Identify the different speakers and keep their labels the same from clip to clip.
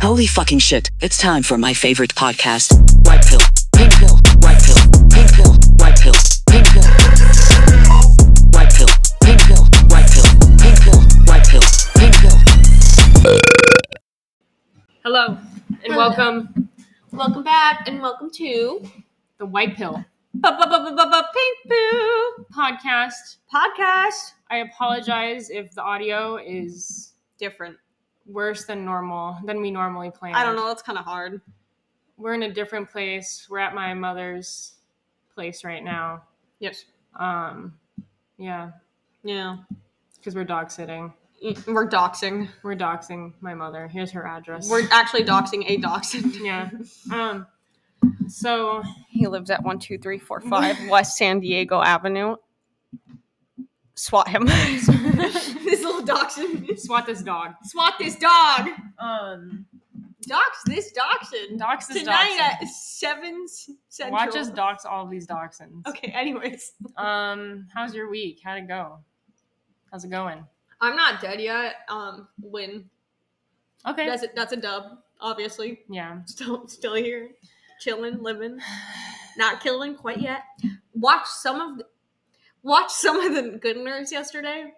Speaker 1: Holy fucking shit. It's time for my favorite podcast. White pill, pink pill, white pill, pink pill, white pill, pink pill. White pill, pink pill, white pill, pink pill, white pill, pink pill.
Speaker 2: Hello, and
Speaker 3: Hello.
Speaker 2: welcome
Speaker 3: Welcome back and welcome to
Speaker 2: the White Pill
Speaker 3: Pink Boo
Speaker 2: podcast.
Speaker 3: podcast.
Speaker 2: I apologize if the audio is
Speaker 3: Different.
Speaker 2: worse than normal than we normally plan.
Speaker 3: I don't know. That's kind of hard.
Speaker 2: We're in a different place. We're at my mother's place right now.
Speaker 3: Yes.
Speaker 2: Um, yeah,
Speaker 3: Yeah.
Speaker 2: because we're dog sitting.
Speaker 3: Mm, We're doxing.
Speaker 2: We're doxing my mother. Here's her address.
Speaker 3: We're actually doxing a dachshund.
Speaker 2: yeah. Um. So
Speaker 3: He lives at one two three four five West San Diego Avenue. Swat him. this little dachshund.
Speaker 2: swat this dog.
Speaker 3: Swat this dog.
Speaker 2: Um.
Speaker 3: Dox this dachshund.
Speaker 2: Dox this
Speaker 3: Tonight
Speaker 2: dachshund.
Speaker 3: at seven s- central.
Speaker 2: Watch us dox all these dachshunds.
Speaker 3: Okay. Anyways,
Speaker 2: Um, how's your week? How'd it go? How's it going?
Speaker 3: I'm not dead yet. Um, win.
Speaker 2: Okay.
Speaker 3: That's a, that's a dub, obviously.
Speaker 2: yeah.
Speaker 3: Still still here, chilling, living, not killing quite yet. Watch some of the, watch some of the good nerds yesterday.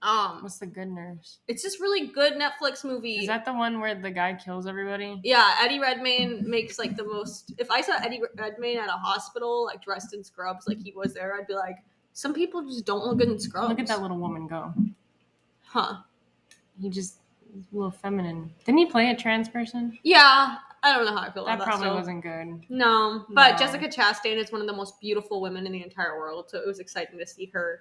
Speaker 3: Um,
Speaker 2: What's the good nurse?
Speaker 3: it's just really good Netflix movie.
Speaker 2: Is that the one where the guy kills everybody?
Speaker 3: yeah, Eddie Redmayne makes like the most. If I saw Eddie Redmayne at a hospital, like dressed in scrubs, like he was there, I'd be like, some people just don't look good in scrubs.
Speaker 2: Look at that little woman go.
Speaker 3: huh?
Speaker 2: He just he's a little feminine. Didn't he play a trans person?
Speaker 3: Yeah, I don't know how I feel
Speaker 2: That
Speaker 3: about
Speaker 2: probably
Speaker 3: still.
Speaker 2: wasn't good.
Speaker 3: No, but
Speaker 2: No.
Speaker 3: Jessica Chastain is one of the most beautiful women in the entire world, so it was exciting to see her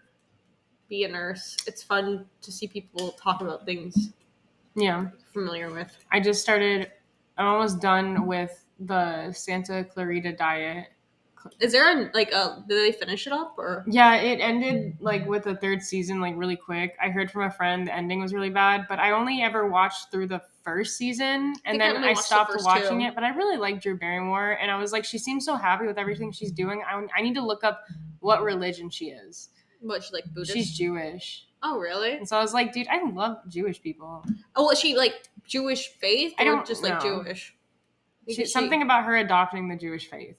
Speaker 3: be a nurse. It's fun to see people talk about things
Speaker 2: Yeah.
Speaker 3: you're familiar with.
Speaker 2: I just started I'm almost done with the Santa Clarita diet.
Speaker 3: Is there a, like a did they finish it up or
Speaker 2: Yeah, it ended like with the third season like really quick. I heard from a friend the ending was really bad, but I only ever watched through the first season and
Speaker 3: think I
Speaker 2: then
Speaker 3: only
Speaker 2: I
Speaker 3: watched the
Speaker 2: stopped
Speaker 3: first
Speaker 2: watching
Speaker 3: two.
Speaker 2: it. But I really like Drew Barrymore, and I was like, she seems so happy with everything she's doing. I, I need to look up what religion she is.
Speaker 3: what? She like Buddhist?
Speaker 2: She's Jewish,
Speaker 3: oh, really?
Speaker 2: and so I was like, dude, I love Jewish people.
Speaker 3: Oh, was she like Jewish faith or
Speaker 2: I don't
Speaker 3: just like
Speaker 2: know.
Speaker 3: Jewish?
Speaker 2: She,
Speaker 3: Because she-
Speaker 2: something about her adopting the Jewish faith.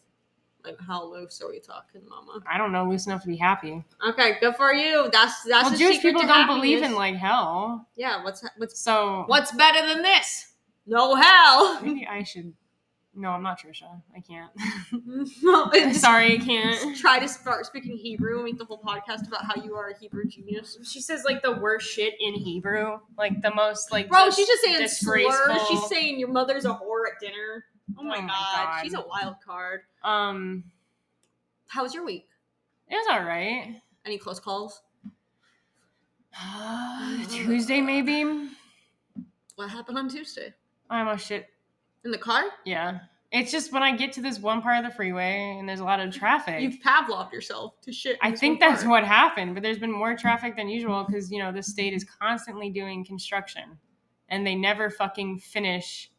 Speaker 3: like how loose are we talking, Mama?
Speaker 2: I don't know, loose enough to be happy.
Speaker 3: Okay, good for you. That's that's
Speaker 2: well,
Speaker 3: the
Speaker 2: Jewish
Speaker 3: secret
Speaker 2: people
Speaker 3: to
Speaker 2: don't believe in
Speaker 3: happiness.
Speaker 2: like hell,
Speaker 3: yeah. What's what's
Speaker 2: so
Speaker 3: what's better than this? No hell.
Speaker 2: maybe I should. No, I'm not Trisha. I can't.
Speaker 3: no,
Speaker 2: I'm
Speaker 3: it's
Speaker 2: sorry, I can't.
Speaker 3: try to start speaking Hebrew and make the whole podcast about how you are a Hebrew genius.
Speaker 2: She says like the worst shit in Hebrew, like the most like.
Speaker 3: Bro, she's just saying slurs.
Speaker 2: disgraceful.
Speaker 3: She's saying your mother's a whore at dinner. Oh my,
Speaker 2: Oh my
Speaker 3: god.
Speaker 2: God.
Speaker 3: she's a wild card.
Speaker 2: um,
Speaker 3: How was your week?
Speaker 2: it was all right.
Speaker 3: Any close calls?
Speaker 2: Tuesday maybe.
Speaker 3: What happened on Tuesday?
Speaker 2: I almost shit.
Speaker 3: In the car?
Speaker 2: Yeah, it's just when I get to this one part of the freeway and there's a lot of traffic.
Speaker 3: You've Pavlov yourself to shit. in
Speaker 2: I
Speaker 3: this
Speaker 2: think
Speaker 3: one
Speaker 2: that's
Speaker 3: car.
Speaker 2: what happened, but there's been more traffic than usual because you know this state is constantly doing construction, and they never fucking finish.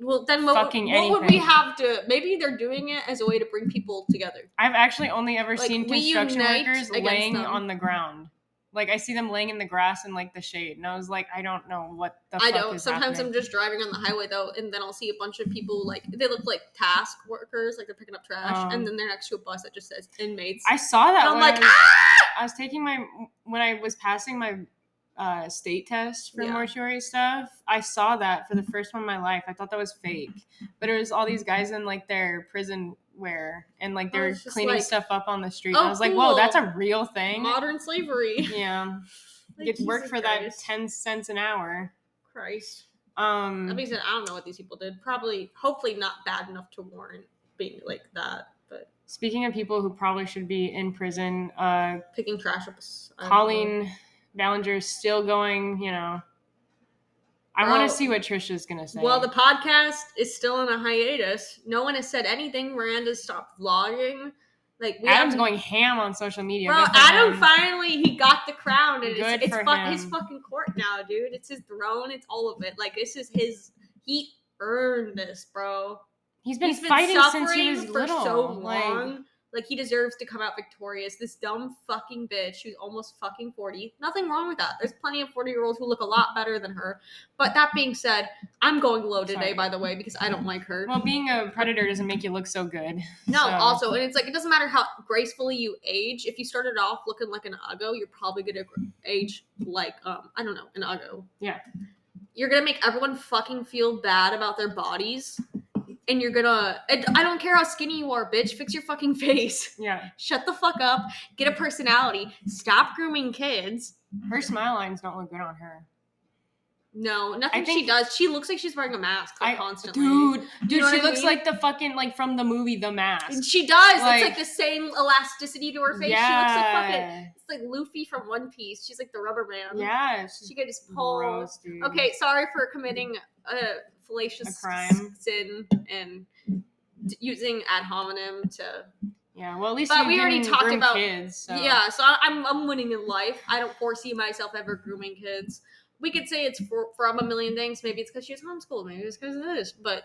Speaker 3: Well, then what,
Speaker 2: fucking
Speaker 3: would, what would we
Speaker 2: anything.
Speaker 3: have to? Maybe they're doing it as a way to bring people together.
Speaker 2: I've actually only ever
Speaker 3: Like,
Speaker 2: seen
Speaker 3: we
Speaker 2: construction
Speaker 3: unite
Speaker 2: workers
Speaker 3: against
Speaker 2: laying
Speaker 3: them.
Speaker 2: on the ground. Like I see them laying in the grass in like the shade, and I was like, I don't know what the.
Speaker 3: I
Speaker 2: fuck
Speaker 3: don't.
Speaker 2: Is
Speaker 3: Sometimes I'm
Speaker 2: happening. Mm-hmm.
Speaker 3: just driving on the highway though, and then I'll see a bunch of people like they look like task workers, like they're picking up trash,
Speaker 2: Um.
Speaker 3: and then they're next to a bus that just says inmates.
Speaker 2: I saw that.
Speaker 3: And I'm
Speaker 2: when I
Speaker 3: like, "Ah!"
Speaker 2: was, I was taking my when I was passing my uh, state test for
Speaker 3: Yeah.
Speaker 2: mortuary stuff. I saw that for the first time in my life. I thought that was fake, but it was all these guys in like their prison wear and like
Speaker 3: I
Speaker 2: they're
Speaker 3: was just
Speaker 2: cleaning
Speaker 3: like,
Speaker 2: stuff up on the street.
Speaker 3: "Oh,
Speaker 2: I was like, whoa,
Speaker 3: cool.
Speaker 2: that's a real thing.
Speaker 3: Modern slavery.
Speaker 2: yeah,
Speaker 3: Like,
Speaker 2: get work
Speaker 3: Jesus
Speaker 2: for that
Speaker 3: Christ.
Speaker 2: ten cents an hour.
Speaker 3: Christ.
Speaker 2: Um,
Speaker 3: That being said, I don't know what these people did. Probably, hopefully, not bad enough to warrant being like that. But
Speaker 2: Speaking of people who probably should be in prison, uh,
Speaker 3: picking trash up. is- I don't know.
Speaker 2: Colleen Ballinger is still going, you know. I want
Speaker 3: Oh.
Speaker 2: to see what Trisha's going to say.
Speaker 3: Well, the podcast is still in a hiatus. No one has said anything. Miranda's stopped vlogging. Like we
Speaker 2: Adam's
Speaker 3: haven't-
Speaker 2: going ham on social media.
Speaker 3: Bro,
Speaker 2: Good for
Speaker 3: Adam
Speaker 2: him.
Speaker 3: finally he got the crown, and
Speaker 2: Good
Speaker 3: it's, it's
Speaker 2: for
Speaker 3: fuck, his
Speaker 2: him.
Speaker 3: fucking court now, dude. It's his throne. It's all of it. Like this is his. He earned this, bro.
Speaker 2: He's been
Speaker 3: He's been
Speaker 2: fighting
Speaker 3: suffering
Speaker 2: since he was
Speaker 3: for
Speaker 2: little.
Speaker 3: so
Speaker 2: like,
Speaker 3: long. Like, Like he deserves to come out victorious. This dumb fucking bitch who's almost fucking 40. Nothing wrong with that. There's plenty of 40 year olds who look a lot better than her. But that being said, I'm going low today,
Speaker 2: Sorry.
Speaker 3: by the way, because I don't like her.
Speaker 2: Well, being a predator doesn't make you look so good.
Speaker 3: No,
Speaker 2: So-
Speaker 3: also, and it's like it doesn't matter how gracefully you age. If you started off looking like an uggo, you're probably gonna gr- age like um I don't know an uggo.
Speaker 2: Yeah.
Speaker 3: you're gonna make everyone fucking feel bad about their bodies, and you're gonna. And I don't care how skinny you are, bitch. Fix your fucking face.
Speaker 2: Yeah.
Speaker 3: Shut the fuck up. Get a personality. Stop grooming kids.
Speaker 2: Her smile lines don't look good on her.
Speaker 3: No, nothing she
Speaker 2: think-
Speaker 3: does. She looks like she's wearing a mask like,
Speaker 2: I-
Speaker 3: constantly.
Speaker 2: Dude, dude,
Speaker 3: know
Speaker 2: she
Speaker 3: what I
Speaker 2: looks
Speaker 3: mean?
Speaker 2: like the fucking like from the movie The Mask.
Speaker 3: She does.
Speaker 2: Like-
Speaker 3: it's like the same elasticity to her face. She looks like fucking It's like Luffy from One Piece. She's like the rubber man.
Speaker 2: Yeah, she's
Speaker 3: She could just pull.
Speaker 2: gross, dude.
Speaker 3: Okay, sorry for committing a fallacious
Speaker 2: A crime.
Speaker 3: sin and d- using ad hominem to.
Speaker 2: Yeah, well at least
Speaker 3: But
Speaker 2: you
Speaker 3: we already
Speaker 2: didn't
Speaker 3: talked
Speaker 2: groom
Speaker 3: about-
Speaker 2: kids. So.
Speaker 3: Yeah, so I- I'm, I'm winning in life. I don't foresee myself ever grooming kids. We could say it's for, from a million things. Maybe it's because she was homeschooled. Maybe it's because of this. But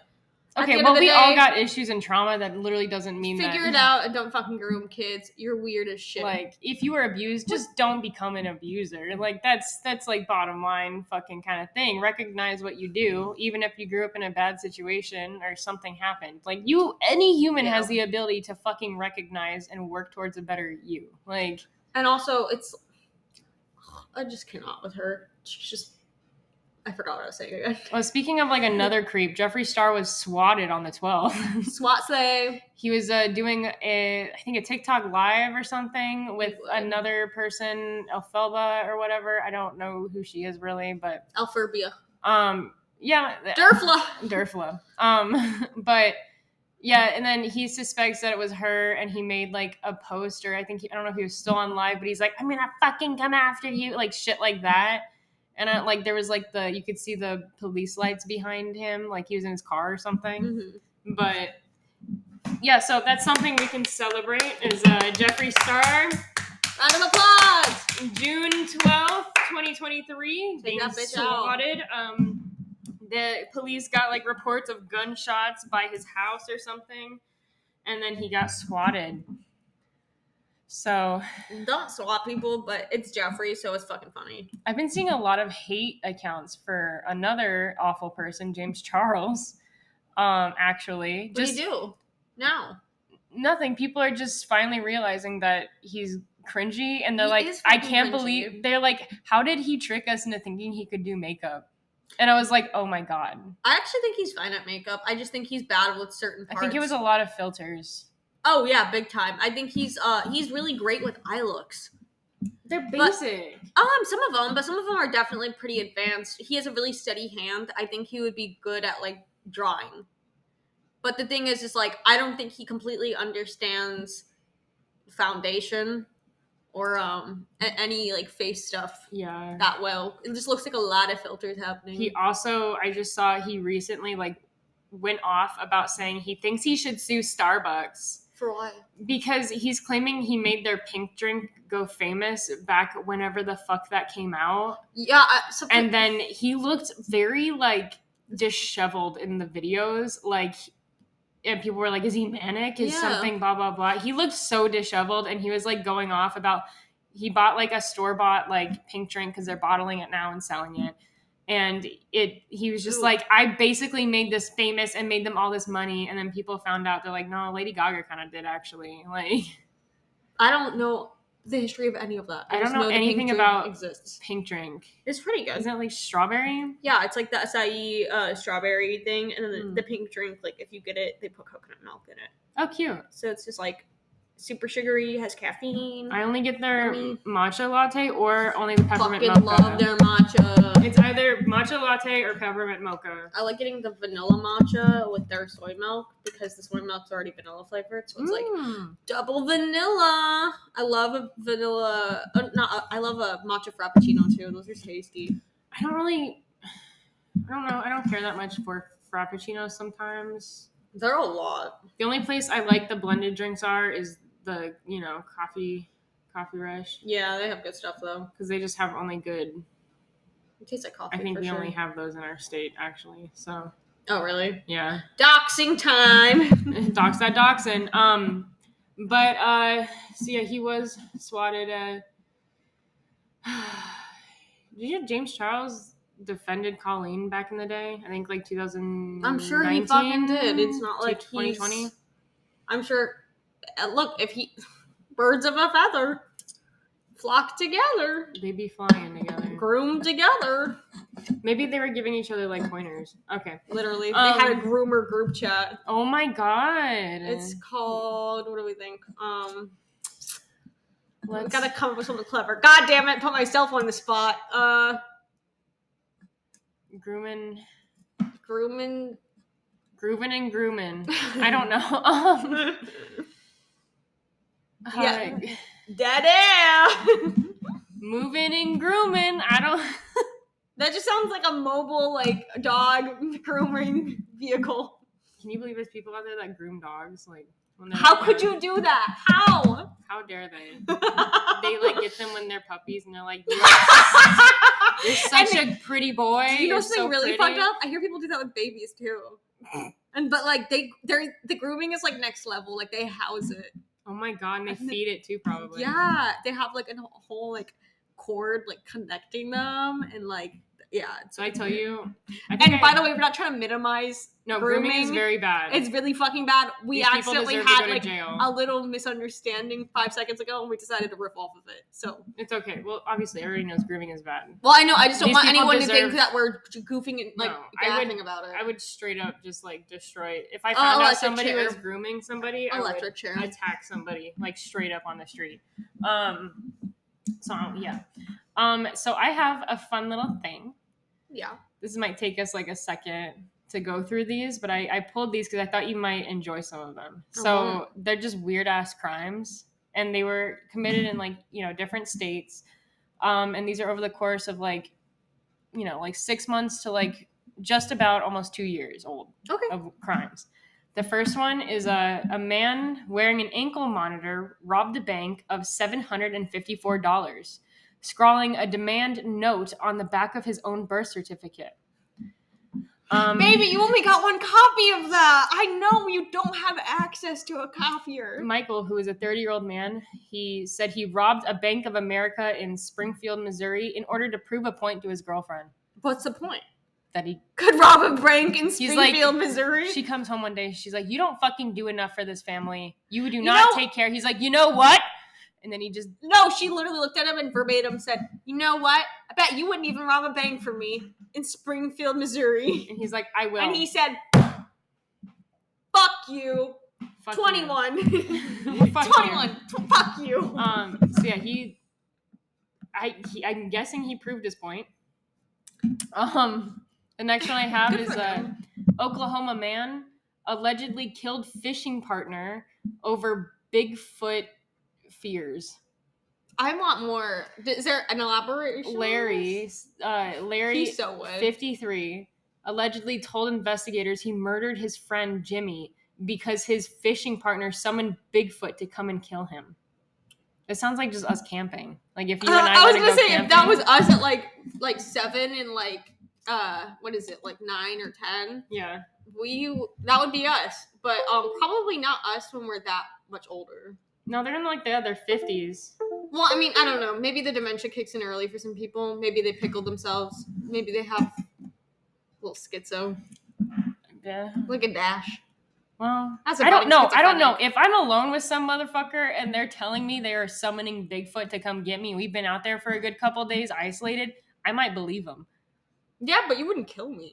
Speaker 3: at the
Speaker 2: Okay,
Speaker 3: end
Speaker 2: well
Speaker 3: of the
Speaker 2: we all
Speaker 3: day-
Speaker 2: got issues and trauma that literally doesn't mean
Speaker 3: figure
Speaker 2: that.
Speaker 3: it out and don't fucking groom kids. You're weird as shit.
Speaker 2: Like if you were abused, just don't become an abuser. Like that's that's like bottom line fucking kind of thing. Recognize what you do, even if you grew up in a bad situation or something happened. Like you any human
Speaker 3: Yeah.
Speaker 2: has the ability to fucking recognize and work towards a better you. Like
Speaker 3: And also, it's I just cannot with her. She's just I forgot what I was saying again.
Speaker 2: well speaking of like another creep, Jeffree Star was swatted on the 12th.
Speaker 3: SWAT say
Speaker 2: he was uh, doing a I think a TikTok live or something with
Speaker 3: would.
Speaker 2: another person, Elfelba or whatever. I don't know who she is really, but
Speaker 3: Alpherbia
Speaker 2: um yeah, th-
Speaker 3: Durfla.
Speaker 2: Durfla. Um but yeah, and then he suspects that it was her and he made like a post or I think he, I don't know if he was still on live, but he's like I'm going to fucking come after you, like shit like that. And I, like there was like the you could see the police lights behind him, like he was in his car or something
Speaker 3: Mhm.
Speaker 2: but yeah so that's something we can celebrate is uh, jeffree star
Speaker 3: Round of applause.
Speaker 2: june 12th 2023
Speaker 3: Take
Speaker 2: being
Speaker 3: that bitch out.
Speaker 2: swatted um the police got like reports of gunshots by his house or something and then he got swatted so
Speaker 3: Don't swat people, but it's Jeffrey, so it's fucking funny.
Speaker 2: i've been seeing a lot of hate accounts for another awful person james charles um actually
Speaker 3: What do you do now?
Speaker 2: nothing. People are just finally realizing that he's cringy, and they're
Speaker 3: He
Speaker 2: like,
Speaker 3: is
Speaker 2: I
Speaker 3: fucking
Speaker 2: can't
Speaker 3: cringy.
Speaker 2: believe they're like, how did he trick us into thinking he could do makeup? And I was like, oh my god.
Speaker 3: I actually think he's fine at makeup. I just think he's bad with certain
Speaker 2: I
Speaker 3: parts.
Speaker 2: think it was a lot of filters.
Speaker 3: oh yeah, big time. I think he's uh he's really great with eye looks.
Speaker 2: They're
Speaker 3: basic. Um, some of them, but some of them are definitely pretty advanced. He has a really steady hand. I think he would be good at like drawing. But the thing is, is like I don't think he completely understands foundation or um a- any like face stuff
Speaker 2: yeah.
Speaker 3: that well. It just looks like a lot of filters happening.
Speaker 2: He also, I just saw he recently like went off about saying he thinks he should sue Starbucks
Speaker 3: For what?
Speaker 2: because he's claiming he made their pink drink go famous back whenever the fuck that came out.
Speaker 3: Yeah. I, so
Speaker 2: and then he looked very like disheveled in the videos like and people were like is he manic is
Speaker 3: Yeah.
Speaker 2: something blah blah blah he looked so disheveled and he was like going off about he bought like a store bought like pink drink because they're bottling it now and selling it and it he was just
Speaker 3: Ooh.
Speaker 2: like i basically made this famous and made them all this money and then people found out they're like no lady gaga kind of did actually like
Speaker 3: I don't know the history of any of that.
Speaker 2: I don't
Speaker 3: just
Speaker 2: know
Speaker 3: the pink
Speaker 2: anything
Speaker 3: drink
Speaker 2: about-
Speaker 3: exists.
Speaker 2: pink drink
Speaker 3: It's pretty good.
Speaker 2: isn't it like strawberry
Speaker 3: Yeah, it's like the acai uh, strawberry thing, and then the,
Speaker 2: Mm.
Speaker 3: the pink drink. Like if you get it, they put coconut milk in it,
Speaker 2: oh cute
Speaker 3: so it's just like super sugary, has caffeine.
Speaker 2: I only get their
Speaker 3: Yummy.
Speaker 2: matcha latte or only the peppermint
Speaker 3: fucking
Speaker 2: mocha.
Speaker 3: love their matcha.
Speaker 2: it's either matcha latte or peppermint mocha.
Speaker 3: I like getting the vanilla matcha with their soy milk because the soy milk's already vanilla flavored, so it's like
Speaker 2: Mm.
Speaker 3: double vanilla. I love a vanilla. Uh, not I love a matcha frappuccino too. Those are tasty.
Speaker 2: I don't really, I don't know, I don't care that much for frappuccinos sometimes.
Speaker 3: They're a lot.
Speaker 2: The only place I like the blended drinks are is the you know coffee, coffee rush
Speaker 3: Yeah, they have good stuff though.
Speaker 2: because they just have only good.
Speaker 3: It tastes like coffee.
Speaker 2: I think
Speaker 3: for
Speaker 2: we
Speaker 3: sure.
Speaker 2: only have those in our state actually. So
Speaker 3: Oh really?
Speaker 2: yeah.
Speaker 3: Doxing time.
Speaker 2: dox that dachshund. Um, But uh, so yeah, he was swatted. Uh, did you know James Charles defended Colleen back in the day? I think like 2000.
Speaker 3: I'm sure he fucking did. It's not like he's.
Speaker 2: 2020.
Speaker 3: I'm sure. uh, Look, if he birds of a feather flock together,
Speaker 2: They be flying together.
Speaker 3: groom together.
Speaker 2: Maybe they were giving each other like pointers. Okay.
Speaker 3: Literally,
Speaker 2: Um,
Speaker 3: they had a groomer group chat.
Speaker 2: Oh my god.
Speaker 3: It's called. What do we think? Um, we
Speaker 2: Let's-
Speaker 3: gotta come up with something clever. God damn it! Put myself on the spot. Uh,
Speaker 2: Groomin,
Speaker 3: grooming.
Speaker 2: groovin and groomin. I don't know. Um,
Speaker 3: Yeah.
Speaker 2: uh,
Speaker 3: Dead air.
Speaker 2: moving and grooming. I don't.
Speaker 3: that just sounds like a mobile like dog grooming vehicle.
Speaker 2: Can you believe there's people out there that groom dogs? Like, when they're
Speaker 3: How
Speaker 2: like
Speaker 3: could
Speaker 2: young?
Speaker 3: you do that? How?
Speaker 2: How dare they? They like get them when they're puppies, and they're like, "You You're such a
Speaker 3: And
Speaker 2: pretty boy.
Speaker 3: you know
Speaker 2: You're
Speaker 3: something
Speaker 2: so
Speaker 3: really
Speaker 2: pretty."
Speaker 3: fucked up? I hear people do that with babies too. And but like they they're the grooming is like next level. Like they house it.
Speaker 2: Oh my god, and they
Speaker 3: And the-
Speaker 2: feed it too, probably.
Speaker 3: Yeah. They have like a whole like cord like connecting them and like yeah. It's
Speaker 2: So I tell you, I think
Speaker 3: and
Speaker 2: I-
Speaker 3: by the way, we're not trying to minimize
Speaker 2: no, grooming, is
Speaker 3: grooming
Speaker 2: very bad.
Speaker 3: it's really fucking bad. We
Speaker 2: These people
Speaker 3: accidentally
Speaker 2: deserve to
Speaker 3: had
Speaker 2: go to
Speaker 3: like
Speaker 2: jail.
Speaker 3: a little misunderstanding five seconds ago and we decided to rip off of it. So
Speaker 2: It's okay. Well, obviously, everybody knows grooming is bad.
Speaker 3: Well, I know, I just don't
Speaker 2: These
Speaker 3: want
Speaker 2: people
Speaker 3: anyone to
Speaker 2: deserve-
Speaker 3: think that we're goofing and like
Speaker 2: No, I would-
Speaker 3: laughing about it.
Speaker 2: I would straight up just like destroy. If I
Speaker 3: Oh,
Speaker 2: found out
Speaker 3: electric
Speaker 2: somebody
Speaker 3: chair.
Speaker 2: was grooming somebody, I would
Speaker 3: Electric chair.
Speaker 2: attack somebody like straight up on the street. Um, so yeah. Um, so I have a fun little thing.
Speaker 3: Yeah.
Speaker 2: This might take us like a second to go through these, but I, I pulled these because I thought you might enjoy some of them. So they're just weird ass crimes, and they were committed in like you know different states, um, and these are over the course of like, you know, like six months to like just about almost two years old
Speaker 3: Okay.
Speaker 2: of crimes. The first one is a, a man wearing an ankle monitor robbed a bank of $754, scrawling a demand note on the back of his own birth certificate. Um,
Speaker 3: Baby, you only got one copy of that. I know you don't have access to a copier.
Speaker 2: Michael, who is a 30 year old man, he said he robbed a Bank of America in Springfield, Missouri, in order to prove a point to his girlfriend
Speaker 3: What's the point?
Speaker 2: that he
Speaker 3: Could rob a bank in
Speaker 2: He's like-
Speaker 3: Springfield, Missouri?
Speaker 2: She comes home one day. She's like, "You don't fucking do enough for this family. You do
Speaker 3: You
Speaker 2: not
Speaker 3: know-
Speaker 2: take care." He's like, "You know what?" And then he just
Speaker 3: no, she literally looked at him and verbatim said, "You know what? I bet you wouldn't even rob a bank for me in Springfield, Missouri."
Speaker 2: and he's like, "I will."
Speaker 3: And he said, "Fuck you,
Speaker 2: Fuck you."
Speaker 3: twenty-one,
Speaker 2: Fuck you.
Speaker 3: twenty-one, tw- fuck you."
Speaker 2: Um. So yeah, he. I he, I'm guessing he proved his point. Um. The next one I have
Speaker 3: Good
Speaker 2: is
Speaker 3: for
Speaker 2: a
Speaker 3: him.
Speaker 2: Oklahoma man allegedly killed fishing partner over Bigfoot fears.
Speaker 3: I want more. Is there an elaboration? on this?
Speaker 2: Larry, uh, Larry,
Speaker 3: He so would.
Speaker 2: 53, allegedly told investigators he murdered his friend Jimmy because his fishing partner summoned Bigfoot to come and kill him. It sounds like just us camping. Like if you
Speaker 3: Uh,
Speaker 2: and I,
Speaker 3: I was
Speaker 2: were to
Speaker 3: gonna
Speaker 2: go
Speaker 3: say if that
Speaker 2: camping-
Speaker 3: was us at like like seven and like uh what is it like nine or ten
Speaker 2: yeah.
Speaker 3: we that would be us but um probably not us when we're that much older
Speaker 2: No, they're in like the other 50s.
Speaker 3: well I mean I don't know maybe the dementia kicks in early for some people maybe they pickled themselves maybe they have a little schizo
Speaker 2: Yeah.
Speaker 3: like a dash
Speaker 2: Well,
Speaker 3: That's
Speaker 2: I don't
Speaker 3: about
Speaker 2: know. I don't
Speaker 3: schizophrenic.
Speaker 2: know. If I'm alone with some motherfucker and they're telling me they are summoning Bigfoot to come get me, we've been out there for a good couple days isolated, I might believe them.
Speaker 3: yeah but you wouldn't kill me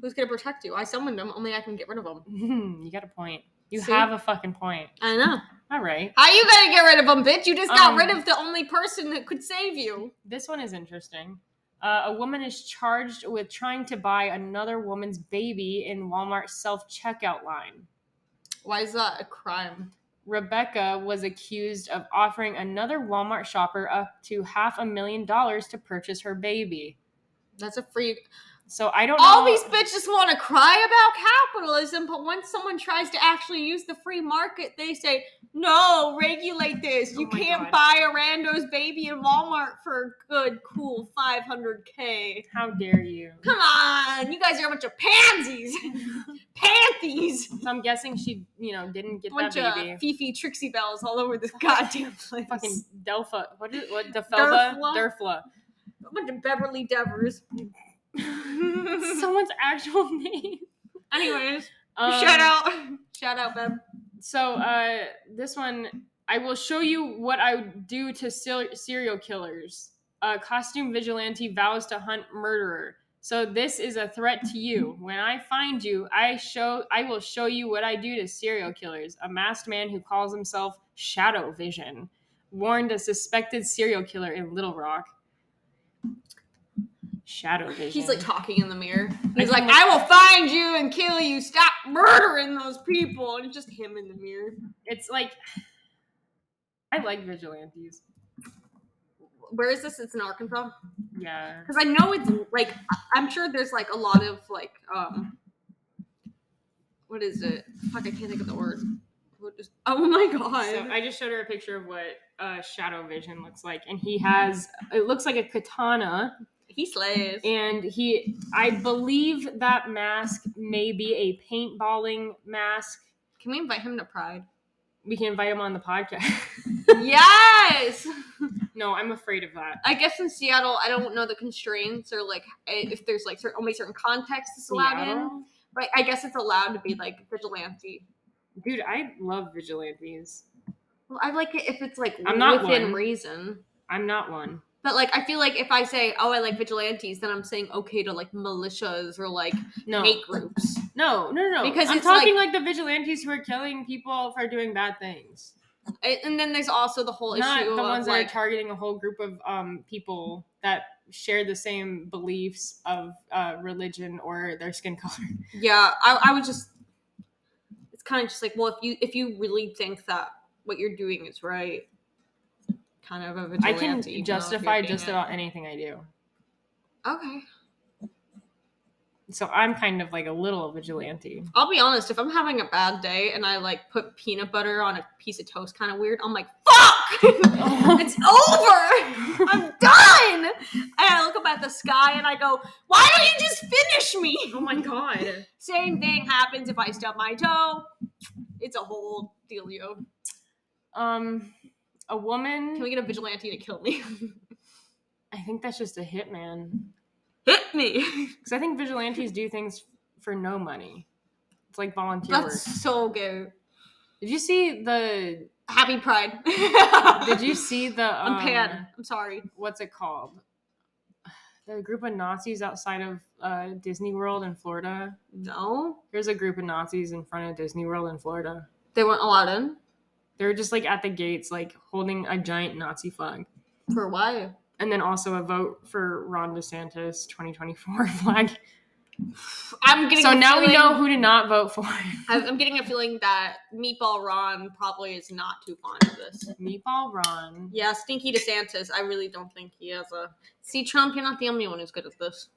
Speaker 3: who's gonna protect you I summoned them only I can get rid of them
Speaker 2: Hmm, you got a point. You
Speaker 3: See?
Speaker 2: have a fucking point.
Speaker 3: I know
Speaker 2: All right.
Speaker 3: how you gonna get rid of them bitch you just got
Speaker 2: Um,
Speaker 3: rid of the only person that could save you
Speaker 2: This one is interesting. Uh, a woman is charged with trying to buy another woman's baby in Walmart self checkout line.
Speaker 3: why is that a crime
Speaker 2: Rebecca was accused of offering another Walmart shopper up to half a million dollars to purchase her baby.
Speaker 3: That's a free.
Speaker 2: So I don't
Speaker 3: All
Speaker 2: know.
Speaker 3: these bitches want to cry about capitalism, but once someone tries to actually use the free market, they say, no, regulate this.
Speaker 2: Oh
Speaker 3: You
Speaker 2: my
Speaker 3: can't
Speaker 2: God.
Speaker 3: buy a Rando's baby in Walmart for a good, cool 500K.
Speaker 2: How dare you?
Speaker 3: Come on, you guys are a bunch of pansies. Panties.
Speaker 2: So I'm guessing she, you know, didn't get
Speaker 3: bunch
Speaker 2: that baby.
Speaker 3: of Fifi Trixie Bells all over this goddamn place.
Speaker 2: Fucking Delpha. What is what? Defelba? Derfla.
Speaker 3: a bunch of Beverly Devers.
Speaker 2: Someone's actual name.
Speaker 3: Anyways,
Speaker 2: Um,
Speaker 3: shout out. Shout out, Bev.
Speaker 2: So uh, this one, I will show you what I would do to ser- serial killers. A costume vigilante vows to hunt murderer. So this is a threat to you. When I find you, I show I will show you what I do to serial killers. A masked man who calls himself Shadow Vision warned a suspected serial killer in Little Rock. Shadow Vision.
Speaker 3: He's like talking in the mirror. He's
Speaker 2: He's
Speaker 3: like,
Speaker 2: like,
Speaker 3: I will find you and kill you. Stop murdering those people. And it's just him in the mirror.
Speaker 2: it's like I like vigilantes.
Speaker 3: Where is this? It's in Arkansas.
Speaker 2: Yeah.
Speaker 3: Because I know it's like, I- I'm sure there's like a lot of like, um, what is it? Fuck, I can't think of the word. What is- oh my god.
Speaker 2: So I just showed her a picture of what uh, shadow vision looks like, and he has it looks like a katana,
Speaker 3: he slays.
Speaker 2: and he I believe that mask may be a paintballing mask.
Speaker 3: Can we invite him to Pride?
Speaker 2: We can invite him on the podcast.
Speaker 3: yes!
Speaker 2: no, I'm afraid of that.
Speaker 3: I guess in Seattle, I don't know the constraints or like i- if there's like certain, only certain context it's allowed in.
Speaker 2: Seattle?
Speaker 3: But I guess it's allowed to be like vigilante.
Speaker 2: dude, I love vigilantes.
Speaker 3: Well, I like it if it's like
Speaker 2: I'm not
Speaker 3: within
Speaker 2: one.
Speaker 3: reason.
Speaker 2: I'm not one.
Speaker 3: But like, I feel like if I say, "Oh, I like vigilantes," then I'm saying okay to like militias or like
Speaker 2: No,
Speaker 3: hate groups.
Speaker 2: no, no, no, no.
Speaker 3: Because
Speaker 2: I'm
Speaker 3: it's like-
Speaker 2: talking like, the vigilantes who are killing people for doing bad things,
Speaker 3: I- And then there's also the whole
Speaker 2: not
Speaker 3: issue
Speaker 2: the
Speaker 3: of
Speaker 2: ones that
Speaker 3: like,
Speaker 2: are targeting a whole group of um, people that share the same beliefs of uh, religion or their skin color.
Speaker 3: yeah, I, I would just. It's kind of just like, well, if you if you really think that what you're doing is right, kind of a
Speaker 2: I
Speaker 3: vigilante. even
Speaker 2: can
Speaker 3: though if you're
Speaker 2: justify
Speaker 3: being
Speaker 2: just
Speaker 3: a-
Speaker 2: about anything I do.
Speaker 3: Okay.
Speaker 2: So I'm kind of like a little vigilante.
Speaker 3: I'll be honest, if I'm having a bad day and I like put peanut butter on a piece of toast kind of weird, I'm like, fuck! it's over! I'm done! And I look up at the sky and I go, why don't you just finish me?
Speaker 2: Oh my god.
Speaker 3: Same thing happens if I stub my toe. It's a whole dealio.
Speaker 2: Um a woman
Speaker 3: Can we get a vigilante to kill me?
Speaker 2: I think that's just a hitman.
Speaker 3: Hit me!
Speaker 2: Cuz I think vigilantes do things for no money. It's like volunteer
Speaker 3: That's
Speaker 2: work.
Speaker 3: so good.
Speaker 2: Did you see the
Speaker 3: Happy Pride.
Speaker 2: Did you see the um,
Speaker 3: I'm pan. I'm sorry.
Speaker 2: what's it called? The group of Nazis outside of uh, Disney World in Florida.
Speaker 3: No.
Speaker 2: There's a group of Nazis in front of Disney World in Florida.
Speaker 3: They weren't allowed in?
Speaker 2: They were just like at the gates, like holding a giant Nazi flag.
Speaker 3: For why?
Speaker 2: And then also a vote for Ron DeSantis 2024 flag.
Speaker 3: I'm getting
Speaker 2: So
Speaker 3: the
Speaker 2: now we
Speaker 3: feeling-
Speaker 2: know who to not vote for.
Speaker 3: I'm I'm getting a feeling that Meatball Ron probably is not too fond of this.
Speaker 2: Meatball Ron.
Speaker 3: Yeah, Stinky DeSantis. I really don't think he has a. See, Trump, you're not the only one who's good at this.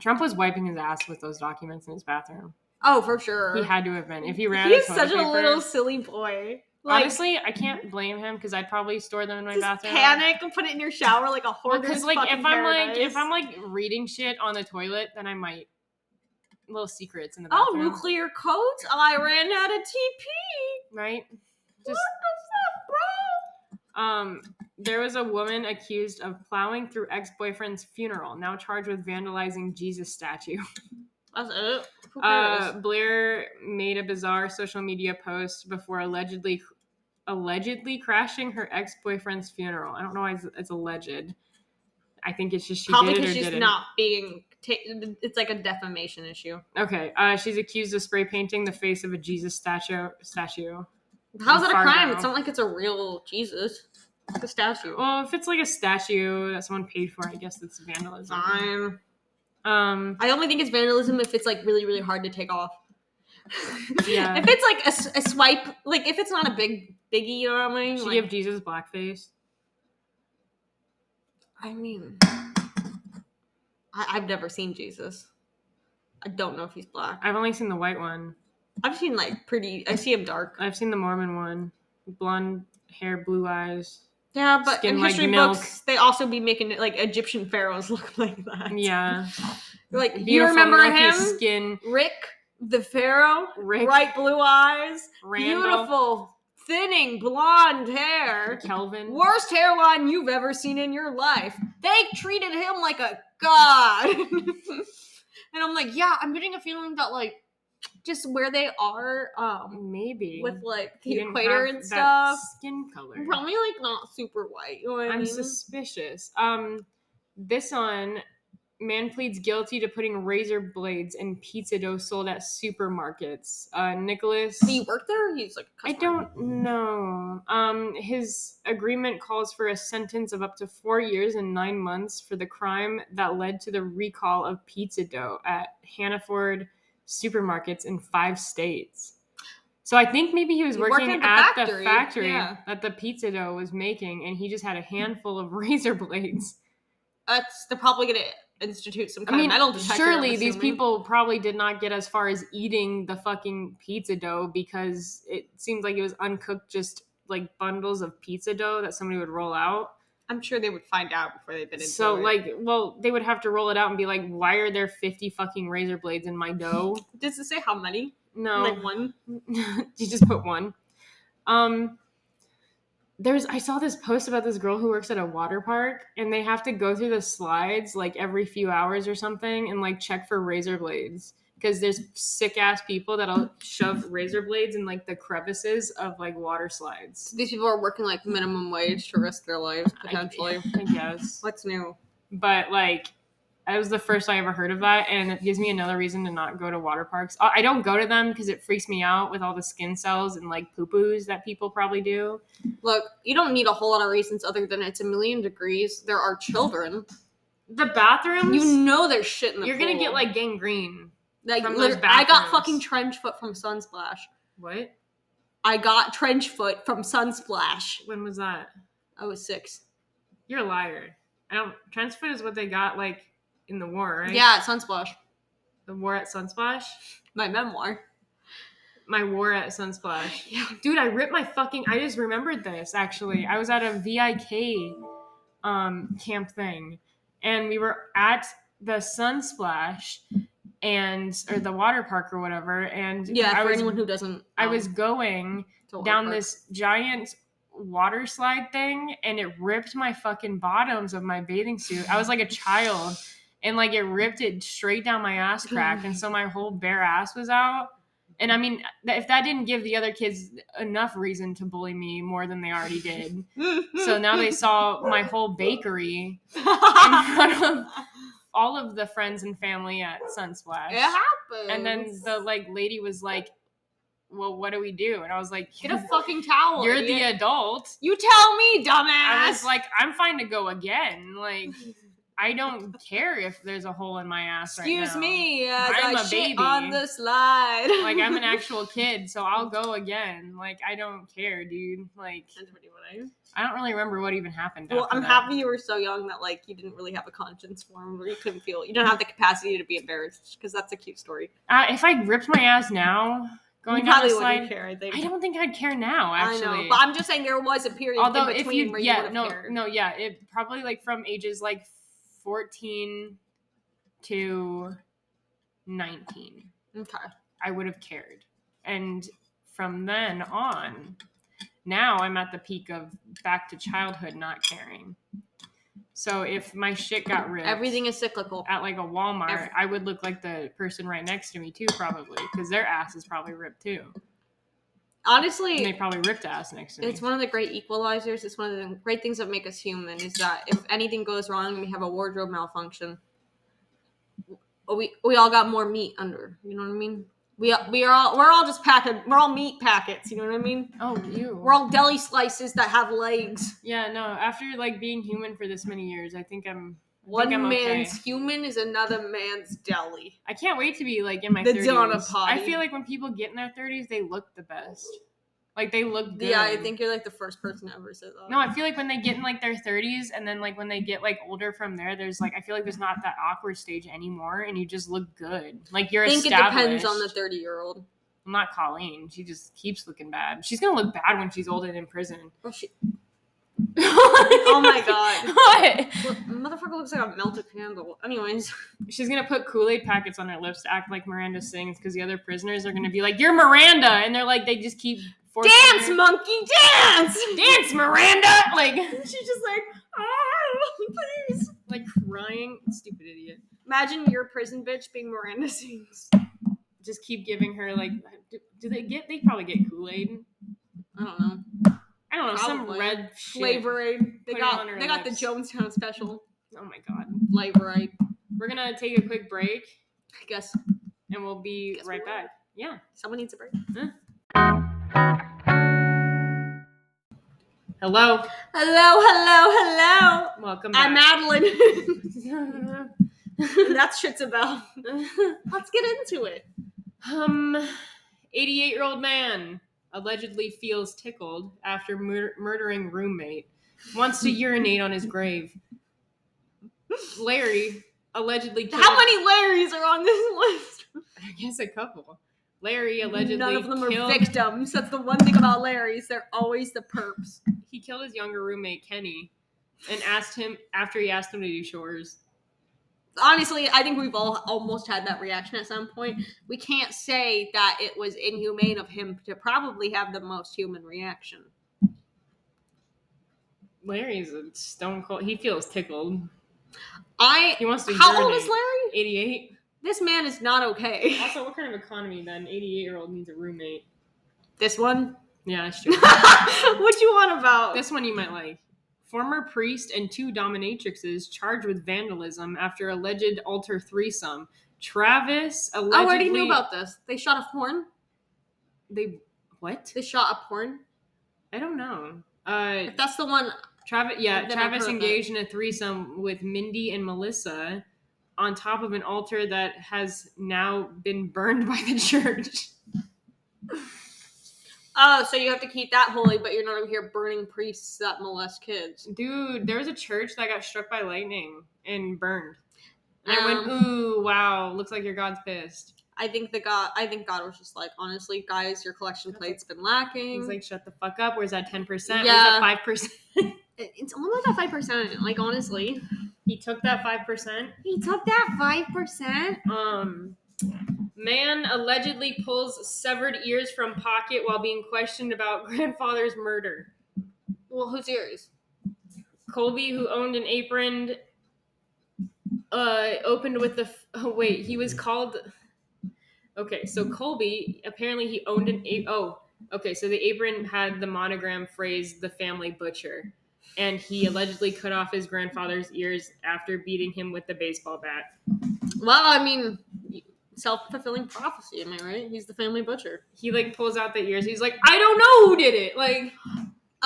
Speaker 2: Trump was wiping his ass with those documents in his bathroom.
Speaker 3: Oh, for sure.
Speaker 2: He had to have been. If he ran out of
Speaker 3: He's
Speaker 2: toilet
Speaker 3: such a
Speaker 2: paper-
Speaker 3: little silly boy. Like,
Speaker 2: honestly, I can't blame him because I'd probably store them in my
Speaker 3: just
Speaker 2: bathroom.
Speaker 3: panic and put it in your shower like a hoarder.
Speaker 2: because like if I'm like if I'm like reading shit on the toilet, then I might little secrets in the
Speaker 3: oh,
Speaker 2: bathroom,
Speaker 3: nuclear codes. I ran out of TP.
Speaker 2: right?
Speaker 3: What
Speaker 2: Just
Speaker 3: the
Speaker 2: um, there was a woman accused of plowing through ex-boyfriend's funeral, now charged with vandalizing Jesus statue.
Speaker 3: fuck, bro? That's it. Who
Speaker 2: Uh,
Speaker 3: cares?
Speaker 2: Blair made a bizarre social media post before allegedly allegedly crashing her ex-boyfriend's funeral. I don't know why it's, it's alleged. I think it's just she
Speaker 3: Probably
Speaker 2: did it or
Speaker 3: because she's
Speaker 2: didn't.
Speaker 3: not being. Ta- it's like a defamation issue.
Speaker 2: Okay, uh, she's accused of spray painting the face of a Jesus statue. Statue.
Speaker 3: How's that a
Speaker 2: Fargo.
Speaker 3: crime? It's not like it's a real Jesus. It's a statue. Oh,
Speaker 2: Well, if it's like a statue that someone paid for, I guess it's vandalism.
Speaker 3: Fine.
Speaker 2: Um,
Speaker 3: I only think it's vandalism if it's like really, really hard to take off.
Speaker 2: Yeah.
Speaker 3: if it's like a s- a, swipe, like if it's not a big biggie, you know what I mean?
Speaker 2: she
Speaker 3: Like,
Speaker 2: gave Jesus blackface.
Speaker 3: I mean, I- I've never seen Jesus. I don't know if he's black.
Speaker 2: I've only seen the white one.
Speaker 3: I've seen like pretty. I see him dark.
Speaker 2: I've seen the Mormon one. Blonde hair, blue eyes.
Speaker 3: Yeah, but
Speaker 2: Skin
Speaker 3: in
Speaker 2: like
Speaker 3: history
Speaker 2: milk.
Speaker 3: books, they also be making it like Egyptian pharaohs look like that.
Speaker 2: Yeah.
Speaker 3: like you
Speaker 2: Beautiful
Speaker 3: remember
Speaker 2: milky
Speaker 3: him,
Speaker 2: Skin.
Speaker 3: Rick the pharaoh,
Speaker 2: Rick.
Speaker 3: bright blue eyes,
Speaker 2: Randall.
Speaker 3: beautiful thinning blonde hair.
Speaker 2: Kelvin.
Speaker 3: Worst hairline you've ever seen in your life. They treated him like a god. and I'm like, yeah, I'm getting a feeling that like just where they are um
Speaker 2: Maybe.
Speaker 3: with like
Speaker 2: He
Speaker 3: the
Speaker 2: didn't
Speaker 3: equator
Speaker 2: have
Speaker 3: and
Speaker 2: that
Speaker 3: stuff,
Speaker 2: Skin color.
Speaker 3: probably like not super white. You know what I
Speaker 2: I'm
Speaker 3: mean?
Speaker 2: suspicious. Um, this one, man pleads guilty to putting razor blades in pizza dough sold at supermarkets. Uh, Nicholas,
Speaker 3: Did he work there? Or he's like, a
Speaker 2: I
Speaker 3: customer?
Speaker 2: don't know. Um, his agreement calls for a sentence of up to four years and nine months for the crime that led to the recall of pizza dough at Hannaford supermarkets in five states. So I think maybe he was
Speaker 3: He worked
Speaker 2: working
Speaker 3: at the
Speaker 2: at
Speaker 3: factory,
Speaker 2: the factory
Speaker 3: yeah.
Speaker 2: that the pizza dough was making, and he just had a handful of razor blades.
Speaker 3: That's they're probably gonna institute some
Speaker 2: I
Speaker 3: kind
Speaker 2: mean,
Speaker 3: of metal detector. I'm
Speaker 2: surely these
Speaker 3: assuming.
Speaker 2: people probably did not get as far as eating the fucking pizza dough because it seems like it was uncooked, just like bundles of pizza dough that somebody would roll out.
Speaker 3: I'm sure they would find out before they bit into
Speaker 2: So,
Speaker 3: it.
Speaker 2: like, well, they would have to roll it out and be like, why are there 50 fucking razor blades in my dough?
Speaker 3: does it say how many?
Speaker 2: No.
Speaker 3: Like one.
Speaker 2: you just put one. Um, there's I saw this post about this girl who works at a water park, and they have to go through the slides like every few hours or something, and like check for razor blades because there's sick ass people that'll shove razor blades in like the crevices of like water slides.
Speaker 3: These people are working like minimum wage to risk their lives
Speaker 2: I-
Speaker 3: potentially.
Speaker 2: I guess.
Speaker 3: What's new?
Speaker 2: but like that was the first I ever heard of that, and it gives me another reason to not go to water parks. I I don't go to them because it freaks me out with all the skin cells and like poo poos that people probably do.
Speaker 3: Look, you don't need a whole lot of reasons other than it's a million degrees. There are children.
Speaker 2: The bathrooms,
Speaker 3: You know there's shit in the
Speaker 2: you're gonna
Speaker 3: pool.
Speaker 2: get like gangrene.
Speaker 3: like
Speaker 2: from
Speaker 3: liter-
Speaker 2: those
Speaker 3: I got
Speaker 2: bathrooms.
Speaker 3: fucking trench foot from Sunsplash.
Speaker 2: What?
Speaker 3: I got trench foot from Sunsplash.
Speaker 2: When was that?
Speaker 3: I was six.
Speaker 2: You're a liar. I don't. Transfer is what they got like in the war, right?
Speaker 3: Yeah, Sunsplash.
Speaker 2: The war at Sunsplash.
Speaker 3: My memoir.
Speaker 2: My war at Sunsplash.
Speaker 3: Yeah.
Speaker 2: dude i ripped my fucking i just remembered this actually i was at a vik um camp thing and we were at the sunsplash and or the water park or whatever and
Speaker 3: Yeah,
Speaker 2: i
Speaker 3: for
Speaker 2: was
Speaker 3: anyone who doesn't
Speaker 2: i
Speaker 3: um,
Speaker 2: was going
Speaker 3: to water
Speaker 2: down
Speaker 3: park.
Speaker 2: this giant water slide thing and it ripped my fucking bottoms of my bathing suit i was like a child and like it ripped it straight down my ass crack and so my whole bare ass was out and i mean th- if that didn't give the other kids enough reason to bully me more than they already did so now they saw my whole bakery in front of all of the friends and family at sunsplash
Speaker 3: It happens.
Speaker 2: and then the like lady was like well what do we do and i was like
Speaker 3: get a fucking towel.
Speaker 2: you're the
Speaker 3: idiot.
Speaker 2: adult.
Speaker 3: You tell me, dumbass.
Speaker 2: I was like, I'm fine to go again. Like, I don't care if there's a hole in my ass right
Speaker 3: excuse
Speaker 2: now.
Speaker 3: me, as
Speaker 2: I'm
Speaker 3: I
Speaker 2: a
Speaker 3: shit
Speaker 2: baby.
Speaker 3: on the slide.
Speaker 2: Like, I'm an actual kid, so I'll go again. Like, I don't care, dude. Like, I don't really remember what even happened.
Speaker 3: Well,
Speaker 2: after
Speaker 3: I'm
Speaker 2: that.
Speaker 3: happy you were so young that like you didn't really have a conscience form where you couldn't feel you don't have the capacity to be embarrassed because that's a cute story.
Speaker 2: Uh, if I ripped my ass now, going
Speaker 3: you
Speaker 2: down the
Speaker 3: probably
Speaker 2: slide,
Speaker 3: wouldn't care. I think.
Speaker 2: I don't think I'd care now. Actually,
Speaker 3: I know, but I'm just saying there was a period
Speaker 2: although if
Speaker 3: in between
Speaker 2: you,
Speaker 3: where you
Speaker 2: yeah,
Speaker 3: would have
Speaker 2: no,
Speaker 3: cared.
Speaker 2: no, yeah, it probably like from ages like 14 to 19.
Speaker 3: Okay.
Speaker 2: I would have cared. And from then on, now I'm at the peak of back to childhood not caring. So if my shit got ripped
Speaker 3: Everything is cyclical.
Speaker 2: at like a Walmart,
Speaker 3: Every-
Speaker 2: I would look like the person right next to me too, probably, because their ass is probably ripped too. And they
Speaker 3: Honestly,
Speaker 2: probably ripped ass next to me.
Speaker 3: it's one of the great equalizers. It's one of the great things that make us human is that if anything goes wrong and we have a wardrobe malfunction, we we all got more meat under. You know what I mean? We we are all we're all just packing. We're all meat packets. You know what I mean?
Speaker 2: oh, you.
Speaker 3: We're all deli slices that have legs.
Speaker 2: yeah, no. After like being human for this many years, I think I'm.
Speaker 3: One
Speaker 2: I'm okay.
Speaker 3: man's human is another man's deli.
Speaker 2: I can't wait to be like in my
Speaker 3: The
Speaker 2: 30s.
Speaker 3: Donna
Speaker 2: I
Speaker 3: potty.
Speaker 2: feel like when people get in their 30s, they look the best. Like they look good.
Speaker 3: Yeah, I think you're like the first person to ever say that.
Speaker 2: No, I feel like when they get in like their 30s and then like when they get like older from there, there's like I feel like there's not that awkward stage anymore and you just look good. Like you're
Speaker 3: I think it
Speaker 2: established.
Speaker 3: depends on the 30 year old.
Speaker 2: I'm not Colleen. She just keeps looking bad. She's gonna look bad when she's old and in prison.
Speaker 3: oh my god.
Speaker 2: What?
Speaker 3: Well, motherfucker looks like a melted candle. Anyways,
Speaker 2: She's gonna put Kool Aid packets on her lips to act like Miranda sings because the other prisoners are gonna be like, "You're Miranda," and they're like, they just keep forcing
Speaker 3: dance,
Speaker 2: her-
Speaker 3: monkey, dance.
Speaker 2: dance, Miranda, like,
Speaker 3: She's just like, oh, please.
Speaker 2: like crying, stupid idiot.
Speaker 3: Imagine your prison bitch being Miranda Sings.
Speaker 2: Just keep giving her like, do, do they get? They probably get Kool Aid.
Speaker 3: I don't know.
Speaker 2: I don't know, some
Speaker 3: Probably.
Speaker 2: red shit.
Speaker 3: Flavorade. They
Speaker 2: Put it
Speaker 3: got
Speaker 2: on her
Speaker 3: they got the
Speaker 2: lips.
Speaker 3: Jonestown special.
Speaker 2: Oh my god.
Speaker 3: Flavorade.
Speaker 2: We're gonna take a quick break
Speaker 3: I guess
Speaker 2: and we'll be
Speaker 3: Guess
Speaker 2: right
Speaker 3: we're-
Speaker 2: back. Yeah.
Speaker 3: someone needs a break.
Speaker 2: Hello.
Speaker 3: Hello, hello, hello.
Speaker 2: Welcome back.
Speaker 3: I'm Madeline.
Speaker 2: Matt.
Speaker 3: And That's shit's about. Let's get into it.
Speaker 2: um, 88 year old man allegedly feels tickled after mur- murdering roommate, wants to urinate on his grave. Larry allegedly killed.
Speaker 3: How many Larrys are on this list?
Speaker 2: I guess a couple. Larry allegedly
Speaker 3: None of them are
Speaker 2: killed.
Speaker 3: victims. That's the one thing about Larrys. They're always the perps.
Speaker 2: he killed his younger roommate Kenny, and asked him after he asked him to do chores.
Speaker 3: Honestly, I think we've all almost had that reaction at some point. We can't say that it was inhumane of him to probably have the most human reaction.
Speaker 2: Larry's a stone cold. He feels tickled.
Speaker 3: I.
Speaker 2: He wants to.
Speaker 3: How old
Speaker 2: urinate.
Speaker 3: is Larry?
Speaker 2: 88.
Speaker 3: This man is not okay.
Speaker 2: Also, what kind of economy that an 88 year old needs a roommate?
Speaker 3: This one?
Speaker 2: Yeah, sure.
Speaker 3: what you want about?
Speaker 2: this one you might like. Former priest and two dominatrixes charged with vandalism after alleged altar threesome. Travis allegedly.
Speaker 3: Oh, I already knew about this. They shot a porn.
Speaker 2: They. What?
Speaker 3: They shot a porn.
Speaker 2: I don't know. Uh,
Speaker 3: If that's the one,
Speaker 2: Travis, yeah,
Speaker 3: I've never heard
Speaker 2: Travis
Speaker 3: of
Speaker 2: engaged in a threesome with Mindy and Melissa on top of an altar that has now been burned by the church.
Speaker 3: oh, so you have to keep that holy, but you're not over here burning priests that molest kids.
Speaker 2: Dude, there was a church that got struck by lightning and burned. And I went,
Speaker 3: Um,
Speaker 2: ooh, wow, looks like your God's pissed.
Speaker 3: I think the God, I think God was just like, honestly, guys, your collection plate's been lacking.
Speaker 2: He's like, shut the fuck up. Where's that 10%? Where's
Speaker 3: Mm. Yeah.
Speaker 2: that 5%?
Speaker 3: It- it's only got five percent. Like honestly,
Speaker 2: He took that 5%.
Speaker 3: he took that five percent.
Speaker 2: Um, man allegedly pulls severed ears from pocket while being questioned about grandfather's murder.
Speaker 3: Well, who's yours?
Speaker 2: Colby, who owned an apron, uh, opened with the. F- oh wait, he was called. Okay, so Colby apparently he owned an. A- oh, okay, so the apron had the monogram phrase "the family butcher," and he allegedly cut off his grandfather's ears after beating him with the baseball bat.
Speaker 3: Well, I mean, self fulfilling prophecy. Am I right? He's the family butcher.
Speaker 2: He like pulls out the ears. He's like, I don't know who did it. Like,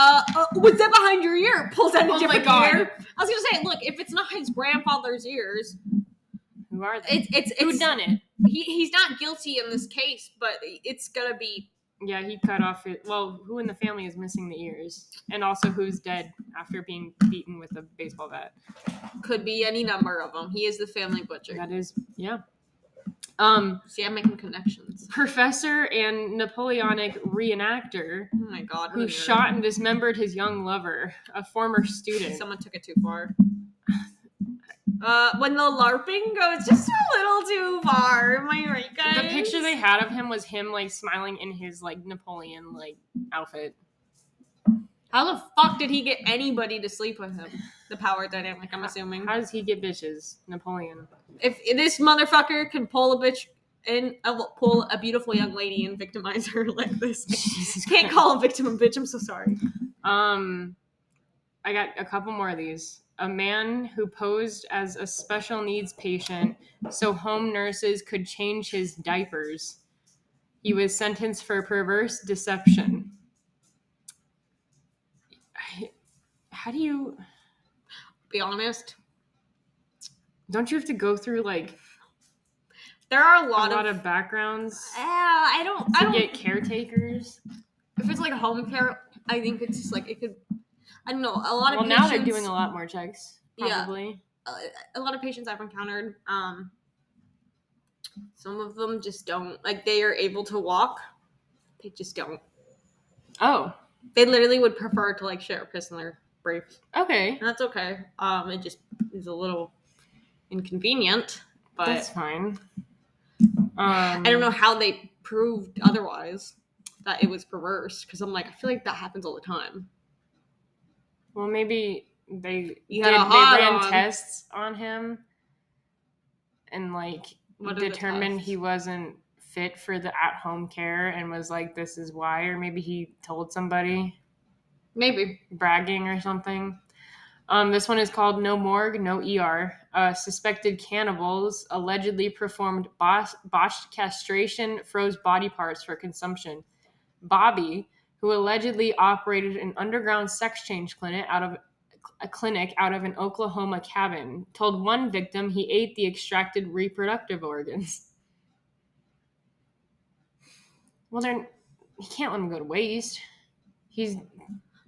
Speaker 3: Uh, uh what's that behind your ear? Pulls out a
Speaker 2: oh my
Speaker 3: different
Speaker 2: god,
Speaker 3: ear. I was gonna say, look, if it's not his grandfather's ears,
Speaker 2: who are they?
Speaker 3: it's it's, it's
Speaker 2: who done it?
Speaker 3: He, he's not guilty in this case, but it's gonna be
Speaker 2: Yeah, he cut off it. Well, who in the family is missing the ears? And also, who's dead after being beaten with a baseball bat?
Speaker 3: could be any number of them. He is the family butcher.
Speaker 2: That is, yeah. Um,
Speaker 3: See, I'm making connections.
Speaker 2: professor and Napoleonic reenactor
Speaker 3: Oh my god, what a
Speaker 2: who
Speaker 3: nerd.
Speaker 2: shot and dismembered his young lover, a former student.
Speaker 3: Someone took it too far. Uh, when the LARPing goes just a little too far, am I right, guys?
Speaker 2: The picture they had of him was him like smiling in his like Napoleon like outfit.
Speaker 3: How the fuck did he get anybody to sleep with him? The power dynamic, I'm assuming.
Speaker 2: How does he get bitches, Napoleon?
Speaker 3: If this motherfucker can pull a bitch and pull a beautiful young lady and victimize her like this,
Speaker 2: Jesus
Speaker 3: can't call a victim a bitch. I'm so sorry.
Speaker 2: Um, I got a couple more of these. A man who posed as a special needs patient so home nurses could change his diapers. He was sentenced for perverse deception. I, how do you?
Speaker 3: Be honest.
Speaker 2: Don't you have to go through like
Speaker 3: There are a
Speaker 2: a
Speaker 3: lot,
Speaker 2: lot
Speaker 3: of.
Speaker 2: of backgrounds
Speaker 3: Ah, I don't. I
Speaker 2: to
Speaker 3: don't.
Speaker 2: get caretakers?
Speaker 3: If it's like home care, I think it's just like it could. I don't know. A lot of
Speaker 2: well,
Speaker 3: patients,
Speaker 2: now they're doing a lot more checks.
Speaker 3: Yeah.
Speaker 2: Probably.
Speaker 3: a lot of patients I've encountered. Um, some of them just don't like they are able to walk. They just don't.
Speaker 2: Oh,
Speaker 3: They literally would prefer to like share a piss in their briefs.
Speaker 2: okay.
Speaker 3: And that's okay. Um, it just is a little inconvenient, but
Speaker 2: That's fine. Um, I
Speaker 3: I don't know how they proved otherwise that it was perverse because I'm like, I feel like that happens all the time.
Speaker 2: Well, maybe they
Speaker 3: You
Speaker 2: did,
Speaker 3: had
Speaker 2: they
Speaker 3: a hot
Speaker 2: ran
Speaker 3: on.
Speaker 2: tests on him and like
Speaker 3: What are the
Speaker 2: determined he
Speaker 3: tests?
Speaker 2: wasn't fit for the at-home care and was like this is why or maybe he told somebody
Speaker 3: Maybe.
Speaker 2: bragging or something. Um, this one is called No Morgue, No ER. Uh, suspected cannibals allegedly performed bos- botched castration, froze body parts for consumption. Bobby, who allegedly operated an underground sex change clinic out of a clinic out of an Oklahoma cabin, told one victim he ate the extracted reproductive organs. Well, then he can't let him go to waste. He's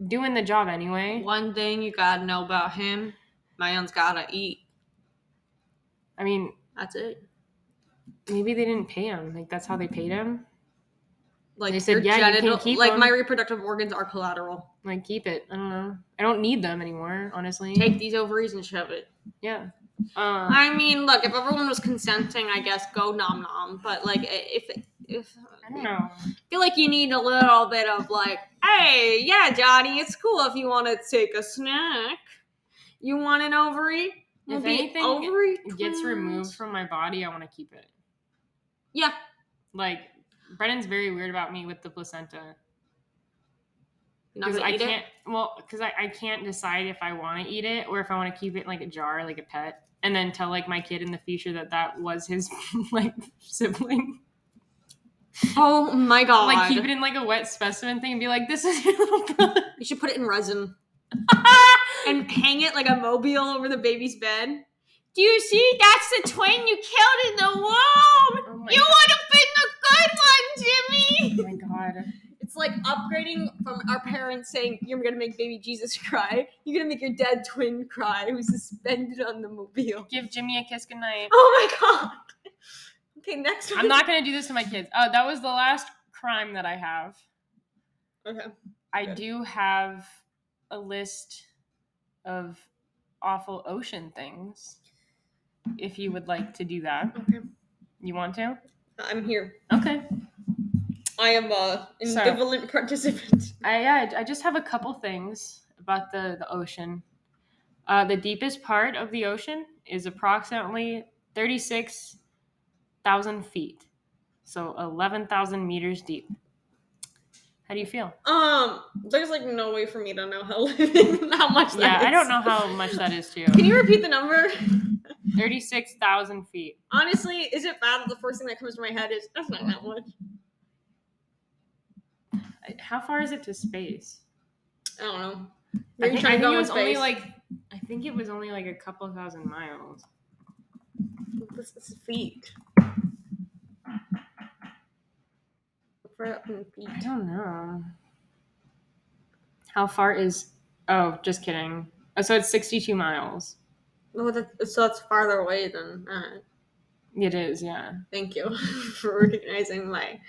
Speaker 2: doing the job anyway.
Speaker 3: One thing you gotta know about him, man's gotta eat.
Speaker 2: I mean,
Speaker 3: That's it.
Speaker 2: maybe they didn't pay him. Like that's how they paid him.
Speaker 3: Like
Speaker 2: They said,
Speaker 3: your
Speaker 2: "Yeah, you can
Speaker 3: genital-
Speaker 2: keep
Speaker 3: like my
Speaker 2: them."
Speaker 3: reproductive organs are collateral.
Speaker 2: Like keep it. I don't know. I don't need them anymore, honestly.
Speaker 3: Take these ovaries and shove it.
Speaker 2: yeah. Um,
Speaker 3: I mean, look, if everyone was consenting, I guess go nom nom. But like, i- if if
Speaker 2: I don't know.
Speaker 3: feel like you need a little bit of like, hey, yeah, Johnny, it's cool if you want to take a snack. You want an ovary? We'll
Speaker 2: If
Speaker 3: be
Speaker 2: anything
Speaker 3: ovary
Speaker 2: Gets
Speaker 3: twins.
Speaker 2: removed from my body. I want to keep it.
Speaker 3: Yeah,
Speaker 2: Like Brennan's very weird about me with the placenta
Speaker 3: you're not
Speaker 2: because
Speaker 3: gonna
Speaker 2: I
Speaker 3: eat
Speaker 2: can't. Well, because I, I can't decide if I want to eat it or if I want to keep it in, like a jar, like a pet, and then tell like my kid in the future that that was his like sibling.
Speaker 3: It. Oh my god!
Speaker 2: Like keep it in like a wet specimen thing and be like, this is your little brother.
Speaker 3: You should put it in resin and hang it like a mobile over the baby's bed. Do you see? That's the twin you killed in the womb.
Speaker 2: Oh my
Speaker 3: You would have been the good one, Jimmy.
Speaker 2: Oh my god.
Speaker 3: It's like upgrading from our parents saying, You're gonna make baby Jesus cry. You're gonna make your dead twin cry who's suspended on the mobile.
Speaker 2: Give Jimmy a kiss goodnight.
Speaker 3: Oh my god. Okay, next one.
Speaker 2: I'm not gonna do this to my kids. Oh, that was the last crime that I have.
Speaker 3: Okay.
Speaker 2: I
Speaker 3: Good.
Speaker 2: do have a list of awful ocean things. If you would like to do that.
Speaker 3: Okay.
Speaker 2: You want to?
Speaker 3: I'm here.
Speaker 2: Okay.
Speaker 3: I am a
Speaker 2: So-
Speaker 3: ambivalent participant.
Speaker 2: I, yeah, I just have a couple things about the, the ocean. Uh, the deepest part of the ocean is approximately 36,000 feet, so 11,000 meters deep. How do you feel?
Speaker 3: Um, there's like no way for me to know how how much
Speaker 2: Yeah,
Speaker 3: that is.
Speaker 2: I don't know how much that is to you.
Speaker 3: Can you repeat the number?
Speaker 2: 36,000 feet.
Speaker 3: Honestly, is it bad that the first thing that comes to my head is that's not that much?
Speaker 2: How far is it to space?
Speaker 3: I don't know.
Speaker 2: I
Speaker 3: Maybe
Speaker 2: think,
Speaker 3: try
Speaker 2: I
Speaker 3: and
Speaker 2: think
Speaker 3: go
Speaker 2: it
Speaker 3: in
Speaker 2: was only
Speaker 3: space.
Speaker 2: like I think it was only like a couple thousand miles.
Speaker 3: This is feet. For up in feet.
Speaker 2: I don't know. How far is? Oh, just kidding. Oh, so it's sixty-two miles.
Speaker 3: No, that, so that's farther away than that.
Speaker 2: It is, yeah.
Speaker 3: Thank you for recognizing my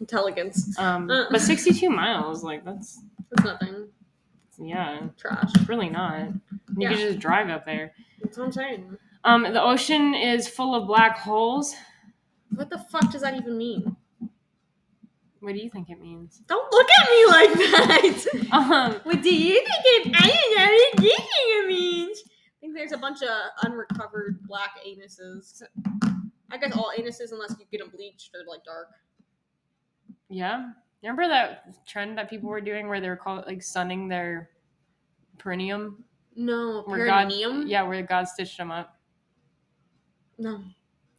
Speaker 3: intelligence.
Speaker 2: Um,
Speaker 3: Uh.
Speaker 2: but sixty-two miles, like that's
Speaker 3: That's nothing.
Speaker 2: yeah,
Speaker 3: Trash.
Speaker 2: it's really not. You
Speaker 3: Yeah.
Speaker 2: can just drive up there.
Speaker 3: That's what I'm saying.
Speaker 2: Um, the ocean is full of black holes.
Speaker 3: What the fuck does that even mean?
Speaker 2: What do you think it means?
Speaker 3: Don't look at me like that!
Speaker 2: Um,
Speaker 3: what do you think it I don't know what you think it means? I think there's a bunch of unrecovered black anuses. I guess all anuses, unless you get them bleached, are like dark.
Speaker 2: yeah. Remember that trend that people were doing where they were called like sunning their perineum?
Speaker 3: No,
Speaker 2: Where God-
Speaker 3: perineum?
Speaker 2: Yeah, where God stitched them up.
Speaker 3: No.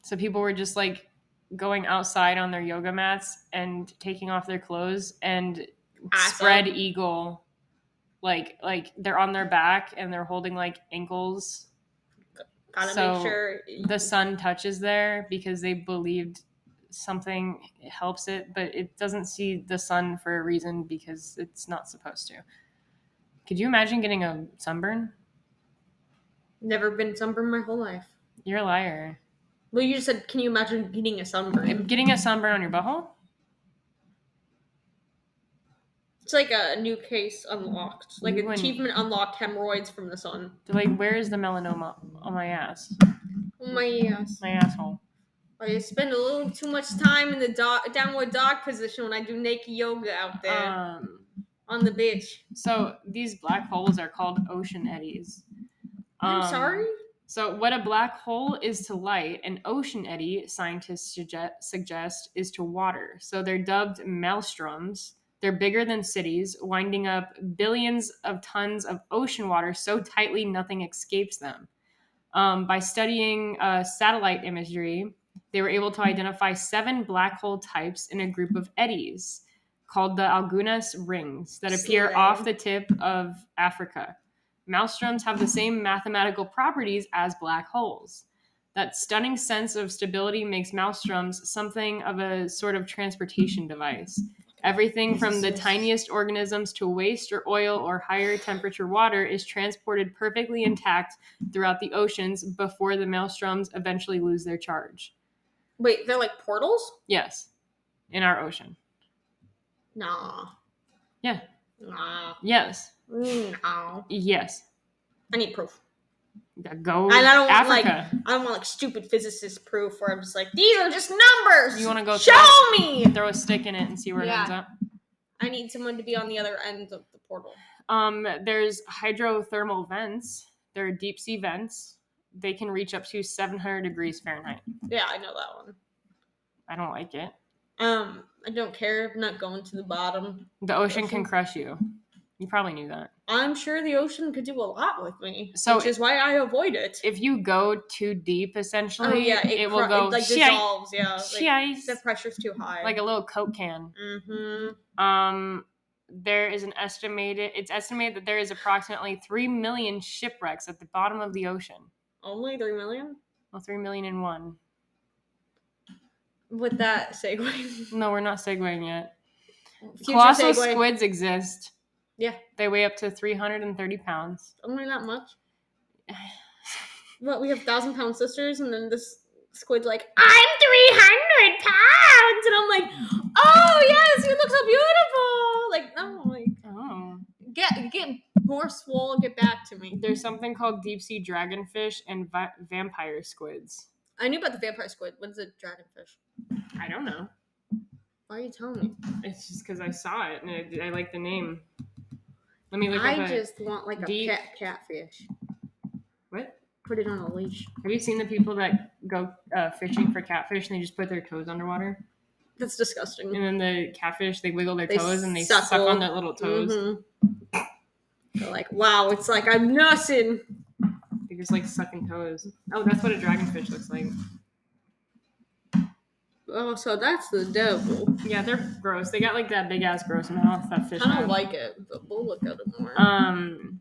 Speaker 2: So people were just like going outside on their yoga mats and taking off their clothes and
Speaker 3: Awesome.
Speaker 2: spread eagle. Like like they're on their back and they're holding like ankles.
Speaker 3: Gotta
Speaker 2: So,
Speaker 3: make sure.
Speaker 2: The sun touches there because they believed something it helps it, but it doesn't see the sun for a reason because it's not supposed to. Could you imagine getting a sunburn?
Speaker 3: Never been sunburned my whole life.
Speaker 2: You're a liar.
Speaker 3: Well, you just said, can you imagine getting a sunburn?
Speaker 2: Getting a sunburn on your butthole?
Speaker 3: It's like a new case unlocked, like
Speaker 2: You wouldn't-
Speaker 3: achievement unlocked hemorrhoids from the sun.
Speaker 2: Like, where is the melanoma on my ass?
Speaker 3: Oh my ass.
Speaker 2: My asshole.
Speaker 3: I spend a little too much time in the dog, downward dog position when I do naked yoga out there
Speaker 2: Um,
Speaker 3: on the beach.
Speaker 2: so these black holes are called ocean eddies.
Speaker 3: I'm
Speaker 2: Um,
Speaker 3: sorry.
Speaker 2: So, what a black hole is to light, an ocean eddy, scientists suggest, suggest, is to water. So, they're dubbed maelstroms. They're bigger than cities, winding up billions of tons of ocean water so tightly nothing escapes them. Um, by studying uh, satellite imagery, they were able to identify seven black hole types in a group of eddies called the Algunas rings that appear
Speaker 3: Slay.
Speaker 2: off the tip of Africa. Maelstroms have the same mathematical properties as black holes. That stunning sense of stability makes maelstroms something of a sort of transportation device. Everything from the
Speaker 3: Jesus.
Speaker 2: tiniest organisms to waste or oil or higher temperature water is transported perfectly intact throughout the oceans before the maelstroms eventually lose their charge.
Speaker 3: Wait, they're like portals?
Speaker 2: Yes, in our ocean.
Speaker 3: Nah.
Speaker 2: Yeah.
Speaker 3: Nah.
Speaker 2: Yes,
Speaker 3: Nah.
Speaker 2: yes.
Speaker 3: I need proof.
Speaker 2: Go
Speaker 3: And I don't want, like,
Speaker 2: Oh, Africa.
Speaker 3: I don't want like stupid physicist proof where I'm just like, these are just numbers.
Speaker 2: You wanna go
Speaker 3: Show
Speaker 2: through-
Speaker 3: me.
Speaker 2: Throw a stick in it and see where it
Speaker 3: Yeah.
Speaker 2: ends up.
Speaker 3: I need someone to be on the other end of the portal.
Speaker 2: Um, there's hydrothermal vents. There are deep sea vents. They can reach up to 700 degrees Fahrenheit.
Speaker 3: Yeah, I know that one.
Speaker 2: I don't like it.
Speaker 3: Um, I don't care. I'm not going to the bottom.
Speaker 2: The ocean can
Speaker 3: Ocean.
Speaker 2: crush you. You probably knew that.
Speaker 3: I'm sure the ocean could do a lot with me,
Speaker 2: So-
Speaker 3: which is why I avoid it.
Speaker 2: If you go too deep, essentially,
Speaker 3: oh yeah,
Speaker 2: it,
Speaker 3: it,
Speaker 2: will
Speaker 3: cru-
Speaker 2: go
Speaker 3: it, like
Speaker 2: "Shite,
Speaker 3: dissolves. Yeah, like,
Speaker 2: shite,"
Speaker 3: the pressure's too high.
Speaker 2: like a little Coke can.
Speaker 3: mm-hmm.
Speaker 2: Um, there is an estimated. It's estimated that there is approximately three million shipwrecks at the bottom of the ocean.
Speaker 3: only three million.
Speaker 2: Well, three million and one.
Speaker 3: With that segue,
Speaker 2: No, we're not segueing yet.
Speaker 3: Future
Speaker 2: Colossal
Speaker 3: segue.
Speaker 2: squids exist.
Speaker 3: Yeah.
Speaker 2: They weigh up to 330 pounds.
Speaker 3: Only that much. But we have thousand pound sisters, and then this squid's like, I'm 300 pounds! And I'm like, oh yes, you look so beautiful! Like, no, like,
Speaker 2: Oh.
Speaker 3: get, get more swole, get back to me.
Speaker 2: There's something called deep sea dragonfish and vi- vampire squids.
Speaker 3: I knew about the vampire squid. When's the dragonfish?
Speaker 2: I don't know.
Speaker 3: Why are you telling me?
Speaker 2: It's just because I saw it and I, I like the name. Let me look
Speaker 3: I
Speaker 2: up a-
Speaker 3: just want like a
Speaker 2: deep-
Speaker 3: pet catfish.
Speaker 2: What?
Speaker 3: Put it on a leash.
Speaker 2: Have you seen the people that go uh, fishing for catfish and they just put their toes underwater?
Speaker 3: That's disgusting.
Speaker 2: And then the catfish, they wiggle their
Speaker 3: They
Speaker 2: toes and they
Speaker 3: suckle.
Speaker 2: suck on their little toes.
Speaker 3: Mhm. They're like, wow, it's like I'm nursing.
Speaker 2: They're just like sucking toes. Oh, that's what a dragonfish looks like.
Speaker 3: Oh, so that's the devil.
Speaker 2: Yeah, they're gross. They got like that big ass gross mouth. That fish.
Speaker 3: I
Speaker 2: have.
Speaker 3: don't like it, but we'll look at it more.
Speaker 2: Um,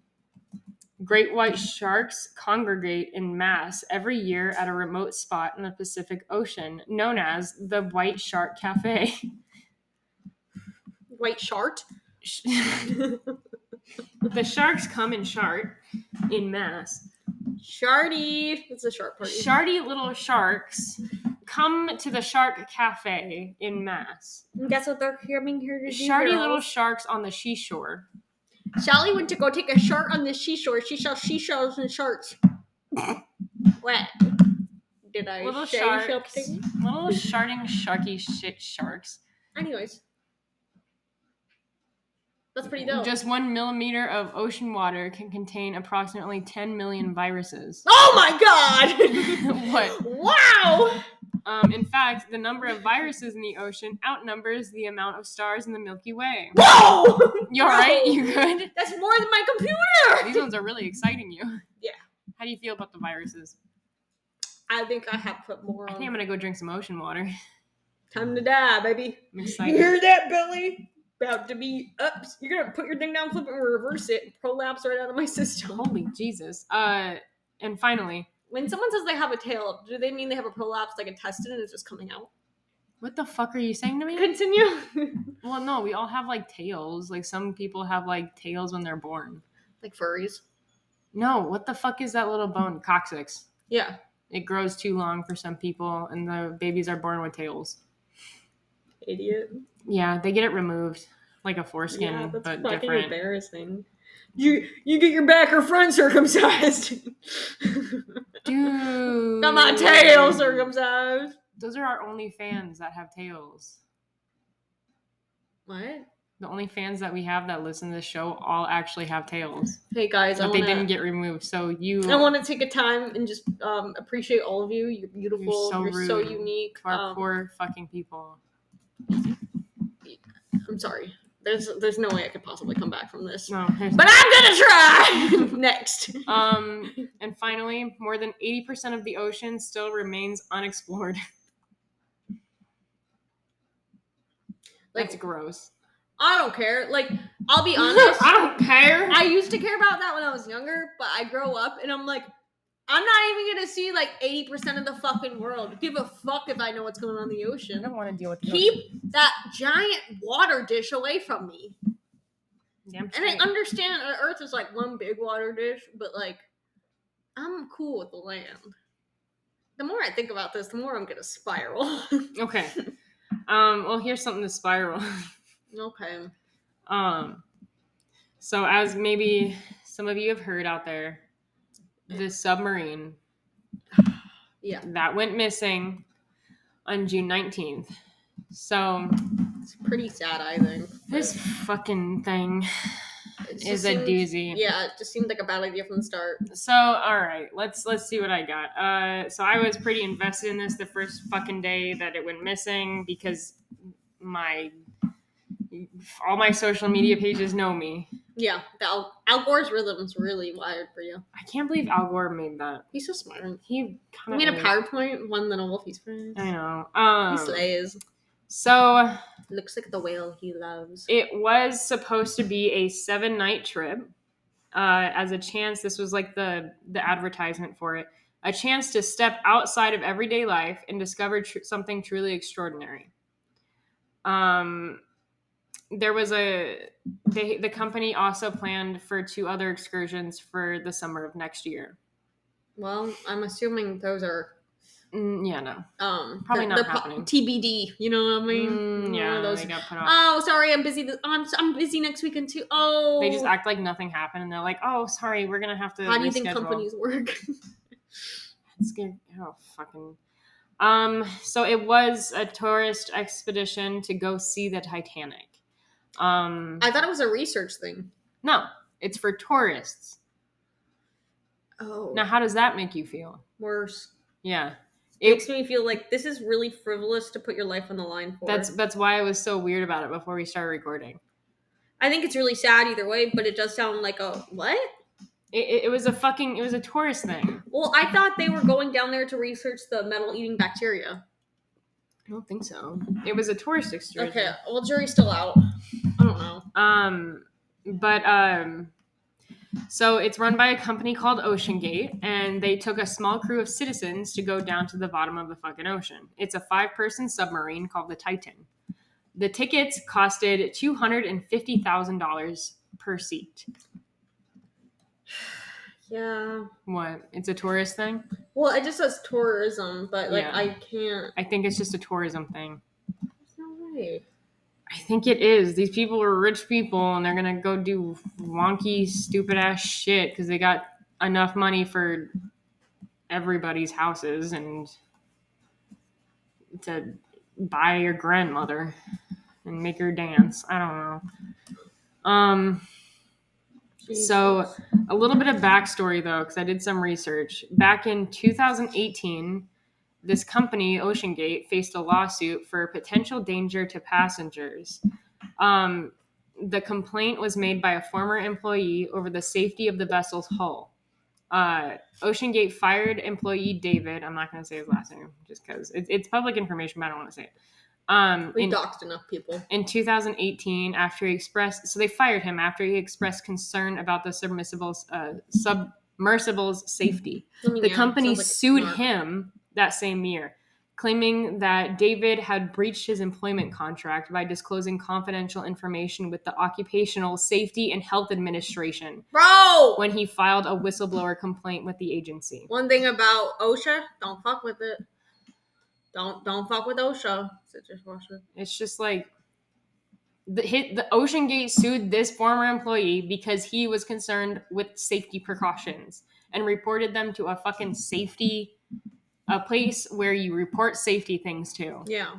Speaker 2: great white sharks congregate in mass every year at a remote spot in the Pacific Ocean known as the White Shark Cafe.
Speaker 3: White shark.
Speaker 2: Sh- the sharks come and shart in mass.
Speaker 3: Shardy. It's a shark party.
Speaker 2: Sharty little sharks come to the Shark Cafe in mass.
Speaker 3: And guess what they're coming here to do?
Speaker 2: Sharty
Speaker 3: girls?
Speaker 2: little sharks on the seashore.
Speaker 3: Sally went to go take a shark on the seashore. She saw seashells and sharks. what? Did I
Speaker 2: Little
Speaker 3: say
Speaker 2: sharks.
Speaker 3: something?
Speaker 2: Little sharting sharky shit sharks.
Speaker 3: Anyways. That's pretty dope.
Speaker 2: Just one millimeter of ocean water can contain approximately 10 million viruses.
Speaker 3: oh my god!
Speaker 2: What?
Speaker 3: Wow!
Speaker 2: Um, in fact, the number of viruses in the ocean outnumbers the amount of stars in the Milky Way.
Speaker 3: Whoa!
Speaker 2: You alright? You good?
Speaker 3: That's more than my computer!
Speaker 2: These ones are really exciting you.
Speaker 3: Yeah.
Speaker 2: How do you feel about the viruses?
Speaker 3: I think I have put more
Speaker 2: I
Speaker 3: on.
Speaker 2: think I'm gonna go drink some ocean water.
Speaker 3: Time to die, baby.
Speaker 2: I'm
Speaker 3: You
Speaker 2: excited.
Speaker 3: hear that, Billy? About to be up. You're gonna put your thing down, flip it, and reverse it, and prolapse right out of my system.
Speaker 2: Holy Jesus. Uh, and finally,
Speaker 3: When someone says they have a tail, do they mean they have a prolapse, like a intestine, and it's just coming out?
Speaker 2: What the fuck are you saying to me?
Speaker 3: Continue.
Speaker 2: Well, no, we all have like tails. Like some people have like tails when they're born.
Speaker 3: like furries.
Speaker 2: No, what the fuck is that little bone? Coccyx.
Speaker 3: Yeah.
Speaker 2: It grows too long for some people, and the babies are born with tails.
Speaker 3: Idiot.
Speaker 2: Yeah, they get it removed, like a foreskin, but different.
Speaker 3: embarrassing. You you get your back or front circumcised.
Speaker 2: Dude,
Speaker 3: Not my tail circumcised.
Speaker 2: Those are our only fans that have tails.
Speaker 3: What?
Speaker 2: The only fans that we have that listen to this show all actually have tails,
Speaker 3: Hey guys, I
Speaker 2: but
Speaker 3: wanna,
Speaker 2: they didn't get removed. So you
Speaker 3: I want to take a time and just um, appreciate all of you. You're beautiful.
Speaker 2: so
Speaker 3: You're so,
Speaker 2: rude.
Speaker 3: unique.
Speaker 2: our
Speaker 3: Um,
Speaker 2: poor fucking people.
Speaker 3: Um, I'm sorry. There's there's no way I could possibly come back from this.
Speaker 2: No,
Speaker 3: But I'm gonna try. Next.
Speaker 2: um, and finally, more than eighty percent of the ocean still remains unexplored. That's
Speaker 3: Like
Speaker 2: gross.
Speaker 3: I don't care. Like I'll be honest.
Speaker 2: I don't care.
Speaker 3: I used to care about that when I was younger, but I grow up and I'm like, I'm not even gonna see like 80% of the fucking world. Give a fuck if I know what's going on in the
Speaker 2: I
Speaker 3: ocean.
Speaker 2: don't want to deal with the ocean.
Speaker 3: Keep that giant water dish away from me.
Speaker 2: Damn
Speaker 3: And I
Speaker 2: straight.
Speaker 3: understand that Earth is like one big water dish, but like, I'm cool with the land. The more I think about this, the more I'm gonna spiral.
Speaker 2: Okay. Um, well, here's something to spiral.
Speaker 3: okay.
Speaker 2: Um, so, as maybe some of you have heard out there, the submarine
Speaker 3: Yeah.
Speaker 2: that went missing on June 19th. So,
Speaker 3: It's pretty sad, I think.
Speaker 2: this fucking thing
Speaker 3: It just
Speaker 2: is a
Speaker 3: seemed-
Speaker 2: doozy.
Speaker 3: Yeah, it just seemed like a bad idea from the start.
Speaker 2: So, all right, let's let's see what I got. Uh, so I was pretty invested in this the first fucking day that it went missing because my all my social media pages know me.
Speaker 3: Yeah, the Al, Al Gore's rhythm's really wired for you.
Speaker 2: I can't believe Al Gore made that.
Speaker 3: He's so smart.
Speaker 2: He kind
Speaker 3: I
Speaker 2: of
Speaker 3: made a PowerPoint, one that a wolf he's friends.
Speaker 2: I know.
Speaker 3: He
Speaker 2: Um,
Speaker 3: slays.
Speaker 2: so
Speaker 3: Looks like the whale he loves.
Speaker 2: it was supposed to be a seven night trip. Uh, as a chance, this was like the the advertisement for it. A chance to step outside of everyday life and discover tr- something truly extraordinary. Um, there was a they, the company also planned for two other excursions for the summer of next year.
Speaker 3: Well, I'm assuming those are
Speaker 2: Mm, yeah, no,
Speaker 3: um
Speaker 2: Probably
Speaker 3: the-
Speaker 2: not
Speaker 3: the po-
Speaker 2: happening.
Speaker 3: TBD. You know what I mean? One
Speaker 2: Mm,
Speaker 3: of
Speaker 2: yeah,
Speaker 3: those-
Speaker 2: they got put off.
Speaker 3: Oh, sorry, I'm busy. This, I'm I'm busy next weekend too. Oh,
Speaker 2: They just act like nothing happened, and they're like, "Oh, sorry, we're gonna have to."
Speaker 3: How do you think
Speaker 2: reschedule."
Speaker 3: companies work?
Speaker 2: It's good. Oh, fucking. Um, so it was a tourist expedition to go see the Titanic. Um,
Speaker 3: I thought it was a research thing.
Speaker 2: no, it's for tourists.
Speaker 3: Oh,
Speaker 2: Now, how does that make you feel?
Speaker 3: worse.
Speaker 2: Yeah,
Speaker 3: It
Speaker 2: it,
Speaker 3: makes me feel like this is really frivolous to put your life on the line for.
Speaker 2: that's that's why I was so weird about it before we started recording.
Speaker 3: I think it's really sad either way, but it does sound like a what?
Speaker 2: It, it, it was a fucking it was a tourist thing.
Speaker 3: Well, I thought they were going down there to research the metal eating bacteria.
Speaker 2: I don't think so. It was a tourist excursion.
Speaker 3: Okay, well, jury's still out. I don't know.
Speaker 2: Um, but um, so it's run by a company called Ocean Gate, and they took a small crew of citizens to go down to the bottom of the fucking ocean. It's a five-person submarine called the Titan. The tickets costed two hundred and fifty thousand dollars per seat.
Speaker 3: Yeah.
Speaker 2: What? It's a tourist thing.
Speaker 3: Well, it just says tourism, but like
Speaker 2: Yeah.
Speaker 3: I can't.
Speaker 2: I think it's just a tourism thing.
Speaker 3: There's no way.
Speaker 2: I think it is. These people are rich people, and they're gonna go do wonky, stupid ass shit because they got enough money for everybody's houses and to buy your grandmother and make her dance. I don't know. Um, So-
Speaker 3: Jesus.
Speaker 2: a little bit of backstory though, because I did some research. Back in 2018, this company, OceanGate, faced a lawsuit for potential danger to passengers. Um, the complaint was made by a former employee over the safety of the vessel's hull. Uh, OceanGate fired employee David. I'm not going to say his last name just because it, it's public information, but I don't want to say it. Um,
Speaker 3: we
Speaker 2: in-
Speaker 3: doxed enough people.
Speaker 2: in 2018 after he expressed so they fired him after he expressed concern about the submersibles uh, submersible's safety
Speaker 3: I mean,
Speaker 2: the
Speaker 3: Mm, yeah,
Speaker 2: company
Speaker 3: sounds like a
Speaker 2: sued
Speaker 3: narc.
Speaker 2: him that same year claiming that David had breached his employment contract by disclosing confidential information with the Occupational Safety and Health Administration
Speaker 3: Bro!
Speaker 2: when he filed a whistleblower complaint with the agency.
Speaker 3: One thing about OSHA, don't fuck with it. Don't don't fuck with OSHA. Citrus washer.
Speaker 2: It's just like the hit the Ocean Gate sued this former employee because he was concerned with safety precautions and reported them to a fucking safety a place where you report safety things to.
Speaker 3: Yeah,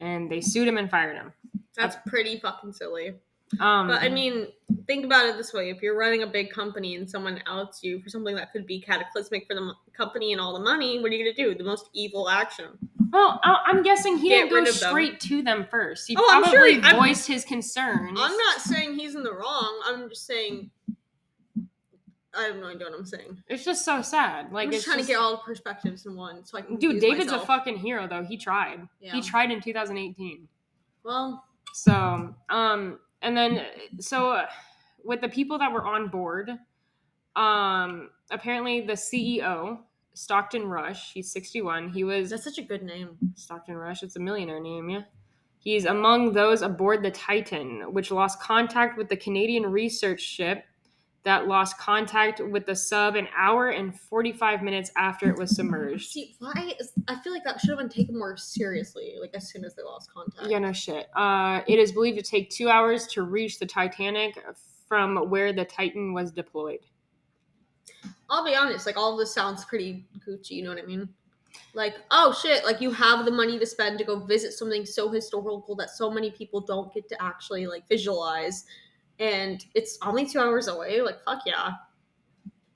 Speaker 2: And they sued him and fired him.
Speaker 3: that's pretty fucking silly.
Speaker 2: Um
Speaker 3: But I mean, think about it this way: if you're running a big company and someone outs you for something that could be cataclysmic for the mo- company and all the money, what are you gonna do? The most evil action.
Speaker 2: well, I, I'm guessing he
Speaker 3: Get
Speaker 2: didn't go
Speaker 3: rid of them.
Speaker 2: straight to them first. He
Speaker 3: Oh, I'm sure
Speaker 2: probably
Speaker 3: he- I'm-
Speaker 2: voiced his concerns.
Speaker 3: I'm not saying he's in the wrong. I'm just saying. I have no idea what I'm saying.
Speaker 2: It's just so sad. Like
Speaker 3: I'm just
Speaker 2: it's
Speaker 3: trying
Speaker 2: just-
Speaker 3: to get all the perspectives in one, so I can.
Speaker 2: Dude,
Speaker 3: confuse
Speaker 2: David's
Speaker 3: myself.
Speaker 2: a fucking hero though. He tried.
Speaker 3: Yeah.
Speaker 2: He tried in 2018.
Speaker 3: Well,
Speaker 2: So, um, and then so uh, with the people that were on board, um, apparently the CEO Stockton Rush, he's 61. He was
Speaker 3: that's such a good name.
Speaker 2: Stockton Rush. It's a millionaire name, yeah. He's among those aboard the Titan, which lost contact with the Canadian research ship that lost contact with the sub an hour and 45 minutes after it was submerged.
Speaker 3: See, why is I feel like that should have been taken more seriously, like as soon as they lost contact.
Speaker 2: Yeah, no shit. Uh, it is believed to take two hours to reach the Titanic from where the Titan was deployed.
Speaker 3: I'll be honest, like all of this sounds pretty Gucci, you know what I mean? Like, oh shit, like you have the money to spend to go visit something so historical that so many people don't get to actually like visualize and it's only two hours away, like fuck yeah.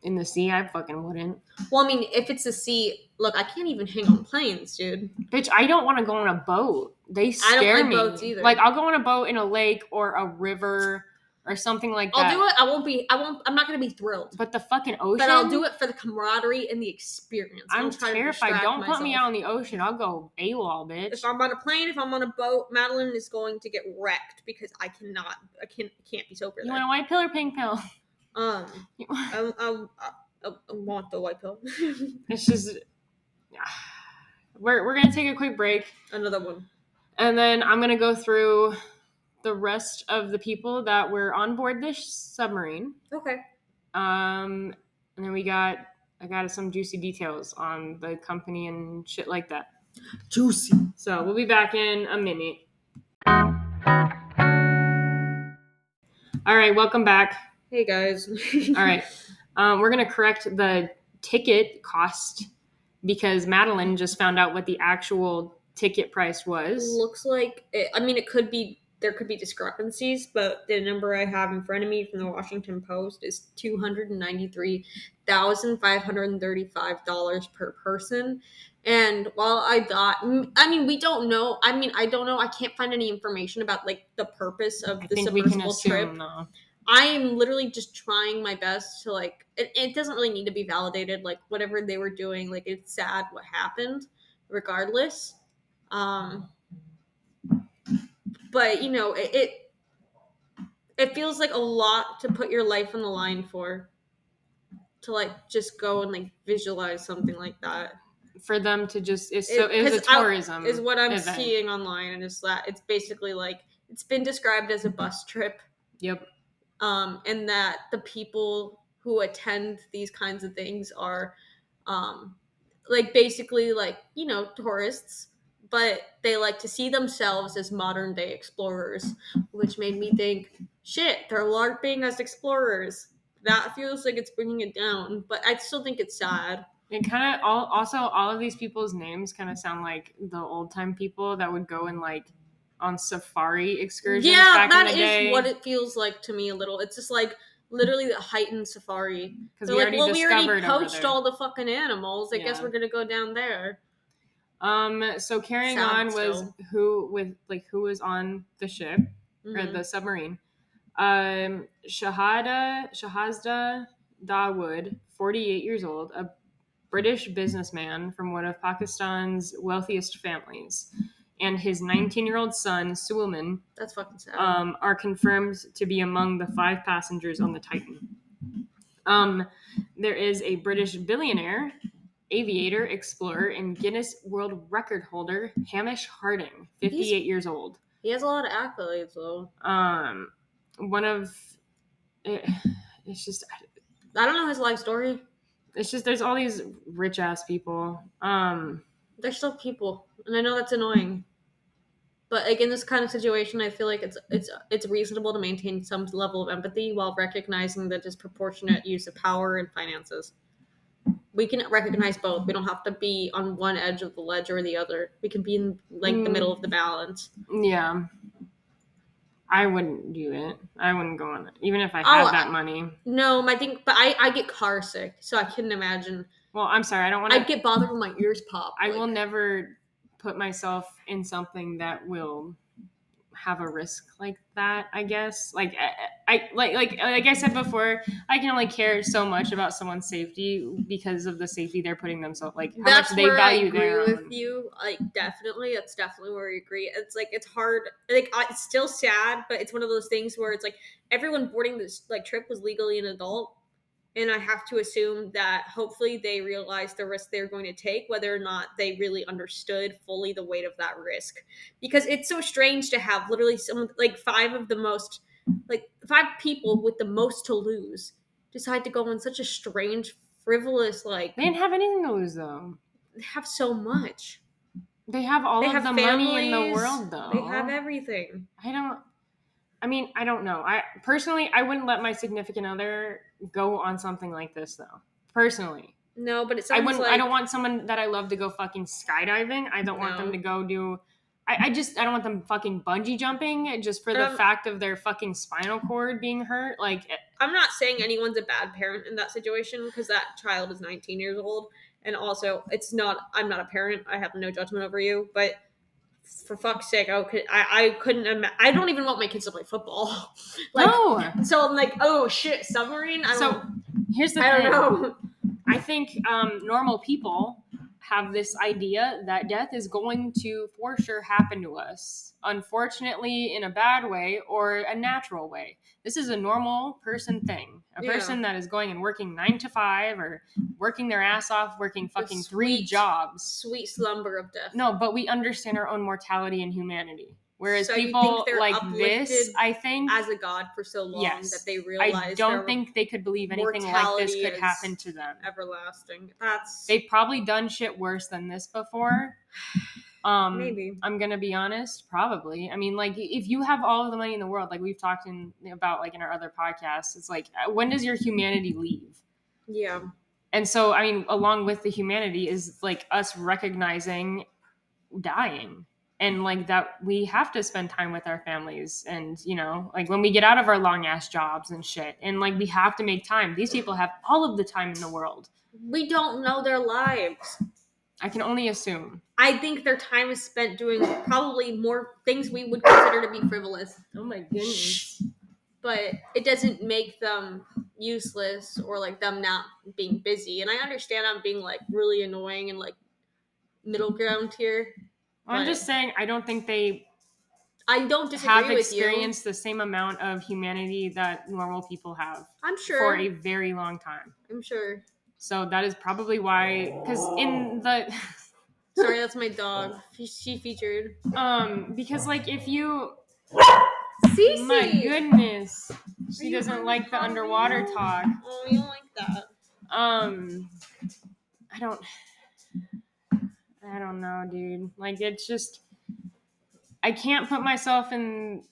Speaker 2: In the sea, I fucking wouldn't.
Speaker 3: Well, I mean, if it's the sea, look, I can't even hang on planes, dude.
Speaker 2: Bitch, I don't want to go on a boat. They
Speaker 3: I don't
Speaker 2: scare
Speaker 3: like
Speaker 2: me.
Speaker 3: boats either.
Speaker 2: Like I'll go on a boat in a lake or a river or something like that.
Speaker 3: I'll do it. I won't be. I won't. I'm not gonna be thrilled,
Speaker 2: But the fucking ocean.
Speaker 3: but I'll do it for the camaraderie and the experience. I
Speaker 2: I'm
Speaker 3: don't try to
Speaker 2: terrified.
Speaker 3: distract
Speaker 2: Don't put me
Speaker 3: myself.
Speaker 2: out in the ocean. I'll go AWOL, bitch.
Speaker 3: if I'm on a plane, if I'm on a boat, Madeline is going to get wrecked because I cannot, I can't, can't be sober.
Speaker 2: You
Speaker 3: There.
Speaker 2: want a white pill or pink pill?
Speaker 3: um, I, I, I, I want the white pill.
Speaker 2: It's just. We're, we're going to take a quick break.
Speaker 3: Another one.
Speaker 2: And then I'm going to go through the rest of the people that were on board this submarine.
Speaker 3: Okay.
Speaker 2: Um, and then we got I got some juicy details on the company and shit like that.
Speaker 3: Juicy.
Speaker 2: So we'll be back in a minute. All right, welcome back.
Speaker 3: Hey guys.
Speaker 2: All right, um, we're gonna correct the ticket cost because Madeline just found out what the actual ticket price was.
Speaker 3: Looks like it, I mean it could be there could be discrepancies, but the number I have in front of me from the Washington Post is two hundred and ninety three thousand five hundred and thirty five dollars per person. And while I thought, I mean, we don't know. I mean, I don't know. I can't find any information about like the purpose of
Speaker 2: I
Speaker 3: the
Speaker 2: think we can
Speaker 3: submersible
Speaker 2: assume
Speaker 3: trip.
Speaker 2: though.
Speaker 3: I am literally just trying my best to like. It, it doesn't really need to be validated. Like whatever they were doing, like it's sad what happened, regardless. Um, but you know, it it, it feels like a lot to put your life on the line for. To like just go and like visualize something like that
Speaker 2: for them to just it's so
Speaker 3: It-
Speaker 2: it, was a
Speaker 3: 'cause I-
Speaker 2: tourism
Speaker 3: is what I'm
Speaker 2: Um, event.
Speaker 3: seeing online, and it's that it's basically like it's been described as a bus trip
Speaker 2: Yep.
Speaker 3: um, and that the people who attend these kinds of things are um, like basically like you know tourists but they like to see themselves as modern day explorers which made me think shit they're larping as explorers that feels like it's bringing it down but i still think it's sad
Speaker 2: It kind of all also all of these people's names kind of sound like the old time people that would go and like on safari excursions.
Speaker 3: yeah
Speaker 2: back
Speaker 3: that
Speaker 2: in
Speaker 3: is
Speaker 2: the day.
Speaker 3: what it feels like to me a little it's just like literally the heightened safari
Speaker 2: because
Speaker 3: They're
Speaker 2: we already
Speaker 3: like, well, we
Speaker 2: discovered
Speaker 3: already
Speaker 2: over
Speaker 3: poached
Speaker 2: there.
Speaker 3: all the fucking animals. I guess
Speaker 2: Yeah.
Speaker 3: we're gonna go down there.
Speaker 2: Um. So carrying
Speaker 3: Sad
Speaker 2: on was
Speaker 3: still.
Speaker 2: who with like who was on the ship or
Speaker 3: Mhm.
Speaker 2: the submarine. Um. Shahada Shahazda Dawood, forty-eight years old, a British businessman from one of Pakistan's wealthiest families, and his nineteen-year-old son Suleiman.
Speaker 3: That's fucking sad.
Speaker 2: um, are confirmed to be among the five passengers on the Titan. Um, there is a British billionaire aviator, explorer, and Guinness World Record holder Hamish Harding, 58 years old.
Speaker 3: He has a lot of accolades though.
Speaker 2: Um, one of it, it's just
Speaker 3: I don't know his life story.
Speaker 2: it's just there's all these rich ass people. Um,
Speaker 3: They're still people, and I know that's annoying. But like in this kind of situation, I feel like it's it's it's reasonable to maintain some level of empathy while recognizing the disproportionate use of power and finances. We can recognize both. We don't have to be on one edge of the ledge or the other. We can be in like the
Speaker 2: Mm.
Speaker 3: middle of the balance.
Speaker 2: yeah. I wouldn't do it. I wouldn't go on it, even if I had
Speaker 3: Oh,
Speaker 2: that money.
Speaker 3: No, I think, but I I get car sick, so I couldn't imagine.
Speaker 2: Well, I'm sorry, I don't want
Speaker 3: I
Speaker 2: to.
Speaker 3: would get bothered when my ears pop.
Speaker 2: I
Speaker 3: like-
Speaker 2: will never put myself in something that will have a risk like that. I guess, like I, I like like like I said before, I can only care so much about someone's safety because of the safety they're putting themselves, like how
Speaker 3: that's
Speaker 2: much they
Speaker 3: where
Speaker 2: value
Speaker 3: I agree
Speaker 2: their.
Speaker 3: with
Speaker 2: own-
Speaker 3: you. Like definitely, that's definitely where we agree. It's like it's hard. Like I, it's still sad, but it's one of those things where it's like everyone boarding this like trip was legally an adult, and I have to assume that hopefully they realize the risk they're going to take, whether or not they really understood fully the weight of that risk, because it's so strange to have literally some like five of the most like five people with the most to lose decide to go on such a strange frivolous like
Speaker 2: They didn't have anything to lose though.
Speaker 3: they have so much.
Speaker 2: They have all
Speaker 3: They
Speaker 2: of
Speaker 3: have
Speaker 2: the money in the
Speaker 3: families.
Speaker 2: world though.
Speaker 3: They have everything.
Speaker 2: I don't. I mean, I don't know. I personally, I wouldn't let my significant other go on something like this though. Personally.
Speaker 3: No, but it
Speaker 2: I
Speaker 3: sounds
Speaker 2: wouldn't.
Speaker 3: like
Speaker 2: I don't want someone that I love to go fucking skydiving. I don't want
Speaker 3: No.
Speaker 2: them to go do. I, I just I don't want them fucking bungee jumping just for the
Speaker 3: Um,
Speaker 2: fact of their fucking spinal cord being hurt. Like, eh,
Speaker 3: I'm not saying anyone's a bad parent in that situation because that child is 19 years old, and also it's not. I'm not a parent. I have no judgment over you, but for fuck's sake, I could. I, I couldn't. Ima- I don't even want my kids to play football. like
Speaker 2: no.
Speaker 3: so, I'm like, oh shit, submarine. I
Speaker 2: So
Speaker 3: don't.
Speaker 2: here's the
Speaker 3: I
Speaker 2: thing.
Speaker 3: don't know.
Speaker 2: I think um, normal people have this idea that death is going to for sure happen to us, unfortunately, in a bad way or a natural way. This is a normal person thing. A
Speaker 3: Yeah.
Speaker 2: person that is going and working nine to five or working their ass off, working fucking three
Speaker 3: sweet-
Speaker 2: jobs.
Speaker 3: Sweet slumber of death.
Speaker 2: No, but we understand our own mortality and humanity. Whereas
Speaker 3: So you think
Speaker 2: people
Speaker 3: they're
Speaker 2: like this,
Speaker 3: uplifted
Speaker 2: I think,
Speaker 3: as a god for so long
Speaker 2: Yes.
Speaker 3: that they realize
Speaker 2: I
Speaker 3: they're
Speaker 2: don't think they could believe anything like this
Speaker 3: mortality
Speaker 2: could
Speaker 3: is-
Speaker 2: happen to them.
Speaker 3: everlasting. That's
Speaker 2: They've probably done shit worse than this before. Um,
Speaker 3: Maybe.
Speaker 2: I'm gonna be honest. Probably. I mean, like, if you have all of the money in the world, like we've talked in about, like in our other podcasts, it's like, uh, when does your humanity leave?
Speaker 3: yeah.
Speaker 2: And so, I mean, along with the humanity is like us recognizing dying and like that we have to spend time with our families and you know like when we get out of our long ass jobs and shit and like we have to make time these people have all of the time in the world
Speaker 3: we don't know their lives.
Speaker 2: i can only assume
Speaker 3: I think their time is spent doing probably more things we would consider to be frivolous,
Speaker 2: oh my
Speaker 3: goodness. but it doesn't make them useless or like them not being busy. And I understand I'm being like really annoying and like middle ground here.
Speaker 2: I'm
Speaker 3: Right.
Speaker 2: just saying, I don't think they
Speaker 3: I don't disagree
Speaker 2: have
Speaker 3: with you.
Speaker 2: experienced the same amount of humanity that normal people have
Speaker 3: I'm
Speaker 2: for
Speaker 3: sure.
Speaker 2: a very long time.
Speaker 3: I'm sure.
Speaker 2: So that is probably why, because in the,
Speaker 3: Sorry, that's my dog. She, she featured.
Speaker 2: um, because like if you,
Speaker 3: Cece.
Speaker 2: my goodness,
Speaker 3: Are
Speaker 2: she
Speaker 3: you
Speaker 2: doesn't like the
Speaker 3: hungry?
Speaker 2: underwater talk.
Speaker 3: Oh, you don't like that.
Speaker 2: Um, I don't, I don't know, dude. Like it's just, I can't put myself in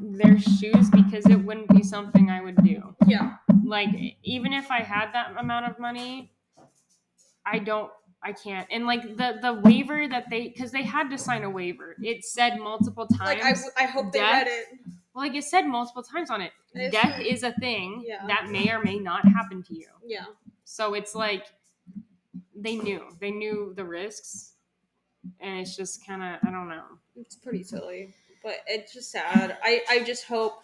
Speaker 2: their shoes because it wouldn't be something I would do.
Speaker 3: Yeah.
Speaker 2: like even if I had that amount of money, I don't I can't. And like the the waiver that they cuz they had to sign a waiver. It said multiple times.
Speaker 3: Like I, I hope they
Speaker 2: death-
Speaker 3: read it.
Speaker 2: well, like it said multiple times on it.
Speaker 3: It's-
Speaker 2: Death is a thing
Speaker 3: Yeah.
Speaker 2: that may or may not happen to you.
Speaker 3: Yeah.
Speaker 2: So it's like they knew. They knew the risks. And it's just kind of I don't know.
Speaker 3: It's pretty silly, but it's just sad. I I just hope.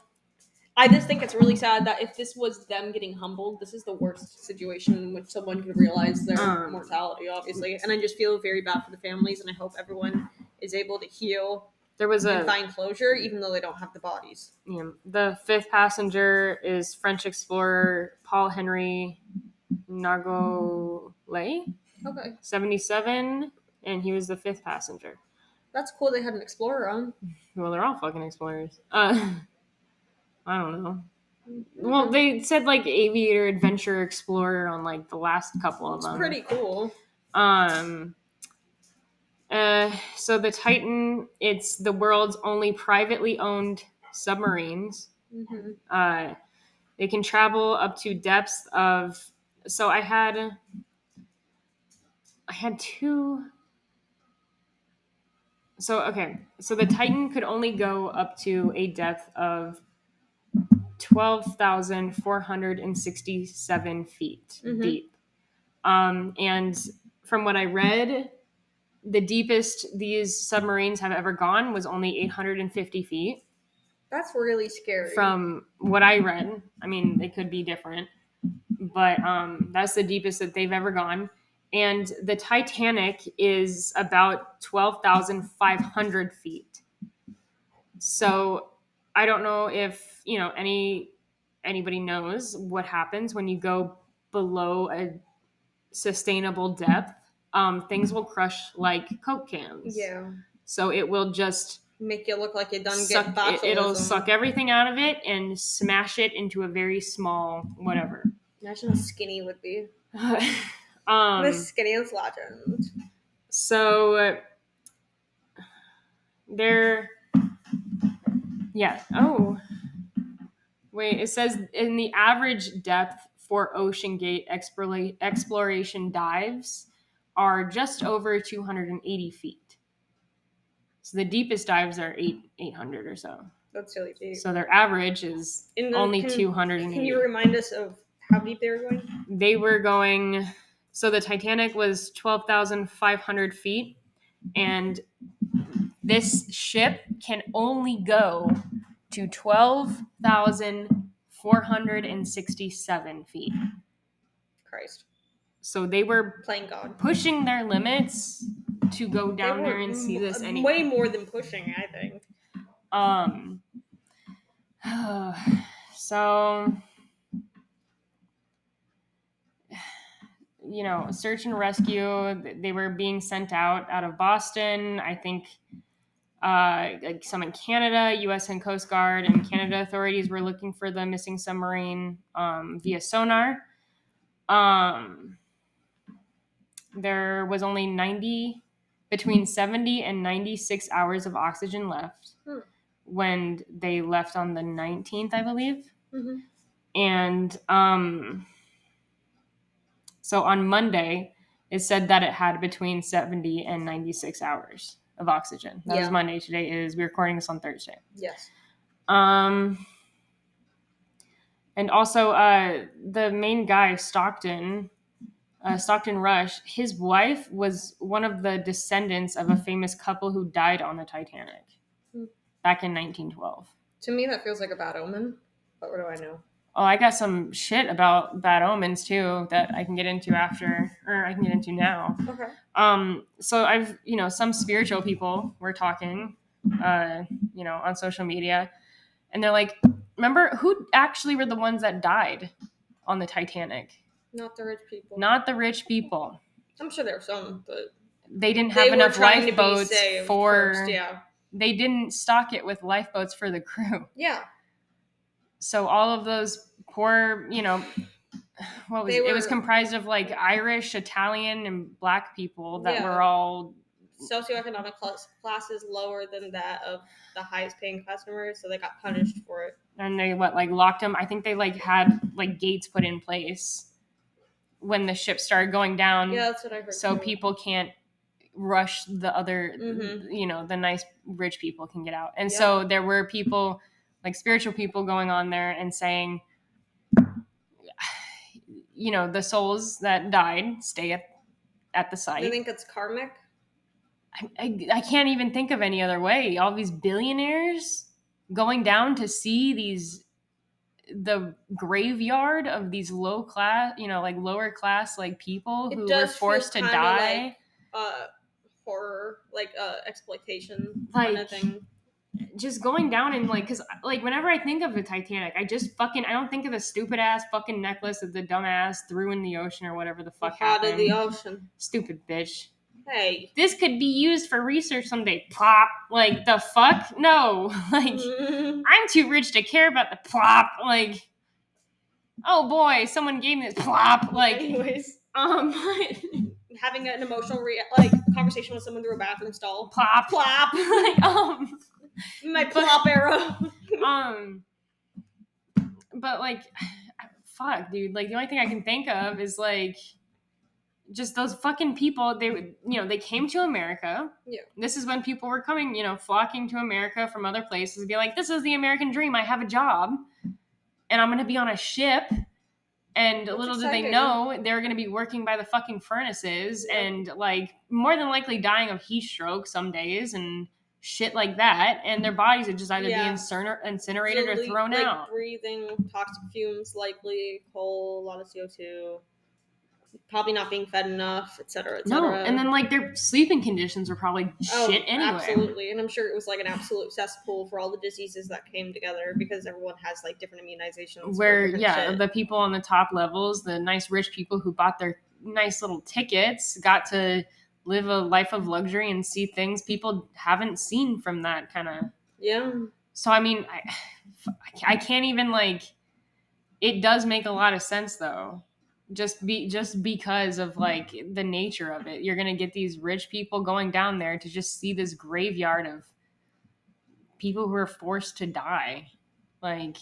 Speaker 3: I just think it's really sad that if this was them getting humbled, this is the worst situation in which someone could realize their
Speaker 2: Um.
Speaker 3: mortality, obviously. And I just feel very bad for the families, and I hope everyone is able to heal
Speaker 2: There was a
Speaker 3: and find closure, even though they don't have the bodies.
Speaker 2: you know, the fifth passenger is French explorer Paul Henry Nagole.
Speaker 3: Okay.
Speaker 2: 77, and he was the fifth passenger.
Speaker 3: That's cool they had an explorer on.
Speaker 2: Well, they're all fucking explorers. Uh, I don't know. Well, they said like aviator, adventure, explorer on like the last couple of
Speaker 3: It's
Speaker 2: them.
Speaker 3: pretty cool.
Speaker 2: Um, uh, so the Titan, it's the world's only privately owned submarines.
Speaker 3: hmm
Speaker 2: Uh, they can travel up to depths of. So I had, I had two. So okay, so the Titan could only go up to a depth of twelve thousand four hundred and sixty-seven feet
Speaker 3: Mhm.
Speaker 2: deep, um, and from what I read, the deepest these submarines have ever gone was only eight hundred and fifty feet
Speaker 3: That's really scary.
Speaker 2: from what I read. I mean, they could be different, but um, that's the deepest that they've ever gone. And the Titanic is about 12,500 feet. So I don't know if, you know, any anybody knows what happens when you go below a sustainable depth. Um, things will crush like Coke cans.
Speaker 3: yeah,
Speaker 2: So it will just
Speaker 3: make you look like you done
Speaker 2: suck-
Speaker 3: get
Speaker 2: it, it'll
Speaker 3: botulism.
Speaker 2: suck everything out of it and smash it into a very small whatever.
Speaker 3: Imagine how skinny would be. the
Speaker 2: um,
Speaker 3: skinniest legend.
Speaker 2: so uh, there, yeah. Oh, wait. It says in the average depth for ocean gate explora- exploration dives are just over 280 feet. So the deepest dives are eight 800 or so.
Speaker 3: That's really deep.
Speaker 2: So their average is
Speaker 3: And then
Speaker 2: only
Speaker 3: can-
Speaker 2: 280.
Speaker 3: Can you remind us of how deep they were going?
Speaker 2: they were going so the titanic was 12500 feet and this ship can only go to 12467 feet
Speaker 3: Christ,
Speaker 2: so they were
Speaker 3: playing God.
Speaker 2: pushing their limits to go
Speaker 3: They
Speaker 2: down
Speaker 3: were
Speaker 2: there and see
Speaker 3: m-
Speaker 2: this anyway
Speaker 3: Way more than pushing, I think.
Speaker 2: Um. So. You know, search and rescue. th- They were being sent out out of Boston. I think uh, like some in Canada, U.S. and Coast Guard and Canada authorities were looking for the missing submarine um, via sonar. Um, there was only ninety, between seventy and ninety-six hours of oxygen left
Speaker 3: Hmm.
Speaker 2: when they left on the nineteenth, I believe.
Speaker 3: Mhm.
Speaker 2: And um, so on Monday, it said that it had between 70 and 96 hours of oxygen. That was
Speaker 3: Yeah.
Speaker 2: Monday. Today is, we're recording this on Thursday.
Speaker 3: Yes.
Speaker 2: Um, and also, uh, the main guy, Stockton, uh, Stockton Rush, his wife was one of the descendants of a famous couple who died on the Titanic
Speaker 3: Hmm.
Speaker 2: back in 1912.
Speaker 3: To me, that feels like a bad omen. But what do I know?
Speaker 2: Oh, I got some shit about bad omens too that I can get into after, or I can get into now.
Speaker 3: Okay.
Speaker 2: Um, so I've, you know, some spiritual people were talking, uh, you know, on social media, and they're like, "Remember who actually were the ones that died on the Titanic?
Speaker 3: Not the rich people.
Speaker 2: Not the rich people.
Speaker 3: I'm sure there are some, but
Speaker 2: They didn't have
Speaker 3: they were
Speaker 2: enough
Speaker 3: trying to be
Speaker 2: lifeboats
Speaker 3: saved
Speaker 2: for.
Speaker 3: first. Yeah.
Speaker 2: They didn't stock it with lifeboats for the crew.
Speaker 3: Yeah.
Speaker 2: So all of those poor, you know." What was
Speaker 3: They
Speaker 2: it? it was
Speaker 3: were-
Speaker 2: comprised of like Irish, Italian, and black people that
Speaker 3: Yeah.
Speaker 2: were all Mm.
Speaker 3: Socioeconomic class, classes lower than that of the highest paying customers, so they got punished for it.
Speaker 2: and they what like locked them. I think they like had like gates put in place when the ship started going down,
Speaker 3: Yeah, that's what I heard.
Speaker 2: Mm. so
Speaker 3: too.
Speaker 2: people can't rush the other.
Speaker 3: Mhm.
Speaker 2: You know, the nice rich people can get out, and so there were people like spiritual people going on there and saying, you know, the souls that died stay at at the
Speaker 3: You
Speaker 2: site.
Speaker 3: think it's karmic?
Speaker 2: I, I, I can't even think of any other way. All these billionaires going down to see these the graveyard of these low class, you know, like lower class like people
Speaker 3: It
Speaker 2: who were
Speaker 3: does feel
Speaker 2: forced to
Speaker 3: kinda
Speaker 2: die.
Speaker 3: like- Uh, horror, like uh, exploitation
Speaker 2: Like-
Speaker 3: kind of thing.
Speaker 2: just going down and like because like whenever i think of the titanic i just fucking i don't think of the stupid ass fucking necklace that the dumbass threw in the ocean or whatever the fuck
Speaker 3: out
Speaker 2: happened
Speaker 3: of the ocean.
Speaker 2: stupid bitch
Speaker 3: Hey.
Speaker 2: this could be used for research someday plop like the fuck no like
Speaker 3: Mm.
Speaker 2: i'm too rich to care about the plop like oh boy someone gave me this plop like
Speaker 3: anyways,
Speaker 2: um
Speaker 3: having an emotional rea- like conversation with someone through a bathroom stall.
Speaker 2: plop
Speaker 3: Plop.
Speaker 2: like um
Speaker 3: My
Speaker 2: But-
Speaker 3: plop arrow.
Speaker 2: um but like fuck dude like the only thing i can think of is like just those fucking people they would you know they came to america
Speaker 3: Yeah.
Speaker 2: this is when people were coming you know flocking to america from other places be like this is the american dream i have a job and i'm gonna be on a ship and little did they
Speaker 3: exciting.
Speaker 2: know they were gonna be working by the fucking furnaces
Speaker 3: Yeah.
Speaker 2: and like more than likely dying of heat stroke some days and shit like that and their bodies would just either
Speaker 3: Yeah.
Speaker 2: be incerner- incinerated or
Speaker 3: Dilute-
Speaker 2: thrown
Speaker 3: like,
Speaker 2: out
Speaker 3: Breathing toxic fumes, likely coal, a lot of CO two, probably not being fed enough, etc. Cetera, et
Speaker 2: no
Speaker 3: cetera.
Speaker 2: and then like their sleeping conditions were probably
Speaker 3: uh, Oh,
Speaker 2: shit anyway
Speaker 3: Absolutely, and I'm sure it was like an absolute cesspool for all the diseases that came together because everyone has like different immunizations. for
Speaker 2: where
Speaker 3: different
Speaker 2: yeah
Speaker 3: shit.
Speaker 2: the people on the top levels the nice rich people who bought their nice little tickets got to live a life of luxury and see things people haven't seen from that kind of
Speaker 3: yeah,
Speaker 2: so i mean I, I can't even like it does make a lot of sense though just be just because of like the nature of it you're gonna get these rich people going down there to just see this graveyard of people who are forced to die like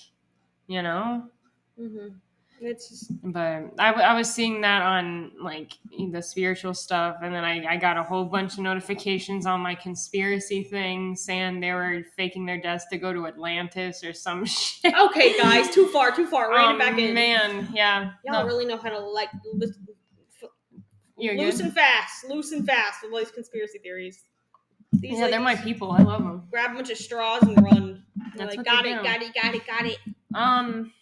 Speaker 2: you know
Speaker 3: hmm it's just
Speaker 2: but I, w- I was seeing that on like the spiritual stuff and then I, I got a whole bunch of notifications on my conspiracy thing saying they were faking their deaths to go to atlantis or some shit
Speaker 3: okay, guys. Too far, too far. Rein
Speaker 2: Oh,
Speaker 3: it back in.
Speaker 2: man yeah
Speaker 3: Y'all
Speaker 2: No,
Speaker 3: really know how to like loose,
Speaker 2: you're
Speaker 3: loose
Speaker 2: good.
Speaker 3: and fast, loose and fast with all these conspiracy theories. These,
Speaker 2: yeah they're my
Speaker 3: like,
Speaker 2: people i love them
Speaker 3: grab a bunch of straws and run. And they're
Speaker 2: That's
Speaker 3: like,
Speaker 2: what
Speaker 3: got
Speaker 2: they
Speaker 3: it,
Speaker 2: do.
Speaker 3: got it, got it, got it.
Speaker 2: Um,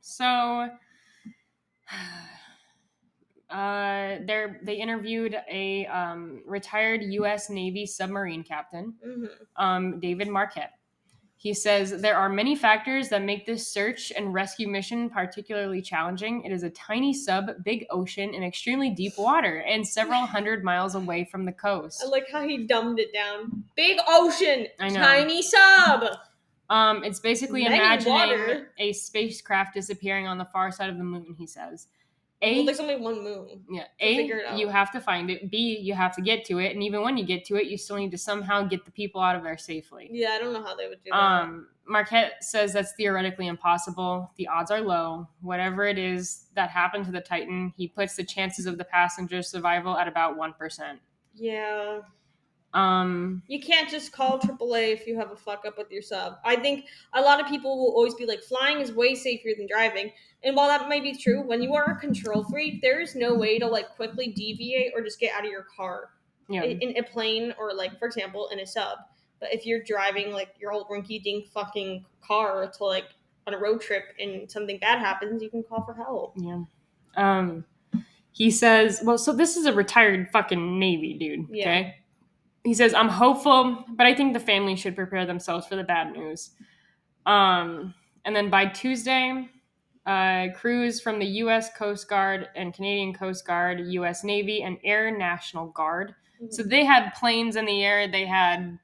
Speaker 2: so, uh, they they interviewed a um, retired U.S. Navy submarine captain,
Speaker 3: Mm-hmm.
Speaker 2: um, David Marquette. He says there are many factors that make this search and rescue mission particularly challenging. It is a tiny sub, big ocean, and extremely deep water, and several hundred miles away from the coast.
Speaker 3: I like how he dumbed it down. Big ocean,
Speaker 2: I know.
Speaker 3: tiny sub.
Speaker 2: Um, it's basically
Speaker 3: Many
Speaker 2: imagining
Speaker 3: water.
Speaker 2: a spacecraft disappearing on the far side of the moon. He says,
Speaker 3: Well,
Speaker 2: "A
Speaker 3: there's only one moon.
Speaker 2: Yeah. A,
Speaker 3: figure it out.
Speaker 2: you have to find it. B, you have to get to it. And even when you get to it, you still need to somehow get the people out of there safely.
Speaker 3: Yeah, I don't know how they would do that.
Speaker 2: Um, Marquette says that's theoretically impossible. The odds are low. Whatever it is that happened to the Titan, he puts the chances of the passenger's survival at about 1%.
Speaker 3: yeah,
Speaker 2: Um,
Speaker 3: you can't just call AAA if you have a fuck up with your sub. I think a lot of people will always be like, flying is way safer than driving. And while that might be true, when you are a control freak, there is no way to like quickly deviate or just get out of your car.
Speaker 2: you know,
Speaker 3: in, in a plane or like for example in a sub but if you're driving like your old rinky dink fucking car to like on a road trip and something bad happens you can call for help
Speaker 2: yeah. Um, he says, well, so this is a retired fucking Navy dude.
Speaker 3: Yeah.
Speaker 2: Okay. He says, I'm hopeful, but I think the family should prepare themselves for the bad news. Um, and then by Tuesday, uh, crews from the U.S. Coast Guard and Canadian Coast Guard, U.S. Navy, and Air National Guard. So they had planes in the air, they had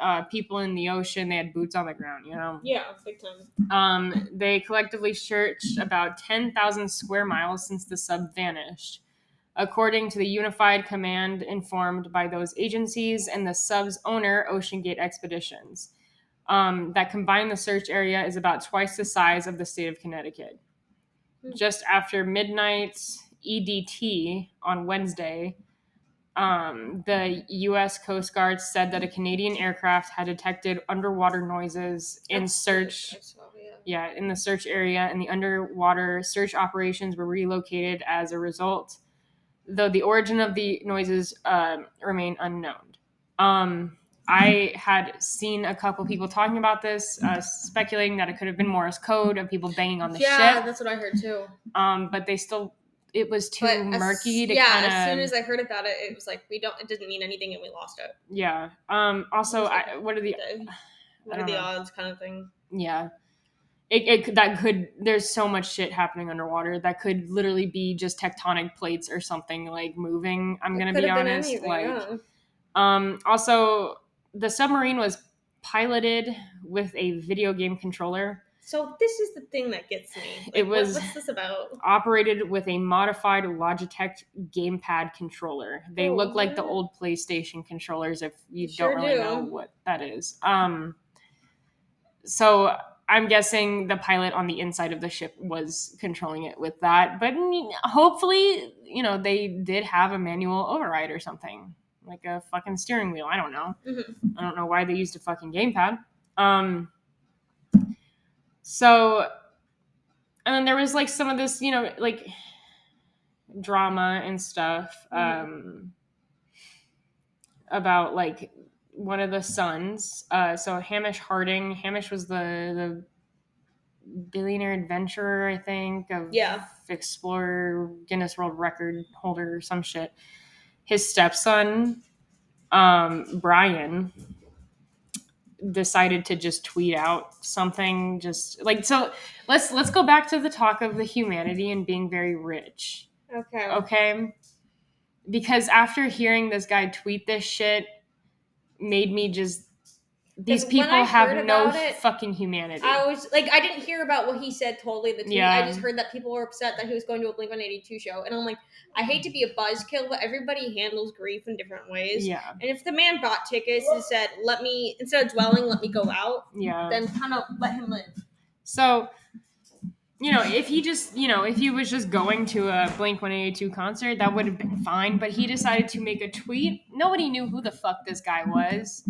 Speaker 2: uh, people in the ocean, they had boots on the ground, you know?
Speaker 3: yeah big time
Speaker 2: Um, they collectively searched about 10,000 square miles since the sub vanished. According to the Unified Command, informed by those agencies and the sub's owner, Ocean Gate Expeditions, um, that combined the search area is about twice the size of the state of Connecticut.
Speaker 3: Hmm.
Speaker 2: Just after midnight EDT on Wednesday, um, the U.S. Coast Guard said that a Canadian aircraft had detected underwater noises in search. Yeah, in the search area and the underwater search operations were relocated as a result, though the origin of the noises um remain unknown. Um, I had seen a couple people talking about this, uh, speculating that it could have been Morse code of people banging on the ship,
Speaker 3: that's what i heard too
Speaker 2: um, but they still, it was too murky to
Speaker 3: yeah
Speaker 2: kind of.
Speaker 3: as soon as i heard about it it was like we don't it didn't mean anything and we lost it
Speaker 2: yeah. Um, also,
Speaker 3: It was like
Speaker 2: I, what are the
Speaker 3: Okay. what
Speaker 2: uh, I don't
Speaker 3: are the
Speaker 2: know.
Speaker 3: odds kind of thing.
Speaker 2: Yeah. It, it could- that could there's so much shit happening underwater that could literally be just tectonic plates or something like moving. I'm gonna be honest. like um also the submarine was piloted with a video game controller
Speaker 3: So this is the thing that gets me.
Speaker 2: It
Speaker 3: Like, what-
Speaker 2: was-
Speaker 3: what's this about?
Speaker 2: operated with a modified Logitech gamepad controller. They
Speaker 3: Oh,
Speaker 2: look like the
Speaker 3: what?
Speaker 2: old PlayStation controllers if you
Speaker 3: They sure
Speaker 2: don't really
Speaker 3: do.
Speaker 2: know what that is. Um so I'm guessing the pilot on the inside of the ship was controlling it with that, but mm, hopefully, you know, they did have a manual override or something, like a fucking steering wheel. I don't know.
Speaker 3: Mhm.
Speaker 2: I don't know why they used a fucking gamepad. Um, so, and then there was like some of this, you know, like drama and stuff um,
Speaker 3: Mhm.
Speaker 2: about like one of the sons. Uh, so Hamish Harding. Hamish was the the billionaire adventurer, I think, of
Speaker 3: Yeah.
Speaker 2: explorer, Guinness World Record holder, or some shit. His stepson, um, Brian, decided to just tweet out something just like so let's let's go back to the talk of the humanity and being very rich
Speaker 3: Okay.
Speaker 2: Oh, okay? Because after hearing this guy tweet this shit, made me just these
Speaker 3: 'Cause when I
Speaker 2: people have
Speaker 3: heard
Speaker 2: no
Speaker 3: about it,
Speaker 2: fucking humanity.
Speaker 3: I was like, I didn't hear about what he said totally. The tweet.
Speaker 2: Yeah.
Speaker 3: I just heard that people were upset that he was going to a Blink One Eighty Two show, and I'm like, I hate to be a buzzkill, but everybody handles grief in different ways.
Speaker 2: yeah,
Speaker 3: And if the man bought tickets and said, "Let me," instead of dwelling, let me go out,
Speaker 2: yeah.
Speaker 3: then kind of let him live.
Speaker 2: So, you know, if he just, you know, if he was just going to a Blink 182 concert, that would have been fine. But he decided to make a tweet. Nobody knew who the fuck this guy was.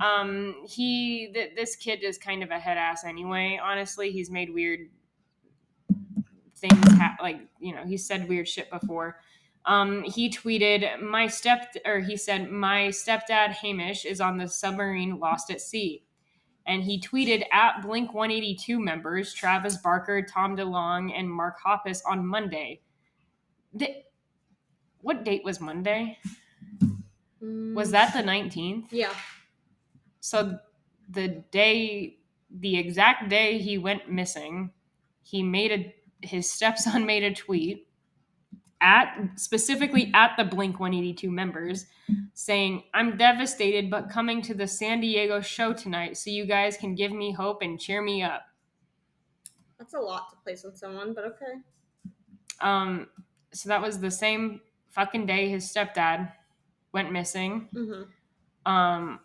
Speaker 2: Um, he, th- this kid is kind of a head ass anyway. Honestly, he's made weird things, ha- like, you know, he said weird shit before. Um, he tweeted, my step, or he said, my stepdad Hamish is on the submarine lost at sea and he tweeted at Blink 182 members Travis Barker, Tom DeLong, and Mark Hoppus on Monday. Th- what date was Monday? Was that the 19th?
Speaker 3: Mm. Yeah.
Speaker 2: So the day, the exact day he went missing, he made a his stepson made a tweet at specifically at the Blink 182 members saying, "I'm devastated, but coming to the San Diego show tonight, so you guys can give me hope and cheer me up."
Speaker 3: That's a lot to place on someone, but okay.
Speaker 2: Um, so that was the same fucking day his stepdad went missing.
Speaker 3: Mm-hmm.
Speaker 2: um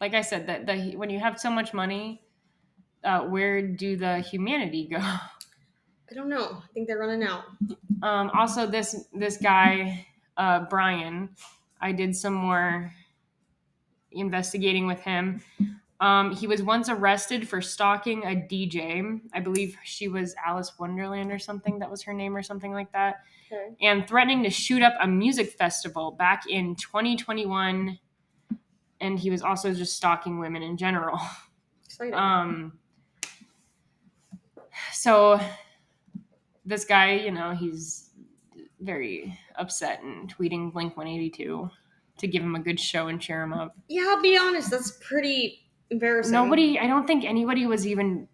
Speaker 2: like i said that the, when you have so much money uh, where do the humanity go
Speaker 3: I don't know. I think they're running out.
Speaker 2: um also this this guy uh brian i did some more investigating with him um he was once arrested for stalking a dj i believe she was alice wonderland or something that was her name or something like that
Speaker 3: Okay.
Speaker 2: and threatening to shoot up a music festival back in 2021 and he was also just stalking women in general
Speaker 3: Exciting.
Speaker 2: um so this guy you know he's very upset and tweeting blink 182 to give him a good show and cheer him up
Speaker 3: yeah, I'll be honest. That's pretty embarrassing.
Speaker 2: Nobody, I don't think anybody was even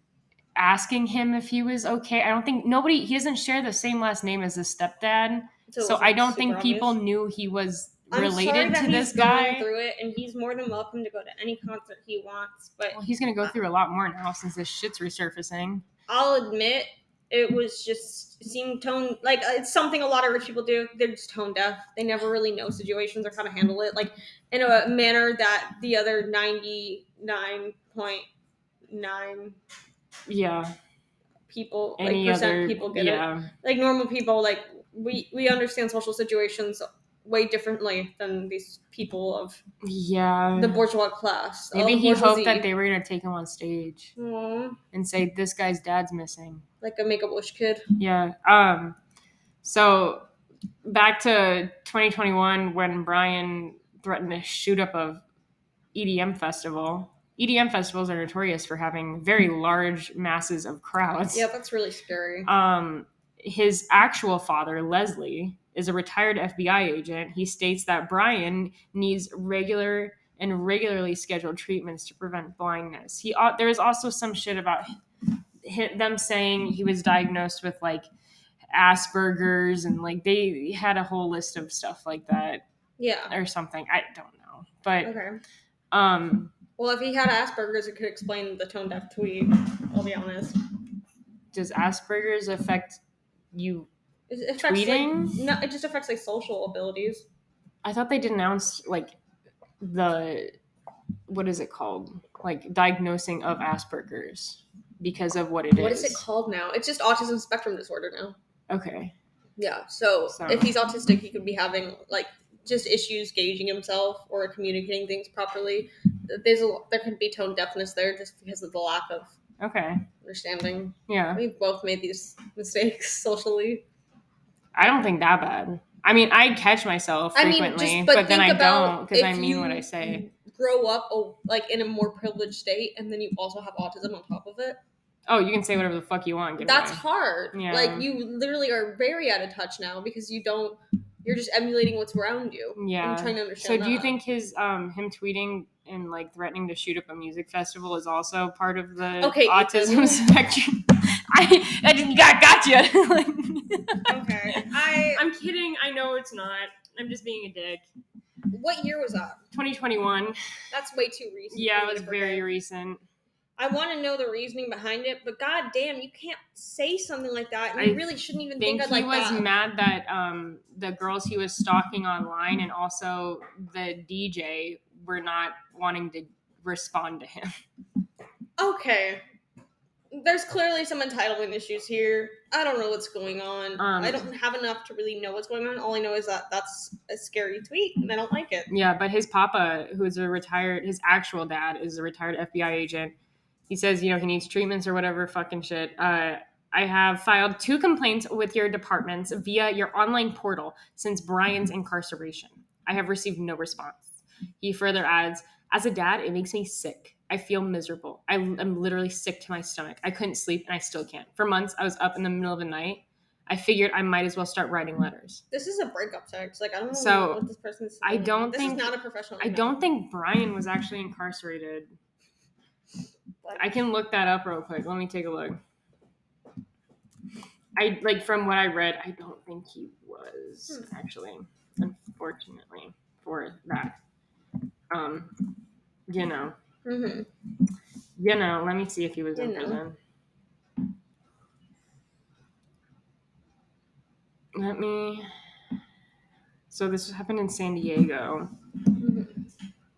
Speaker 2: asking him if he was okay. I don't think nobody, he doesn't share the same last name as his stepdad. So,
Speaker 3: it wasn't
Speaker 2: I don't
Speaker 3: super
Speaker 2: think people
Speaker 3: obvious.
Speaker 2: knew he was
Speaker 3: I'm sorry
Speaker 2: related
Speaker 3: that
Speaker 2: to
Speaker 3: he's
Speaker 2: this
Speaker 3: going
Speaker 2: guy.
Speaker 3: Through it, and he's more than welcome to go to any concert he wants. But
Speaker 2: Well, he's going to go through a lot more now since this shit's resurfacing.
Speaker 3: I'll admit, it was just seemed tone like uh, it's something a lot of rich people do. They're just tone deaf. They never really know situations or how to handle it, like in a manner that the other ninety nine point nine
Speaker 2: Yeah.
Speaker 3: people, like
Speaker 2: Any
Speaker 3: percent
Speaker 2: other
Speaker 3: people get it.
Speaker 2: yeah.
Speaker 3: like normal people like we we understand social situations way differently than these people of
Speaker 2: Yeah.
Speaker 3: the bourgeois class
Speaker 2: Mm.
Speaker 3: Oh,
Speaker 2: Maybe he hoped that they were going to take him on stage
Speaker 3: Aww,
Speaker 2: and say, this guy's dad's missing.
Speaker 3: like a make-a-wish kid
Speaker 2: Yeah. Um so back to 2021 when Brian threatened to shoot up a EDM festival. EDM festivals are notorious for having very large masses of crowds.
Speaker 3: yeah that's really scary
Speaker 2: Um his actual father, Leslie, is a retired FBI agent. He states that Brian needs regular and regularly scheduled treatments to prevent blindness. He al- there was also some shit about hi- them saying he was diagnosed with like Asperger's and like they had a whole list of stuff like that
Speaker 3: Yeah.
Speaker 2: or something. I don't know, but
Speaker 3: Okay.
Speaker 2: um,
Speaker 3: Well, if he had Asperger's, it could explain the tone deaf tweet. I'll be honest.
Speaker 2: does Asperger's affect you?
Speaker 3: It affects, like-
Speaker 2: Tweeting?
Speaker 3: no, it just affects like social abilities.
Speaker 2: I thought they denounced like the what is it called? Like diagnosing of Asperger's because of what it is.
Speaker 3: What is it called now? It's just autism spectrum disorder now.
Speaker 2: Okay.
Speaker 3: Yeah. So,
Speaker 2: So-
Speaker 3: if he's autistic, he could be having like just issues gauging himself or communicating things properly. There's a there could be tone deafness there just because of the lack of
Speaker 2: Okay.
Speaker 3: understanding.
Speaker 2: Yeah.
Speaker 3: We've both made these mistakes socially.
Speaker 2: I don't think that bad. I mean, I catch myself
Speaker 3: I mean,
Speaker 2: frequently,
Speaker 3: just-
Speaker 2: but,
Speaker 3: but
Speaker 2: then
Speaker 3: think
Speaker 2: I
Speaker 3: about
Speaker 2: don't because I
Speaker 3: if
Speaker 2: mean what
Speaker 3: you-
Speaker 2: I say.
Speaker 3: Grow up oh, like in a more privileged state, and then you also have autism on top of it.
Speaker 2: Oh, you can say whatever the fuck you want. Get
Speaker 3: That's
Speaker 2: away.
Speaker 3: hard.
Speaker 2: Yeah.
Speaker 3: Like you literally are very out of touch now because you don't. You're just emulating what's around you.
Speaker 2: yeah.
Speaker 3: I'm trying to
Speaker 2: So
Speaker 3: understand.
Speaker 2: do you
Speaker 3: that.
Speaker 2: think his um him tweeting and like threatening to shoot up a music festival is also part of the
Speaker 3: Okay,
Speaker 2: autism
Speaker 3: Ethan.
Speaker 2: spectrum? I I just got gotcha. Like,
Speaker 3: Okay. I.
Speaker 2: I'm kidding. I know it's not. I'm just being a dick.
Speaker 3: What year was that?
Speaker 2: 2021.
Speaker 3: That's way too recent.
Speaker 2: Yeah,
Speaker 3: for me
Speaker 2: it was
Speaker 3: to
Speaker 2: very
Speaker 3: forget.
Speaker 2: recent.
Speaker 3: I want to know the reasoning behind it, but god damn, you can't say something like that.
Speaker 2: I
Speaker 3: And you really shouldn't even think,
Speaker 2: think
Speaker 3: of
Speaker 2: he
Speaker 3: like
Speaker 2: was
Speaker 3: that.
Speaker 2: mad that um, the girls he was stalking online and also the DJ were not wanting to respond to him.
Speaker 3: okay. There's clearly some entitlement issues here. I don't know what's going on.
Speaker 2: Um,
Speaker 3: I don't have enough to really know what's going on. All I know is that that's a scary tweet, and I don't like it.
Speaker 2: Yeah, but his papa, who's a retired, his actual dad is a retired FBI agent. He says, you know, he needs treatments or whatever fucking shit. Uh, I have filed two complaints with your departments via your online portal since Brian's incarceration. I have received no response. He further adds, as a dad, it makes me sick. I feel miserable. I am literally sick to my stomach. I couldn't sleep and I still can't. For months, I was up in the middle of the night. I figured I might as well start writing letters.
Speaker 3: This is a breakup text. Like I don't know
Speaker 2: So,
Speaker 3: what this person's.
Speaker 2: I
Speaker 3: doing.
Speaker 2: don't
Speaker 3: this
Speaker 2: think-
Speaker 3: is not a professional.
Speaker 2: I
Speaker 3: email.
Speaker 2: don't think Brian was actually incarcerated.
Speaker 3: Like,
Speaker 2: I can look that up real quick. Let me take a look. I like from what I read, I don't think he was
Speaker 3: Hmm.
Speaker 2: actually, unfortunately, for that. Um, you know,
Speaker 3: Mhm.
Speaker 2: you know. Let me see if he was in
Speaker 3: You know.
Speaker 2: prison. Let me. So this happened in San Diego.
Speaker 3: Mhm.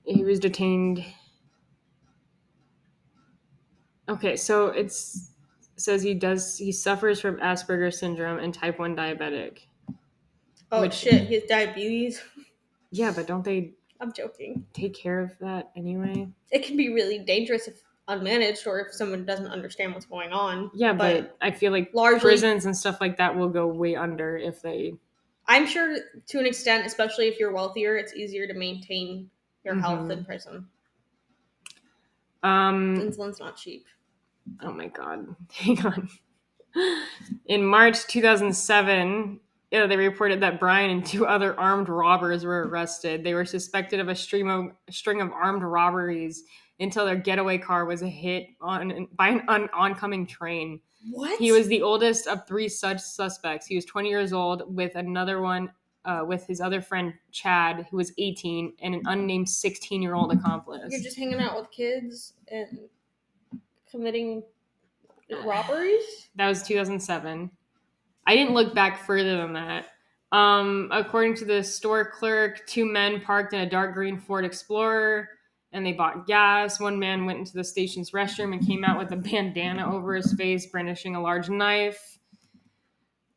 Speaker 2: he was detained okay so it's says he does he suffers from asperger's syndrome and type 1 diabetic
Speaker 3: Oh
Speaker 2: Which-
Speaker 3: shit! He has diabetes.
Speaker 2: yeah but don't they
Speaker 3: I'm joking.
Speaker 2: take care of that anyway
Speaker 3: it can be really dangerous if unmanaged or if someone doesn't understand what's going on.
Speaker 2: yeah but, i feel like
Speaker 3: largely,
Speaker 2: prisons and stuff like that will go way under if they
Speaker 3: I'm sure to an extent, especially if you're wealthier, it's easier to maintain your health
Speaker 2: Mhm.
Speaker 3: in prison.
Speaker 2: um
Speaker 3: Insulin's not cheap.
Speaker 2: oh my god hang on in march 2007 yeah, they reported that brian and two other armed robbers were arrested they were suspected of a stream of string of armed robberies until their getaway car was hit on by an on, oncoming train
Speaker 3: What?
Speaker 2: he was the oldest of three such suspects he was 20 years old with another one uh, with his other friend chad who was 18 and an unnamed 16 year old accomplice
Speaker 3: You're just hanging out with kids and committing
Speaker 2: Oh.
Speaker 3: robberies.
Speaker 2: That was 2007. I didn't look back further than that. Um, according to the store clerk, two men parked in a dark green Ford Explorer and they bought gas. One man went into the station's restroom and came out with a bandana over his face, brandishing a large knife.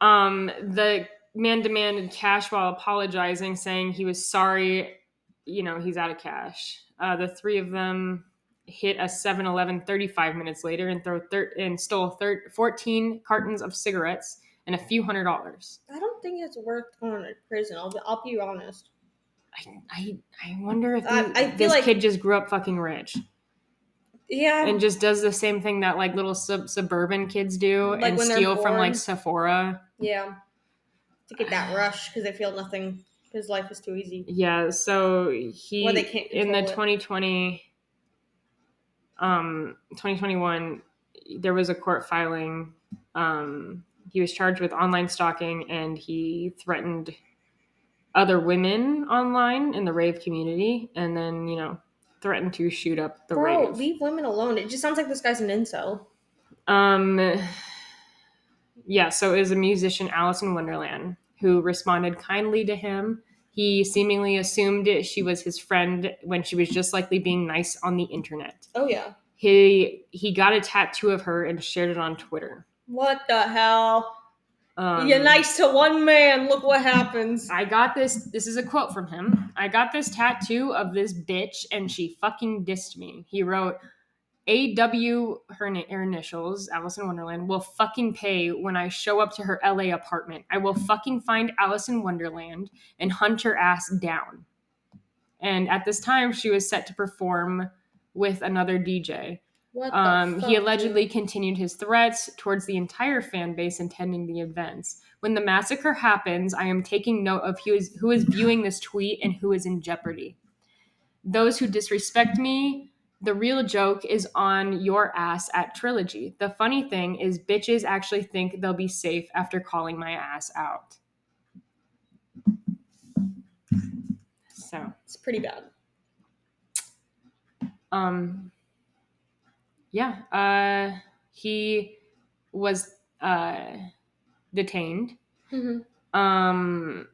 Speaker 2: Um, the man demanded cash while apologizing, saying he was sorry. You know, he's out of cash. Uh, the three of them hit a 7-Eleven 35 minutes later and throw thir- and stole thir- 14 cartons of cigarettes and a few hundred dollars.
Speaker 3: I don't think it's worth going to prison. I'll be, I'll be honest.
Speaker 2: I, I, I wonder if
Speaker 3: I-
Speaker 2: the-
Speaker 3: Uh, I feel
Speaker 2: this
Speaker 3: like-
Speaker 2: kid just grew up fucking rich
Speaker 3: Yeah.
Speaker 2: and just does the same thing that like little sub- suburban kids do
Speaker 3: Like
Speaker 2: and
Speaker 3: when they're
Speaker 2: steal from like
Speaker 3: bored.
Speaker 2: Sephora.
Speaker 3: yeah. To get that rush because they feel nothing. His life is too easy.
Speaker 2: Yeah, so he
Speaker 3: Well, they can't
Speaker 2: in the
Speaker 3: control it.
Speaker 2: 2020 um 2021 there was a court filing um he was charged with online stalking and he threatened other women online in the rave community and then, you know, threatened to shoot up the
Speaker 3: Bro,
Speaker 2: rave.
Speaker 3: leave women alone. It just sounds like this guy's an incel.
Speaker 2: Um, yeah, so it was a musician, Alice in Wonderland, who responded kindly to him. He seemingly assumed it, she was his friend when she was just likely being nice on the internet.
Speaker 3: Oh yeah.
Speaker 2: He he got a tattoo of her and shared it on Twitter.
Speaker 3: What the hell?
Speaker 2: Um,
Speaker 3: You're nice to one man. Look what happens.
Speaker 2: I got this. This is a quote from him. I got this tattoo of this bitch, and she fucking dissed me. He wrote, "A.W. Her, ni- her initials, Alice in Wonderland, will fucking pay when I show up to her L.A. apartment. I will fucking find Alice in Wonderland and hunt her ass down." And at this time, she was set to perform with another DJ.
Speaker 3: What the
Speaker 2: Um,
Speaker 3: fuck,
Speaker 2: he allegedly
Speaker 3: dude?
Speaker 2: continued his threats towards the entire fan base attending the events. When the massacre happens, I am taking note of who is, who is viewing this tweet and who is in jeopardy. Those who disrespect me, the real joke is on your ass at Trilogy. The funny thing is, bitches actually think they'll be safe after calling my ass out. So.
Speaker 3: It's pretty bad.
Speaker 2: um yeah uh he was uh detained
Speaker 3: Mm-hmm.
Speaker 2: um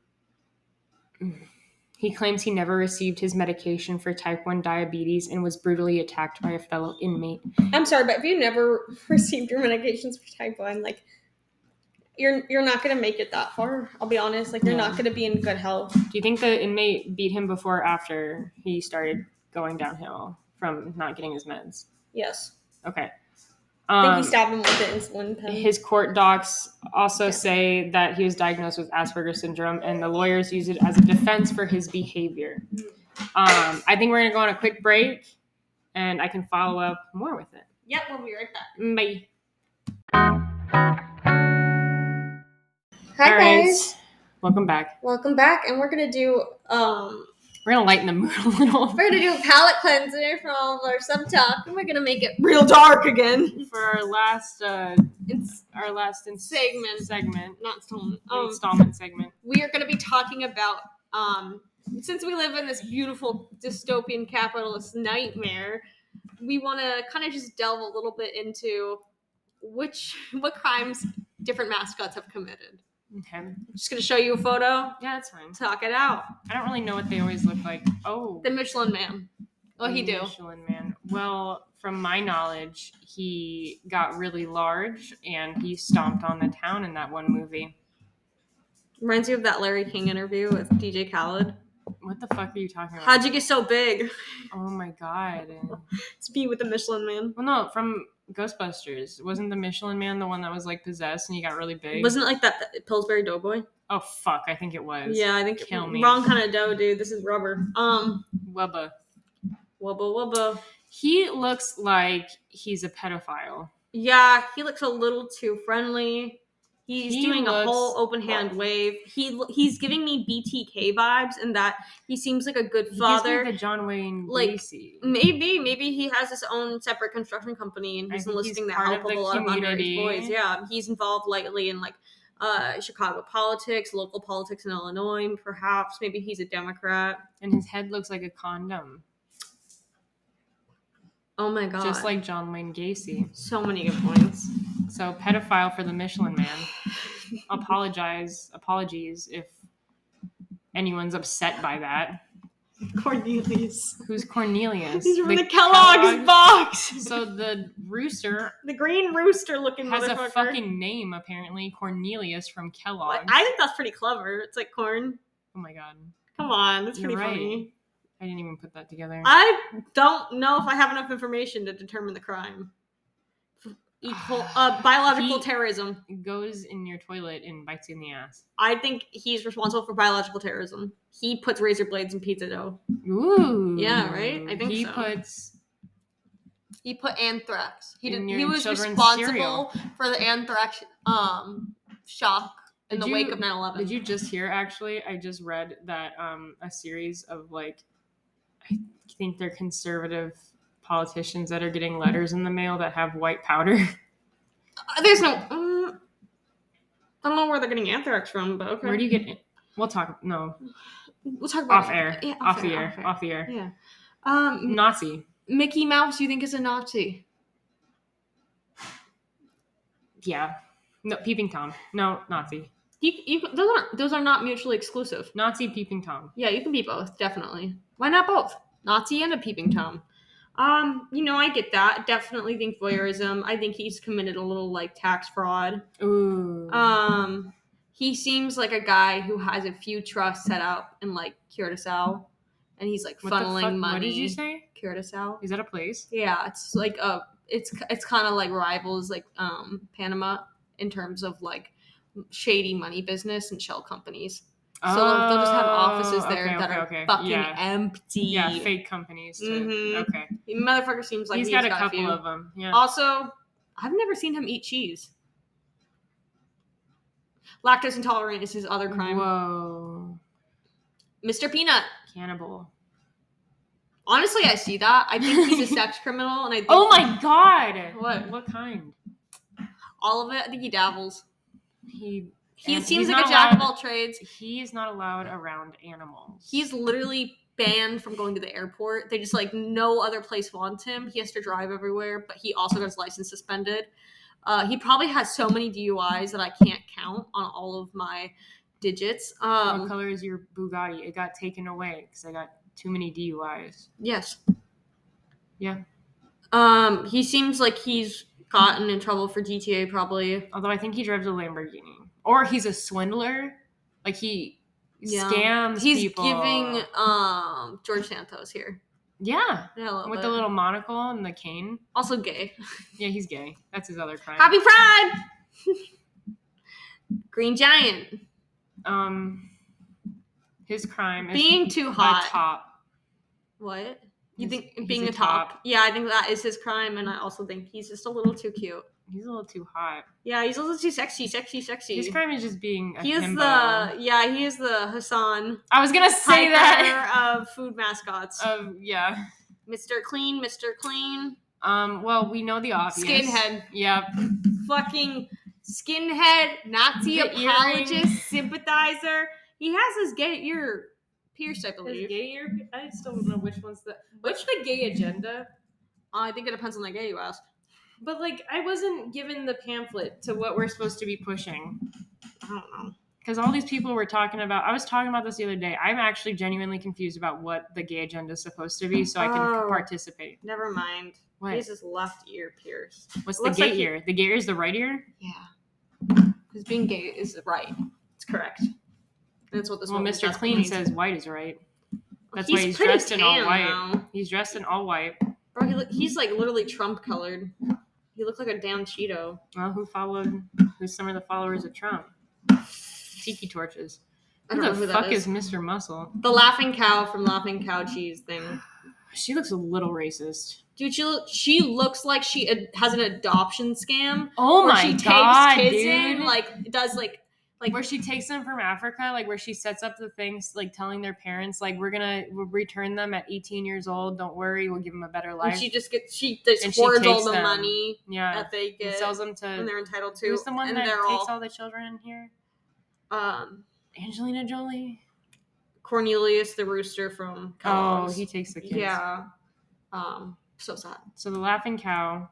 Speaker 2: he claims he never received his medication for type 1 diabetes and was brutally attacked by a fellow inmate
Speaker 3: I'm sorry, but if you never received your medications for type one, like you're you're not gonna make it that far. I'll be honest. Like you're not
Speaker 2: Yeah.
Speaker 3: gonna be in good health.
Speaker 2: do you think the inmate beat him before or after he started going downhill from not getting his meds
Speaker 3: Yes.
Speaker 2: okay
Speaker 3: I
Speaker 2: um,
Speaker 3: think he stabbed him with the insulin pen.
Speaker 2: His court docs also
Speaker 3: Yeah.
Speaker 2: say that he was diagnosed with Asperger's syndrome, and the lawyers use it as a defense for his behavior. Um, I think we're going to go on a quick break, and I can follow up more with it.
Speaker 3: yep, we'll be right back.
Speaker 2: Bye.
Speaker 3: Hi
Speaker 2: All right.
Speaker 3: guys.
Speaker 2: Welcome back.
Speaker 3: Welcome back, and we're gonna do um
Speaker 2: We're going to lighten the mood a little
Speaker 3: we're gonna do a palate cleanser from all of our sub talk, and we're gonna make it real dark again.
Speaker 2: for our last uh,
Speaker 3: It's
Speaker 2: our last in-
Speaker 3: Segment.
Speaker 2: segment
Speaker 3: not stolen. Um,
Speaker 2: installment segment.
Speaker 3: we are going to be talking about um since we live in this beautiful dystopian capitalist nightmare we want to kind of just delve a little bit into which what crimes different mascots have committed
Speaker 2: Okay.
Speaker 3: I'm just going to show you a photo
Speaker 2: Yeah, that's fine.
Speaker 3: talk it out
Speaker 2: I don't really know what they always look like. Oh.
Speaker 3: the michelin man what he do
Speaker 2: Michelin Man. Well, from my knowledge, he got really large and he stomped on the town in that one movie.
Speaker 3: reminds me of that larry king interview with dj khaled
Speaker 2: What the fuck are you talking about?
Speaker 3: how'd you get so big
Speaker 2: oh my god. Well,
Speaker 3: it's me with the michelin man
Speaker 2: no, from Ghostbusters. Wasn't the Michelin Man the one that was like possessed and he got really big?
Speaker 3: wasn't it like that pillsbury doughboy
Speaker 2: oh fuck, I think it was.
Speaker 3: yeah i think
Speaker 2: Kill me.
Speaker 3: wrong kind of dough dude this is rubber um
Speaker 2: Wubba.
Speaker 3: wubba wubba
Speaker 2: He looks like he's a pedophile.
Speaker 3: Yeah, he looks a little too friendly. He's
Speaker 2: He
Speaker 3: doing a
Speaker 2: looks-
Speaker 3: whole open hand wave. He lo- he's giving me BTK vibes, and that he seems like a good
Speaker 2: He gives me
Speaker 3: father.
Speaker 2: the John Wayne
Speaker 3: like,
Speaker 2: Gacy.
Speaker 3: Maybe maybe he has his own separate construction company, and
Speaker 2: I
Speaker 3: he's
Speaker 2: think he's
Speaker 3: enlisting the
Speaker 2: part of
Speaker 3: help of
Speaker 2: the
Speaker 3: a lot of underage
Speaker 2: community.
Speaker 3: boys. Yeah, he's involved lightly in like uh Chicago politics, local politics in Illinois, perhaps. Maybe he's a Democrat.
Speaker 2: And his head looks like a condom.
Speaker 3: Oh my god,
Speaker 2: Just like John Wayne Gacy.
Speaker 3: so many good points.
Speaker 2: So pedophile for the Michelin Man. Apologize, apologies if anyone's upset by that.
Speaker 3: Cornelius,
Speaker 2: Who's Cornelius?
Speaker 3: he's from the,
Speaker 2: The
Speaker 3: Kellogg's
Speaker 2: Kellogg-
Speaker 3: box.
Speaker 2: So the rooster
Speaker 3: The green rooster looking
Speaker 2: has a
Speaker 3: motherfucker.
Speaker 2: fucking name apparently, Cornelius from Kellogg.
Speaker 3: Like, I think that's pretty clever. It's like corn.
Speaker 2: oh my god,
Speaker 3: Come on, that's
Speaker 2: You're
Speaker 3: pretty
Speaker 2: right.
Speaker 3: funny.
Speaker 2: I didn't even put that together.
Speaker 3: I don't know if I have enough information to determine the crime. Equal, uh, biological
Speaker 2: He-
Speaker 3: terrorism.
Speaker 2: It goes in your toilet and bites you in the ass.
Speaker 3: I think he's responsible for biological terrorism. He puts razor blades in pizza dough.
Speaker 2: Ooh.
Speaker 3: Yeah, right? I think
Speaker 2: he
Speaker 3: so.
Speaker 2: puts.
Speaker 3: He put anthrax. He
Speaker 2: In
Speaker 3: did.
Speaker 2: your
Speaker 3: He was
Speaker 2: children's
Speaker 3: responsible
Speaker 2: cereal.
Speaker 3: for the anthrax um shock in
Speaker 2: Did
Speaker 3: the
Speaker 2: you-
Speaker 3: wake of 9-11.
Speaker 2: Did you just hear? Actually, I just read that um, a series of like, I think they're conservative politicians that are getting letters in the mail that have white powder.
Speaker 3: Uh, There's no. mm, I don't know where they're getting anthrax from, but okay.
Speaker 2: Where do you get? We'll talk. No,
Speaker 3: We'll talk about
Speaker 2: off
Speaker 3: it.
Speaker 2: air,
Speaker 3: Yeah,
Speaker 2: off, the air, off the air.
Speaker 3: Yeah. Um,
Speaker 2: Nazi.
Speaker 3: Mickey Mouse, you think is a Nazi?
Speaker 2: Yeah. No, peeping tom. No, Nazi.
Speaker 3: You, you, those aren't. Those are not mutually exclusive.
Speaker 2: Nazi peeping tom.
Speaker 3: Yeah, you can be both, definitely. Why not both? Nazi and a peeping tom. Um, you know, I get that. Definitely think voyeurism. I think he's committed a little like tax fraud.
Speaker 2: Ooh.
Speaker 3: Um, he seems like a guy who has a few trusts set up in like Curacao, and he's like
Speaker 2: What the
Speaker 3: funneling
Speaker 2: fuck-
Speaker 3: money.
Speaker 2: What did you say?
Speaker 3: Curacao.
Speaker 2: Is that a place?
Speaker 3: Yeah, it's like a it's it's kind of like rivals like um Panama in terms of like shady money business and shell companies. So they'll, they'll just have offices
Speaker 2: Oh,
Speaker 3: there
Speaker 2: okay,
Speaker 3: that
Speaker 2: okay,
Speaker 3: are
Speaker 2: okay.
Speaker 3: fucking
Speaker 2: yeah.
Speaker 3: empty.
Speaker 2: Yeah, fake companies. to-
Speaker 3: Mhm.
Speaker 2: Okay.
Speaker 3: The motherfucker seems like
Speaker 2: he's got, a
Speaker 3: few.
Speaker 2: couple of them. Yeah.
Speaker 3: Also, I've never seen him eat cheese. Lactose intolerant is his other crime.
Speaker 2: Whoa.
Speaker 3: Mr. Peanut.
Speaker 2: Cannibal.
Speaker 3: Honestly, I see that. I think he's a sex criminal, and I think
Speaker 2: Oh my god.
Speaker 3: What?
Speaker 2: What kind?
Speaker 3: all of it. I think he dabbles.
Speaker 2: He
Speaker 3: He
Speaker 2: Yeah,
Speaker 3: seems
Speaker 2: he's
Speaker 3: like a
Speaker 2: not
Speaker 3: jack of
Speaker 2: allowed-
Speaker 3: all trades.
Speaker 2: he is not allowed around animals.
Speaker 3: He's literally banned from going to the airport. They just like no other place wants him. He has to drive everywhere, but he also got his license suspended. Uh, he probably has so many DUIs that I can't count on all of my digits.
Speaker 2: what
Speaker 3: Um,
Speaker 2: color is your Bugatti? It got taken away because I got too many DUIs.
Speaker 3: Yes.
Speaker 2: Yeah.
Speaker 3: Um, he seems like he's gotten in trouble for GTA probably.
Speaker 2: Although I think he drives a Lamborghini, or he's a swindler. Like he
Speaker 3: Yeah.
Speaker 2: scams
Speaker 3: He's
Speaker 2: people.
Speaker 3: giving um George Santos here.
Speaker 2: yeah,
Speaker 3: Yeah, a little
Speaker 2: with
Speaker 3: bit.
Speaker 2: the little monocle and the cane.
Speaker 3: also gay.
Speaker 2: Yeah, he's gay. That's his other crime.
Speaker 3: Happy Pride. Green Giant
Speaker 2: um, his crime is
Speaker 3: being too
Speaker 2: a
Speaker 3: hot.
Speaker 2: top.
Speaker 3: What? You
Speaker 2: He's-
Speaker 3: think
Speaker 2: he's
Speaker 3: being
Speaker 2: a
Speaker 3: a top.
Speaker 2: top.
Speaker 3: Yeah, I think that is his crime, and I also think he's just a little too cute.
Speaker 2: He's a little too hot.
Speaker 3: Yeah, he's a little too sexy, sexy, sexy.
Speaker 2: His crime is just being a
Speaker 3: he is
Speaker 2: himbo.
Speaker 3: the yeah, he is the Hassan
Speaker 2: I was gonna say that.
Speaker 3: Piper of food mascots.
Speaker 2: Um, yeah.
Speaker 3: Mr. Clean, Mr. Clean,
Speaker 2: Um. Well, we know the obvious.
Speaker 3: Skinhead.
Speaker 2: Yeah.
Speaker 3: fucking skinhead, Nazi
Speaker 2: The
Speaker 3: apologist,
Speaker 2: earring.
Speaker 3: sympathizer. He has his gay ear pierced, I believe.
Speaker 2: gay or I still don't know which one's the which the gay agenda.
Speaker 3: Uh, I think it depends on the gay you ask.
Speaker 2: But like, I wasn't given the pamphlet to what we're supposed to be pushing.
Speaker 3: I don't know.
Speaker 2: because all these people were talking about i was talking about this the other day i'm actually genuinely confused about what the gay agenda is supposed to be so i can
Speaker 3: Oh.
Speaker 2: participate
Speaker 3: Never mind.
Speaker 2: what
Speaker 3: He has his left ear pierced.
Speaker 2: what's the
Speaker 3: looks
Speaker 2: gay
Speaker 3: like he-
Speaker 2: ear the gay ear is the right ear
Speaker 3: Yeah. Because being gay is right. It's correct. That's what this
Speaker 2: well
Speaker 3: woman
Speaker 2: mr
Speaker 3: just
Speaker 2: clean
Speaker 3: believes.
Speaker 2: says white is right that's why he's
Speaker 3: pretty
Speaker 2: dressed in all
Speaker 3: tan,
Speaker 2: white.
Speaker 3: though.
Speaker 2: he's dressed in all white
Speaker 3: Bro, he look, he's like literally Trump colored. He looked like a damn Cheeto.
Speaker 2: well who followed who's some of the followers of trump tiki torches
Speaker 3: I
Speaker 2: who
Speaker 3: don't
Speaker 2: the
Speaker 3: know who
Speaker 2: fuck
Speaker 3: that is.
Speaker 2: is mr muscle
Speaker 3: The laughing cow from Laughing Cow Cheese thing.
Speaker 2: she looks a little racist
Speaker 3: Dude, she, lo- she looks like she ad- has an adoption scam.
Speaker 2: oh
Speaker 3: where
Speaker 2: my
Speaker 3: she takes
Speaker 2: god
Speaker 3: kids
Speaker 2: dude.
Speaker 3: in, like does like like
Speaker 2: where she takes them from Africa, like where she sets up the things, like telling their parents, like we're gonna we'll return them at 18 years old. Don't worry, we'll give them a better life.
Speaker 3: and she just gets she just
Speaker 2: And she
Speaker 3: hoards all
Speaker 2: takes
Speaker 3: the
Speaker 2: them.
Speaker 3: money
Speaker 2: yeah,
Speaker 3: that they
Speaker 2: and
Speaker 3: get
Speaker 2: sells them
Speaker 3: and
Speaker 2: to
Speaker 3: they're entitled to.
Speaker 2: who's the one
Speaker 3: and
Speaker 2: that
Speaker 3: they're
Speaker 2: takes all,
Speaker 3: all,
Speaker 2: the children here?
Speaker 3: um
Speaker 2: Angelina Jolie.
Speaker 3: Cornelius the rooster from
Speaker 2: Oh,
Speaker 3: Kellogg's.
Speaker 2: he takes the kids.
Speaker 3: yeah. Um, so sad.
Speaker 2: So the laughing cow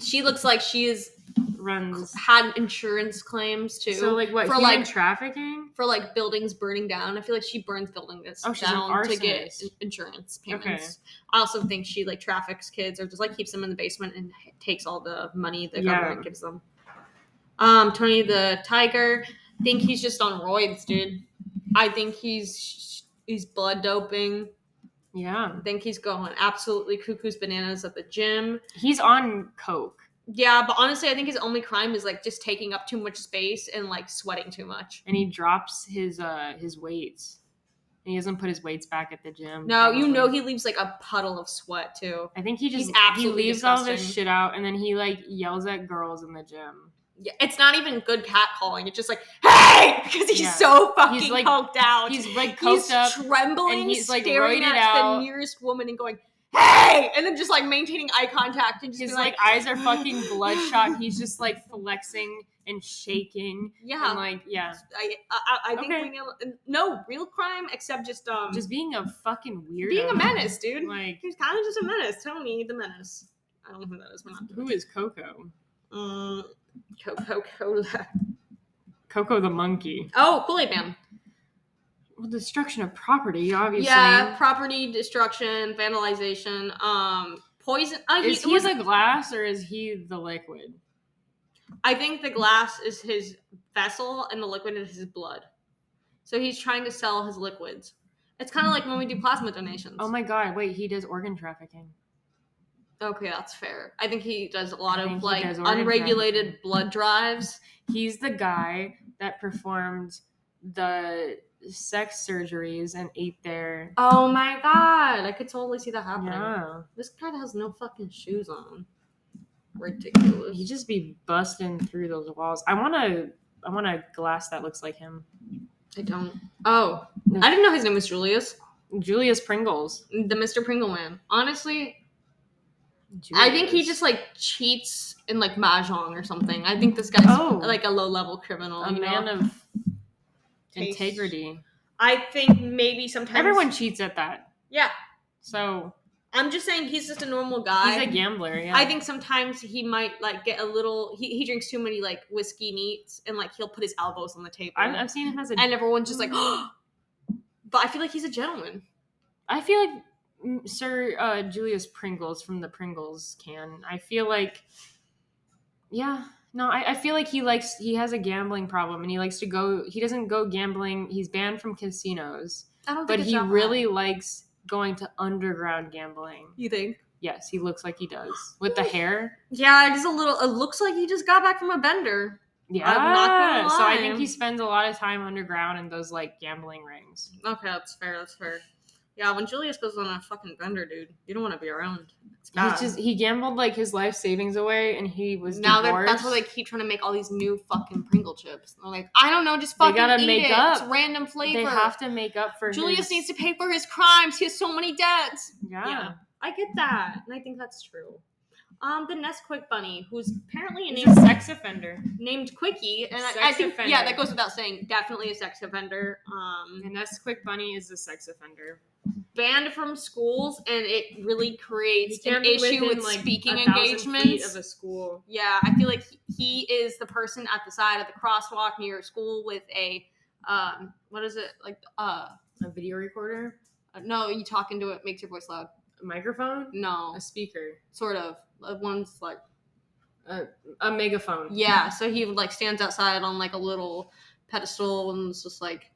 Speaker 3: She looks like she is
Speaker 2: runs.
Speaker 3: had insurance claims too
Speaker 2: So like what
Speaker 3: for,
Speaker 2: human
Speaker 3: like-
Speaker 2: trafficking?
Speaker 3: for like buildings burning down. I feel like she burns buildings
Speaker 2: Oh, she's an
Speaker 3: down to get
Speaker 2: arsonist.
Speaker 3: insurance
Speaker 2: Okay.
Speaker 3: payments. I also think she like traffics kids or just like keeps them in the basement and h- takes all the money the
Speaker 2: Yeah.
Speaker 3: government gives them. Um, Tony the tiger, I think he's just on roids, dude. I think he's he's blood doping.
Speaker 2: Yeah,
Speaker 3: I think he's going absolutely cuckoo's bananas at the gym.
Speaker 2: he's on coke.
Speaker 3: Yeah, but honestly, I think his only crime is like just taking up too much space and like sweating too much.
Speaker 2: and he drops his uh his weights. And he doesn't put his weights back at the gym.
Speaker 3: No, you know
Speaker 2: probably.
Speaker 3: he leaves like a puddle of sweat too.
Speaker 2: I think he just
Speaker 3: He's absolutely
Speaker 2: he leaves all this
Speaker 3: disgusting.
Speaker 2: shit out and then he like yells at girls in the gym.
Speaker 3: yeah, it's not even good cat calling. It's just like, hey, because he's
Speaker 2: Yeah.
Speaker 3: so fucking
Speaker 2: He's, like-
Speaker 3: coked out.
Speaker 2: He's like
Speaker 3: He's
Speaker 2: coked up.
Speaker 3: trembling,
Speaker 2: and he's, like,
Speaker 3: staring
Speaker 2: roided
Speaker 3: at
Speaker 2: out.
Speaker 3: the nearest woman and going, hey, and then just like maintaining eye contact and just
Speaker 2: His
Speaker 3: being
Speaker 2: like
Speaker 3: like,
Speaker 2: eyes are fucking bloodshot. He's just like flexing and shaking.
Speaker 3: yeah.
Speaker 2: And like, yeah.
Speaker 3: I, I, I think
Speaker 2: Okay.
Speaker 3: we nailed no real crime except just um
Speaker 2: Just being a fucking weirdo.
Speaker 3: being a menace, dude.
Speaker 2: Like,
Speaker 3: He's kind of just a menace. Tony the menace. I don't know who that is. We're not doing
Speaker 2: who is Coco?
Speaker 3: it. Mm, Coca Cola.
Speaker 2: Coco the monkey.
Speaker 3: Oh, Kool Aid Man.
Speaker 2: Well, destruction of property, obviously.
Speaker 3: Yeah, property destruction, vandalization, um, poison. Uh, he,
Speaker 2: Is he
Speaker 3: was,
Speaker 2: the glass or is he the liquid?
Speaker 3: I think the glass is his vessel and the liquid is his blood. So he's trying to sell his liquids. It's kind of like when we do plasma donations.
Speaker 2: Oh my god, wait, he does organ trafficking.
Speaker 3: Okay, that's fair. I think he does a lot
Speaker 2: I
Speaker 3: of
Speaker 2: think he
Speaker 3: like
Speaker 2: does organ
Speaker 3: unregulated blood drives.
Speaker 2: He's the guy that performed the sex surgeries and ate their.
Speaker 3: Oh my god, I could totally see that happening.
Speaker 2: Yeah.
Speaker 3: This guy has no fucking shoes on. Ridiculous.
Speaker 2: He'd just be busting through those walls. I want to. I want a glass that looks like him.
Speaker 3: I don't. Oh, I didn't know his name was Julius,
Speaker 2: Julius Pringles.
Speaker 3: the Mr. Pringle man. Honestly, I think he
Speaker 2: Julius.
Speaker 3: just like cheats in like mahjong or something. I think this guy's
Speaker 2: Oh.
Speaker 3: like a low level criminal.
Speaker 2: a
Speaker 3: you know?
Speaker 2: man of
Speaker 3: Taste.
Speaker 2: integrity.
Speaker 3: I think maybe sometimes
Speaker 2: Everyone cheats at that,
Speaker 3: Yeah,
Speaker 2: so
Speaker 3: I'm just saying he's just a normal
Speaker 2: he's
Speaker 3: guy.
Speaker 2: a gambler. Yeah,
Speaker 3: I think sometimes he might like get a little. He, he drinks too many like whiskey neats, and like he'll put his elbows on the table,
Speaker 2: I've, I've seen him as a.
Speaker 3: and everyone's just like, But I feel like he's a gentleman.
Speaker 2: I feel like mm, Sir uh, Julius Pringles from the Pringles can. I feel like, yeah, no, I, I feel like he likes he has a gambling problem and he likes to go. He doesn't go gambling. He's banned from casinos,
Speaker 3: I don't.
Speaker 2: but
Speaker 3: think it's
Speaker 2: he
Speaker 3: that
Speaker 2: really
Speaker 3: bad.
Speaker 2: likes going to underground gambling.
Speaker 3: You think?
Speaker 2: Yes, he looks like he does with the hair.
Speaker 3: Yeah, it is a little. It looks like he just got back from a bender.
Speaker 2: Yeah,
Speaker 3: I'm not gonna
Speaker 2: so I
Speaker 3: lie.
Speaker 2: think he spends a lot of time underground in those like gambling rings.
Speaker 3: Okay, that's fair. That's fair. Yeah, when Julius goes on a fucking bender, dude, you don't want to be around. It's bad.
Speaker 2: He's just he gambled like his life savings away, and he was
Speaker 3: now that
Speaker 2: divorced.
Speaker 3: that's why they keep trying to make all these new fucking Pringle chips. They're like, I don't know, just fucking
Speaker 2: gotta
Speaker 3: eat
Speaker 2: make
Speaker 3: it.
Speaker 2: up.
Speaker 3: It's random flavor.
Speaker 2: They have to make up for
Speaker 3: Julius
Speaker 2: his-
Speaker 3: needs to pay for his crimes. He has so many debts.
Speaker 2: Yeah.
Speaker 3: Yeah. I get that, and I think that's true. Um, the Nesquik bunny, who's apparently a
Speaker 2: He's a
Speaker 3: named,
Speaker 2: sex offender,
Speaker 3: named Quickie, and
Speaker 2: Sex
Speaker 3: I, I think yeah,
Speaker 2: offender.
Speaker 3: that goes without saying. Definitely a sex offender. Um,
Speaker 2: and Nesquik Bunny is a sex offender.
Speaker 3: banned from schools, and it really creates
Speaker 2: He can't
Speaker 3: an
Speaker 2: be
Speaker 3: issue
Speaker 2: within,
Speaker 3: with
Speaker 2: like,
Speaker 3: speaking
Speaker 2: 1,000 feet
Speaker 3: engagements.
Speaker 2: of a school.
Speaker 3: Yeah, I feel like he, he is the person at the side of the crosswalk near your school with a um what is it like uh
Speaker 2: A video recorder,
Speaker 3: no you talk into it makes your voice loud
Speaker 2: a microphone,
Speaker 3: no
Speaker 2: a speaker,
Speaker 3: sort of Uh, one's like
Speaker 2: a megaphone.
Speaker 3: yeah so he like stands outside on like a little pedestal and it's just like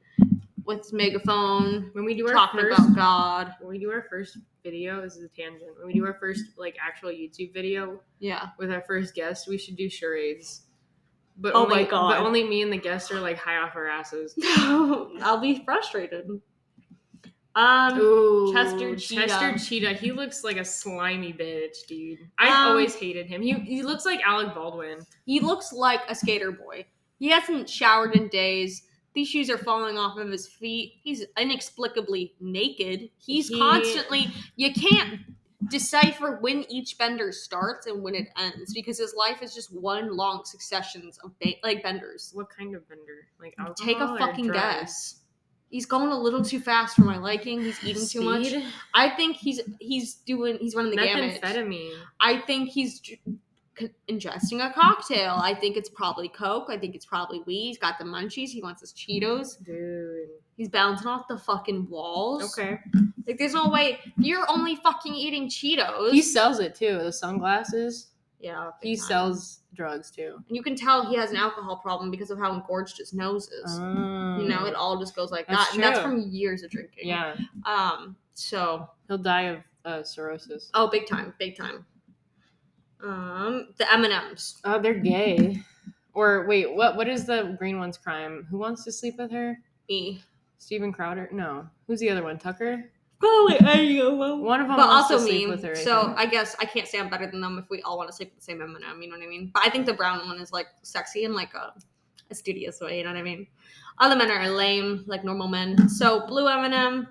Speaker 3: with his megaphone
Speaker 2: When we do our
Speaker 3: talking
Speaker 2: first,
Speaker 3: about God
Speaker 2: when we do our first video, this is a tangent. When we do our first like actual YouTube video
Speaker 3: yeah
Speaker 2: with our first guest, we should do charades. But
Speaker 3: Oh
Speaker 2: only,
Speaker 3: my God.
Speaker 2: But only me and the guest are like high off our asses.
Speaker 3: I'll be frustrated um
Speaker 2: Ooh,
Speaker 3: Chester Cheetah.
Speaker 2: Chester Cheetah. He looks like a slimy bitch, dude. I've
Speaker 3: Um,
Speaker 2: always hated him. He he looks like Alec Baldwin.
Speaker 3: He looks like a skater boy. He hasn't showered in days. These shoes are falling off of his feet. He's inexplicably naked. He's
Speaker 2: He-
Speaker 3: constantly you can't decipher when each bender starts and when it ends because his life is just one long successions of ba- like benders.
Speaker 2: What kind of vendor? Like alcohol
Speaker 3: Take a
Speaker 2: or
Speaker 3: fucking
Speaker 2: drugs?
Speaker 3: guess. He's going a little too fast for my liking. He's eating too much.
Speaker 2: Speed?
Speaker 3: I think he's he's doing he's running the gamut.
Speaker 2: Methamphetamine.
Speaker 3: I think he's dr- con- ingesting a cocktail. I think it's probably Coke. I think it's probably weed. He's got the munchies. He wants his Cheetos.
Speaker 2: Dude.
Speaker 3: He's bouncing off the fucking walls.
Speaker 2: Okay.
Speaker 3: Like, there's no way. You're only fucking eating Cheetos.
Speaker 2: He sells it too. The sunglasses.
Speaker 3: yeah.
Speaker 2: He
Speaker 3: big time.
Speaker 2: sells drugs too.
Speaker 3: And you can tell he has an alcohol problem because of how engorged his nose is.
Speaker 2: Oh.
Speaker 3: you know, it all just goes like
Speaker 2: That's
Speaker 3: that. And that's
Speaker 2: true.
Speaker 3: from years of drinking.
Speaker 2: Yeah.
Speaker 3: Um, so,
Speaker 2: He'll die of uh, cirrhosis.
Speaker 3: oh, big time, big time. Um, the M&Ms.
Speaker 2: Oh, they're gay. Or wait, what? What is the green one's crime? Who wants to sleep with her?
Speaker 3: Me.
Speaker 2: Steven Crowder? No. Who's the other one? Tucker?
Speaker 3: Go away, Ariel.
Speaker 2: One of them
Speaker 3: But
Speaker 2: wants
Speaker 3: also
Speaker 2: to
Speaker 3: me.
Speaker 2: sleep with her. I
Speaker 3: so
Speaker 2: think.
Speaker 3: I guess I can't say I'm better than them if we all want to sleep with the same M&M. You know what I mean? But I think the brown one is like sexy in like a, a studious way. You know what I mean? Other men are lame, like normal men. So blue M&M.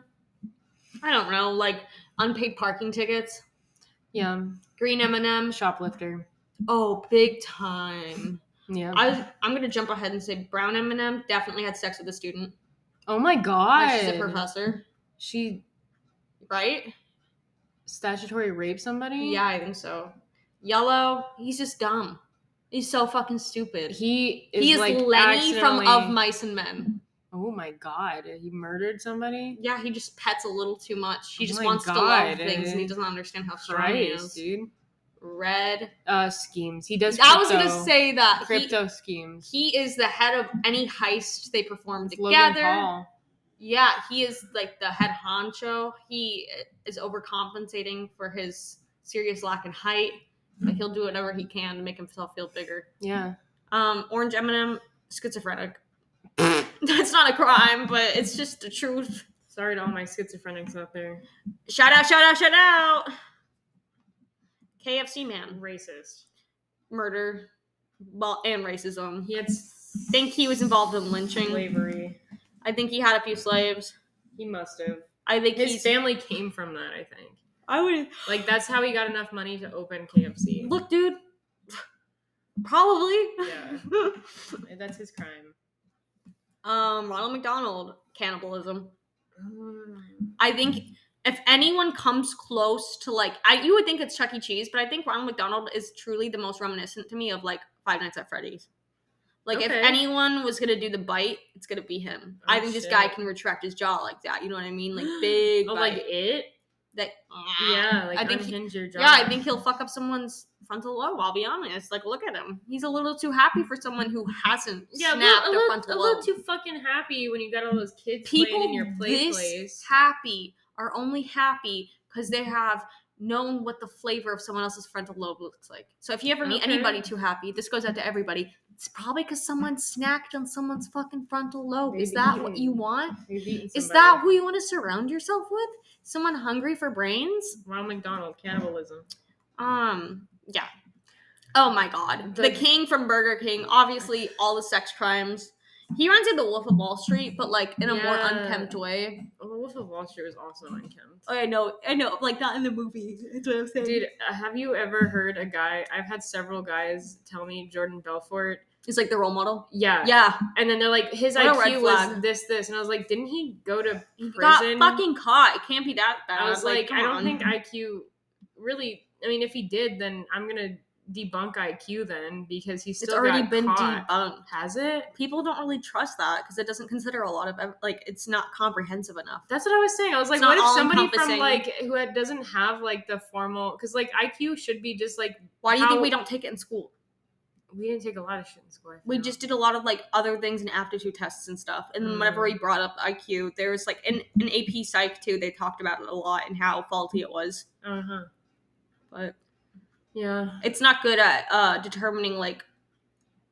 Speaker 3: I don't know, like unpaid parking tickets.
Speaker 2: yeah,
Speaker 3: Green M&M.
Speaker 2: shoplifter.
Speaker 3: Oh, big time.
Speaker 2: Yeah.
Speaker 3: I was, I'm gonna jump ahead and say brown M&M definitely had sex with a student.
Speaker 2: oh my god.
Speaker 3: Like she's a professor,
Speaker 2: She
Speaker 3: right?
Speaker 2: statutory raped somebody.
Speaker 3: Yeah, I think so. Yellow, he's just dumb. He's so fucking stupid. He
Speaker 2: He
Speaker 3: is,
Speaker 2: is, like
Speaker 3: Lenny from Of
Speaker 2: accidentally-
Speaker 3: Mice and Men.
Speaker 2: Oh my god, he murdered somebody.
Speaker 3: Yeah, he just pets a little too much. He
Speaker 2: Oh
Speaker 3: just
Speaker 2: my
Speaker 3: wants to
Speaker 2: God,
Speaker 3: love things, and he
Speaker 2: eh?
Speaker 3: doesn't understand how strong he
Speaker 2: Christ,
Speaker 3: is.
Speaker 2: dude.
Speaker 3: Red.
Speaker 2: Uh, schemes. He does.
Speaker 3: I was gonna
Speaker 2: crypto-
Speaker 3: say that
Speaker 2: crypto schemes.
Speaker 3: He, he is the head of any heist they perform
Speaker 2: Logan
Speaker 3: together.
Speaker 2: Paul.
Speaker 3: Yeah, he is like the head honcho. He is overcompensating for his serious lack in height, but he'll do whatever he can to make himself feel bigger.
Speaker 2: Yeah.
Speaker 3: Um, Orange Eminem, schizophrenic. That's not a crime, but it's just the truth.
Speaker 2: Sorry to all my schizophrenics out there.
Speaker 3: Shout out, shout out, shout out. KFC man,
Speaker 2: racist.
Speaker 3: murder, well, and racism. He
Speaker 2: He had
Speaker 3: think he was involved in lynching.
Speaker 2: slavery.
Speaker 3: I think he had a few slaves.
Speaker 2: He must have.
Speaker 3: I think
Speaker 2: His
Speaker 3: he's.
Speaker 2: family came from that, I think.
Speaker 3: I would
Speaker 2: Like that's how he got enough money to open KFC.
Speaker 3: look, dude. Probably.
Speaker 2: Yeah. That's his crime.
Speaker 3: Um, Ronald McDonald cannibalism.
Speaker 2: Um,
Speaker 3: I think if anyone comes close to like, I you would think it's Chuck E. Cheese, but I think Ronald McDonald is truly the most reminiscent to me of like Five Nights at Freddy's. Like if
Speaker 2: Okay.
Speaker 3: anyone was gonna do the bite, it's gonna be him. I
Speaker 2: Oh,
Speaker 3: think this
Speaker 2: shit.
Speaker 3: guy can retract his jaw like that. You know what I mean? Like big,
Speaker 2: Oh,
Speaker 3: bite.
Speaker 2: like it?
Speaker 3: that.
Speaker 2: Yeah, like
Speaker 3: I
Speaker 2: I
Speaker 3: think he-
Speaker 2: unhinge your jaw.
Speaker 3: Yeah, I think he'll fuck up someone's frontal lobe. I'll be honest. Like, look at him. He's a little too happy for someone who hasn't
Speaker 2: Yeah, a little,
Speaker 3: snapped a,
Speaker 2: a, little, a
Speaker 3: frontal lobe.
Speaker 2: little too fucking happy when you got all those kids
Speaker 3: people
Speaker 2: playing in your play
Speaker 3: this
Speaker 2: place.
Speaker 3: happy are only happy because they have known what the flavor of someone else's frontal lobe looks like. So if you ever meet
Speaker 2: Okay.
Speaker 3: anybody too happy, this goes out to everybody. It's probably because someone snacked on someone's fucking frontal lobe. Is
Speaker 2: Maybe
Speaker 3: that
Speaker 2: you-
Speaker 3: what you want?
Speaker 2: You've eaten
Speaker 3: Is
Speaker 2: somebody.
Speaker 3: that who you want to surround yourself with? Someone hungry for brains?
Speaker 2: Ronald McDonald cannibalism?
Speaker 3: Um, yeah. Oh my god. The,
Speaker 2: The-
Speaker 3: king from Burger King, obviously all the sex crimes. He runs into the Wolf of Wall Street, but like in a more
Speaker 2: Yeah.
Speaker 3: unkempt way.
Speaker 2: Oh, the Wolf of Wall Street was also unkempt.
Speaker 3: I know, I know, like not in the movie. That's what I'm saying.
Speaker 2: Dude, uh, have you ever heard a guy? I've had several guys tell me Jordan Belfort.
Speaker 3: he's like the role model.
Speaker 2: Yeah,
Speaker 3: Yeah,
Speaker 2: And then they're like, his
Speaker 3: What a red
Speaker 2: IQ
Speaker 3: flag.
Speaker 2: was this, this, and I was like, didn't he go to
Speaker 3: he
Speaker 2: Prison.
Speaker 3: got fucking caught. It can't be that bad.
Speaker 2: I was like,
Speaker 3: come
Speaker 2: I don't
Speaker 3: on.
Speaker 2: think IQ really. I mean, if he did, then I'm gonna debunk IQ then because he's
Speaker 3: it's
Speaker 2: still
Speaker 3: already
Speaker 2: got
Speaker 3: been
Speaker 2: caught.
Speaker 3: debunked.
Speaker 2: Has it?
Speaker 3: People don't really trust that because it doesn't consider a lot of ev- like it's not comprehensive enough.
Speaker 2: That's what I was saying. I was like,
Speaker 3: It's not
Speaker 2: what if somebody
Speaker 3: all-encompassing.
Speaker 2: from like who had- doesn't have like the formal because like IQ should be just like
Speaker 3: Why do you think
Speaker 2: How-
Speaker 3: we don't take it in school?
Speaker 2: we didn't take a lot of shit in school. I
Speaker 3: We
Speaker 2: feel.
Speaker 3: just did a lot of like other things and aptitude tests and stuff. And then whenever
Speaker 2: Mm.
Speaker 3: we brought up IQ, there was like in an AP Psych too. They talked about it a lot and how faulty it was.
Speaker 2: uh huh
Speaker 3: But
Speaker 2: yeah
Speaker 3: it's not good at uh determining like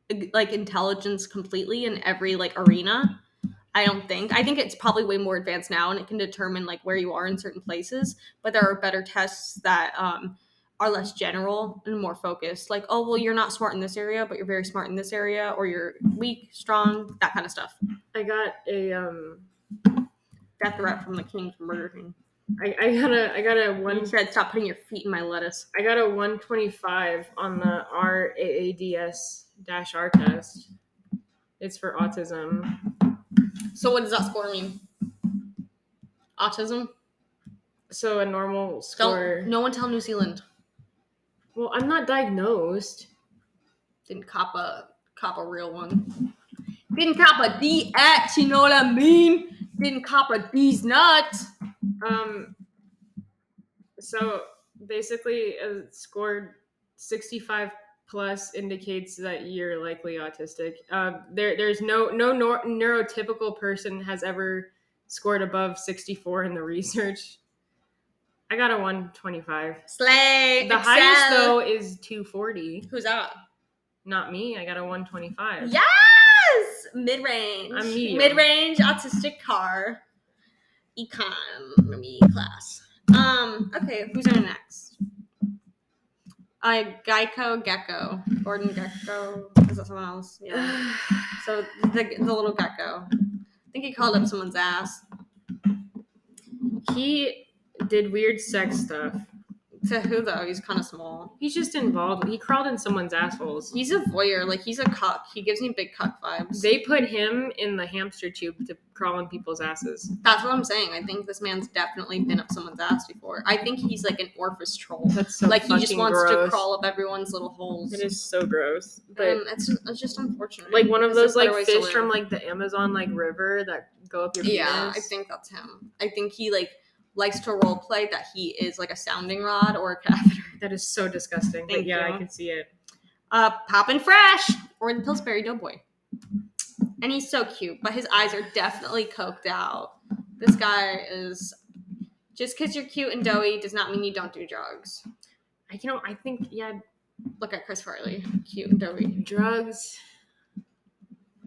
Speaker 3: ig- like intelligence completely in every like arena i don't think i think it's probably way more advanced now and it can determine like where you are in certain places but there are better tests that um are less general and more focused like oh well you're not smart in this area but you're very smart in this area or you're weak strong that kind of stuff
Speaker 2: I got a um
Speaker 3: death threat from the king from burger king
Speaker 2: I, I got a I got a one
Speaker 3: he said stop putting your feet in my lettuce
Speaker 2: I got a 125 on the RAADS dash R test. It's for autism.
Speaker 3: so what does that score mean autism
Speaker 2: So a normal score.
Speaker 3: don't no one tell new zealand
Speaker 2: Well, I'm not diagnosed.
Speaker 3: Didn't cop a cop a real one. Didn't cop a D at, you know what I mean? Didn't cop a D's nuts.
Speaker 2: Um. So basically, a score 65 plus indicates that you're likely autistic. Uh, there, there's no no nor- neurotypical person has ever scored above 64 in the research. I got a 125.
Speaker 3: Slay.
Speaker 2: The highest though is 240.
Speaker 3: Who's out?
Speaker 2: Not me. I got a 125.
Speaker 3: Yes! Mid range.
Speaker 2: I'm medium.
Speaker 3: Mid range autistic car. economy class. Um, okay, who's our next? I Geico Gecko. Gordon Gecko. Is that someone else? Yeah. So the, the little gecko. I think he called up someone's ass
Speaker 2: He did weird sex stuff.
Speaker 3: to who though? He's kind of small.
Speaker 2: He's just involved. He crawled in someone's assholes.
Speaker 3: He's a voyeur. Like he's a cuck. He gives me big cuck vibes.
Speaker 2: They put him in the hamster tube to crawl in people's asses.
Speaker 3: That's what I'm saying. I think this man's definitely been up someone's ass before. I think he's like an Orphis troll.
Speaker 2: That's so
Speaker 3: like he just
Speaker 2: fucking
Speaker 3: wants to
Speaker 2: gross.
Speaker 3: crawl up everyone's little holes.
Speaker 2: It is so gross. But
Speaker 3: um, it's, it's just unfortunate.
Speaker 2: like one of
Speaker 3: There's
Speaker 2: those
Speaker 3: better
Speaker 2: like
Speaker 3: ways to
Speaker 2: fish
Speaker 3: live.
Speaker 2: from like the Amazon like river that go up your penis.
Speaker 3: yeah, I think that's him. I think he like likes to role play that he is like a sounding rod or a catheter.
Speaker 2: that is so disgusting. but
Speaker 3: Thank
Speaker 2: yeah,
Speaker 3: you.
Speaker 2: I can see it.
Speaker 3: Uh, Poppin' Fresh or the Pillsbury Doughboy. And he's so cute, but his eyes are definitely coked out. This guy is just because you're cute and doughy does not mean you don't do drugs.
Speaker 2: I you know I think yeah,
Speaker 3: Look at Chris Farley, cute and doughy.
Speaker 2: drugs.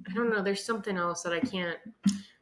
Speaker 2: I don't know. There's something else that I can't.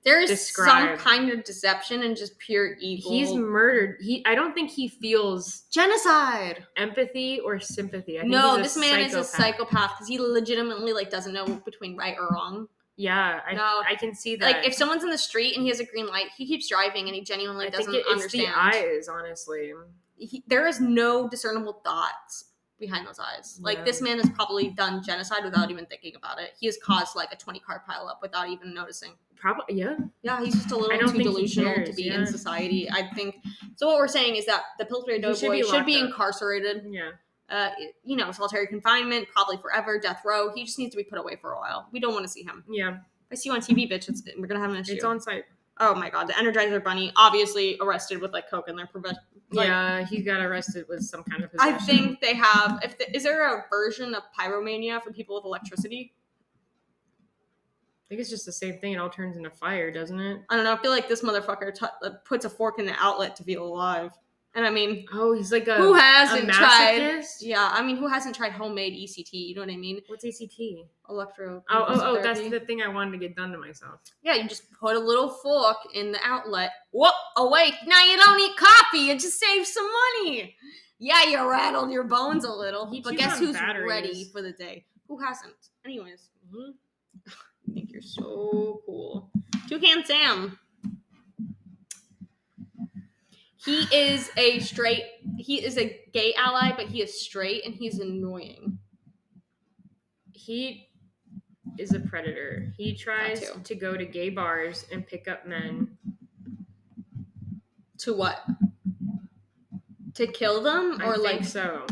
Speaker 3: There is
Speaker 2: Describe.
Speaker 3: some kind of deception and just pure evil.
Speaker 2: He's murdered. He. I don't think he feels
Speaker 3: genocide.
Speaker 2: empathy or sympathy. I think
Speaker 3: No,
Speaker 2: he's
Speaker 3: this
Speaker 2: a
Speaker 3: man is a
Speaker 2: psychopath.
Speaker 3: psychopath because he legitimately like doesn't know between right or wrong.
Speaker 2: Yeah, I,
Speaker 3: No.
Speaker 2: I can see that.
Speaker 3: Like if someone's in the street and he has a green light, he keeps driving and he genuinely
Speaker 2: I think
Speaker 3: doesn't
Speaker 2: it, it's
Speaker 3: understand.
Speaker 2: the eyes, honestly.
Speaker 3: He, there is no discernible thoughts behind those eyes. Like
Speaker 2: No.
Speaker 3: this man has probably done genocide without even thinking about it. He has caused like a twenty car pileup without even noticing.
Speaker 2: Probably yeah.
Speaker 3: Yeah, he's just a little
Speaker 2: I don't
Speaker 3: too
Speaker 2: think he
Speaker 3: delusional to
Speaker 2: cares,
Speaker 3: be
Speaker 2: yeah.
Speaker 3: in society. I think so. What we're saying is that the Pillsbury
Speaker 2: He
Speaker 3: Doughboy
Speaker 2: should
Speaker 3: should
Speaker 2: be
Speaker 3: be,
Speaker 2: locked up.
Speaker 3: incarcerated.
Speaker 2: Yeah.
Speaker 3: uh, you know, solitary confinement, probably forever, death row. He just needs to be put away for a while. We don't want to see him.
Speaker 2: Yeah.
Speaker 3: If I see you on TV, bitch. It's, we're gonna have an issue.
Speaker 2: It's on site.
Speaker 3: oh my god, the Energizer Bunny, obviously arrested with like coke in their possession. Like-
Speaker 2: yeah, he got arrested with some kind of
Speaker 3: I
Speaker 2: possession.
Speaker 3: think they have. If the, is there a version of pyromania for people with electricity?
Speaker 2: I think it's just the same thing. It all turns into fire, doesn't it?
Speaker 3: I don't know. I feel like this motherfucker t- uh, puts a fork in the outlet to feel alive. And I mean,
Speaker 2: Oh, he's like a,
Speaker 3: who
Speaker 2: a
Speaker 3: hasn't tried?
Speaker 2: masochist.
Speaker 3: Yeah, I mean, who hasn't tried homemade ECT? You know what I mean?
Speaker 2: What's ACT?
Speaker 3: Electro.
Speaker 2: Oh, oh, oh, that's
Speaker 3: therapy.
Speaker 2: the thing I wanted to get done to myself.
Speaker 3: Yeah, you just put a little fork in the outlet. Whoop, awake. Now you don't need coffee. It just saves some money. Yeah, you rattled your bones a little.
Speaker 2: He
Speaker 3: but
Speaker 2: chews
Speaker 3: guess
Speaker 2: on
Speaker 3: who's
Speaker 2: batteries. Mm-hmm.
Speaker 3: ready for the day? Who hasn't? Anyways, I think you're so Oh, cool. Toucan Sam. He is a straight, he is a gay ally, but he is straight and he's annoying.
Speaker 2: He is a predator. He tries
Speaker 3: too.
Speaker 2: to go to gay bars and pick up men.
Speaker 3: To what? To kill them?
Speaker 2: I
Speaker 3: Or
Speaker 2: think
Speaker 3: like
Speaker 2: so.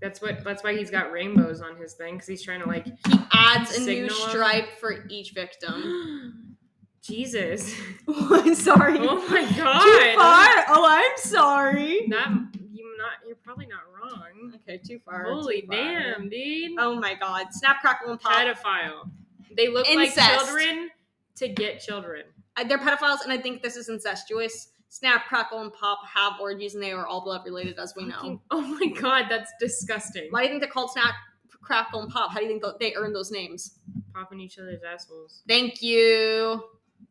Speaker 2: That's what. That's why he's got rainbows on his thing because he's trying to like.
Speaker 3: He adds a new
Speaker 2: Signal 'em.
Speaker 3: stripe for each victim.
Speaker 2: Jesus.
Speaker 3: I'm sorry.
Speaker 2: Oh my god.
Speaker 3: Oh, I'm sorry.
Speaker 2: That you not. You're probably not wrong.
Speaker 3: Okay, too far.
Speaker 2: Holy
Speaker 3: too far.
Speaker 2: damn, dude.
Speaker 3: Oh my god. Snap, crackle, and pop.
Speaker 2: pedophile. They look like
Speaker 3: Incest.
Speaker 2: children to get children.
Speaker 3: Uh, They're pedophiles, and I think this is incestuous. Snap, crackle, and pop have orgies, and they are all blood related, as we know.
Speaker 2: Oh my god, that's disgusting.
Speaker 3: Why do you think they're called Snap, Crackle, and Pop? How do you think th- they earned those names?
Speaker 2: Popping each other's assholes.
Speaker 3: Thank you.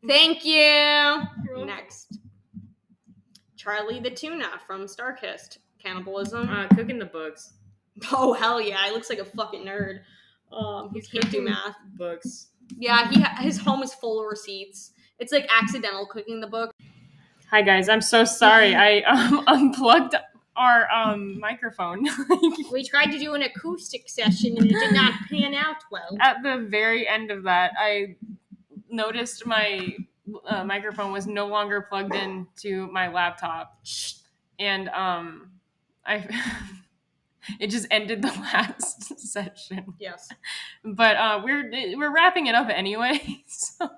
Speaker 3: Thank you. Next. Charlie the Tuna from Starkist. Cannibalism.
Speaker 2: Uh, cooking the books.
Speaker 3: Oh hell yeah! He looks like a fucking nerd. Um, he
Speaker 2: He's
Speaker 3: can't do
Speaker 2: cooking-
Speaker 3: math.
Speaker 2: Books.
Speaker 3: Yeah, he ha- his home is full of receipts. It's like accidental cooking the book.
Speaker 2: Hi guys, I'm so sorry. I um, unplugged our um, microphone
Speaker 3: We tried to do an acoustic session and it did not pan out well.
Speaker 2: at the very end of that. I noticed my uh, microphone was no longer plugged in to my laptop, and um, I it just ended the last session.
Speaker 3: Yes,
Speaker 2: but uh, we're we're wrapping it up anyway. So.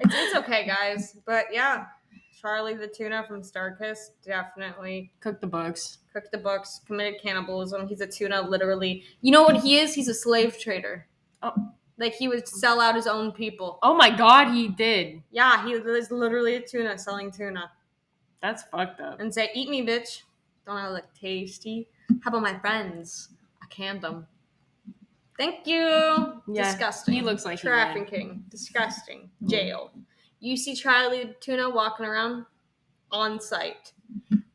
Speaker 3: it's, it's okay, guys. But yeah, Charlie the tuna from Starkist definitely
Speaker 2: Cook the books.
Speaker 3: cooked the books, committed cannibalism. He's a tuna, literally. You know what he is? He's a slave trader.
Speaker 2: Oh.
Speaker 3: Like he would sell out his own people.
Speaker 2: Oh my god, he did.
Speaker 3: Yeah, he is literally a tuna selling tuna.
Speaker 2: That's fucked up.
Speaker 3: and say, "Eat me, bitch." Don't I look tasty? How about my friends? I canned them. Thank you.
Speaker 2: Yeah,
Speaker 3: Disgusting.
Speaker 2: he looks like he
Speaker 3: trafficking. Disgusting. Jail. You see Charlie Tuna walking around on site.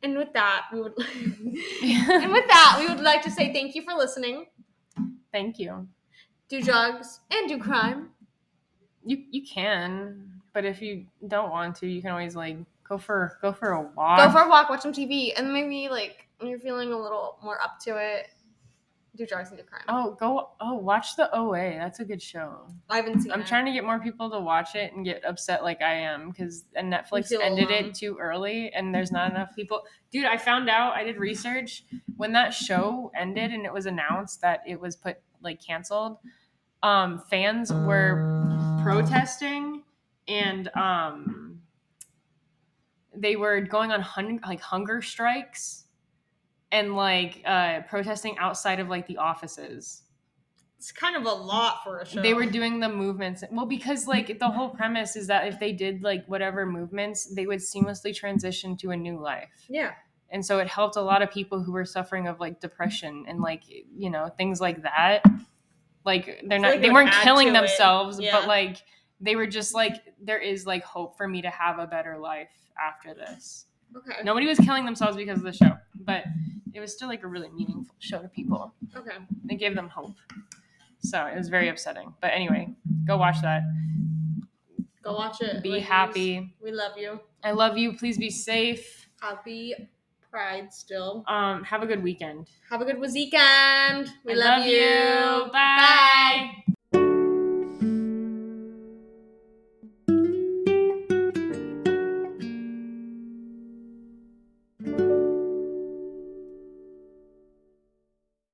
Speaker 3: And with that, we would and with that, we would like to say thank you for listening.
Speaker 2: Thank you.
Speaker 3: Do drugs and do crime.
Speaker 2: You you can, but if you don't want to, you can always like go for go for a walk.
Speaker 3: Go for a walk, watch some TV, and maybe like when you're feeling a little more up to it, do drugs and do crime.
Speaker 2: Oh, go! Oh, watch the OA. That's a good show.
Speaker 3: I haven't seen.
Speaker 2: I'm
Speaker 3: it.
Speaker 2: trying to get more people to watch it and get upset like I am because Netflix
Speaker 3: feel
Speaker 2: ended
Speaker 3: alone.
Speaker 2: it too early and there's not enough people. Dude, I found out I did research when that show ended and it was announced that it was put like canceled. Um, fans
Speaker 3: Uh.
Speaker 2: were protesting and um, they were going on hun- like hunger strikes and like uh, protesting outside of like the offices
Speaker 3: It's kind of a lot for a show.
Speaker 2: they were doing the movements well because like the whole premise is that if they did like whatever movements they would seamlessly transition to a new life
Speaker 3: yeah.
Speaker 2: and so it helped a lot of people who were suffering of like depression and like you know things like that like they're
Speaker 3: feel
Speaker 2: not
Speaker 3: like
Speaker 2: they
Speaker 3: it would
Speaker 2: weren't
Speaker 3: add
Speaker 2: killing
Speaker 3: to it.
Speaker 2: themselves
Speaker 3: Yeah.
Speaker 2: but like they were just like there is like hope for me to have a better life after this
Speaker 3: Okay.
Speaker 2: nobody was killing themselves because of the show but it was still like a really meaningful show to people
Speaker 3: Okay.
Speaker 2: it gave them hope. So it was very upsetting. But anyway, go watch that.
Speaker 3: Go watch it.
Speaker 2: Mm-hmm. Be
Speaker 3: ladies.
Speaker 2: happy.
Speaker 3: We love you.
Speaker 2: I love you. Please be safe.
Speaker 3: Happy Pride still.
Speaker 2: Um, have a good weekend.
Speaker 3: Have a good weekend. We
Speaker 2: I
Speaker 3: love, you.
Speaker 2: Bye.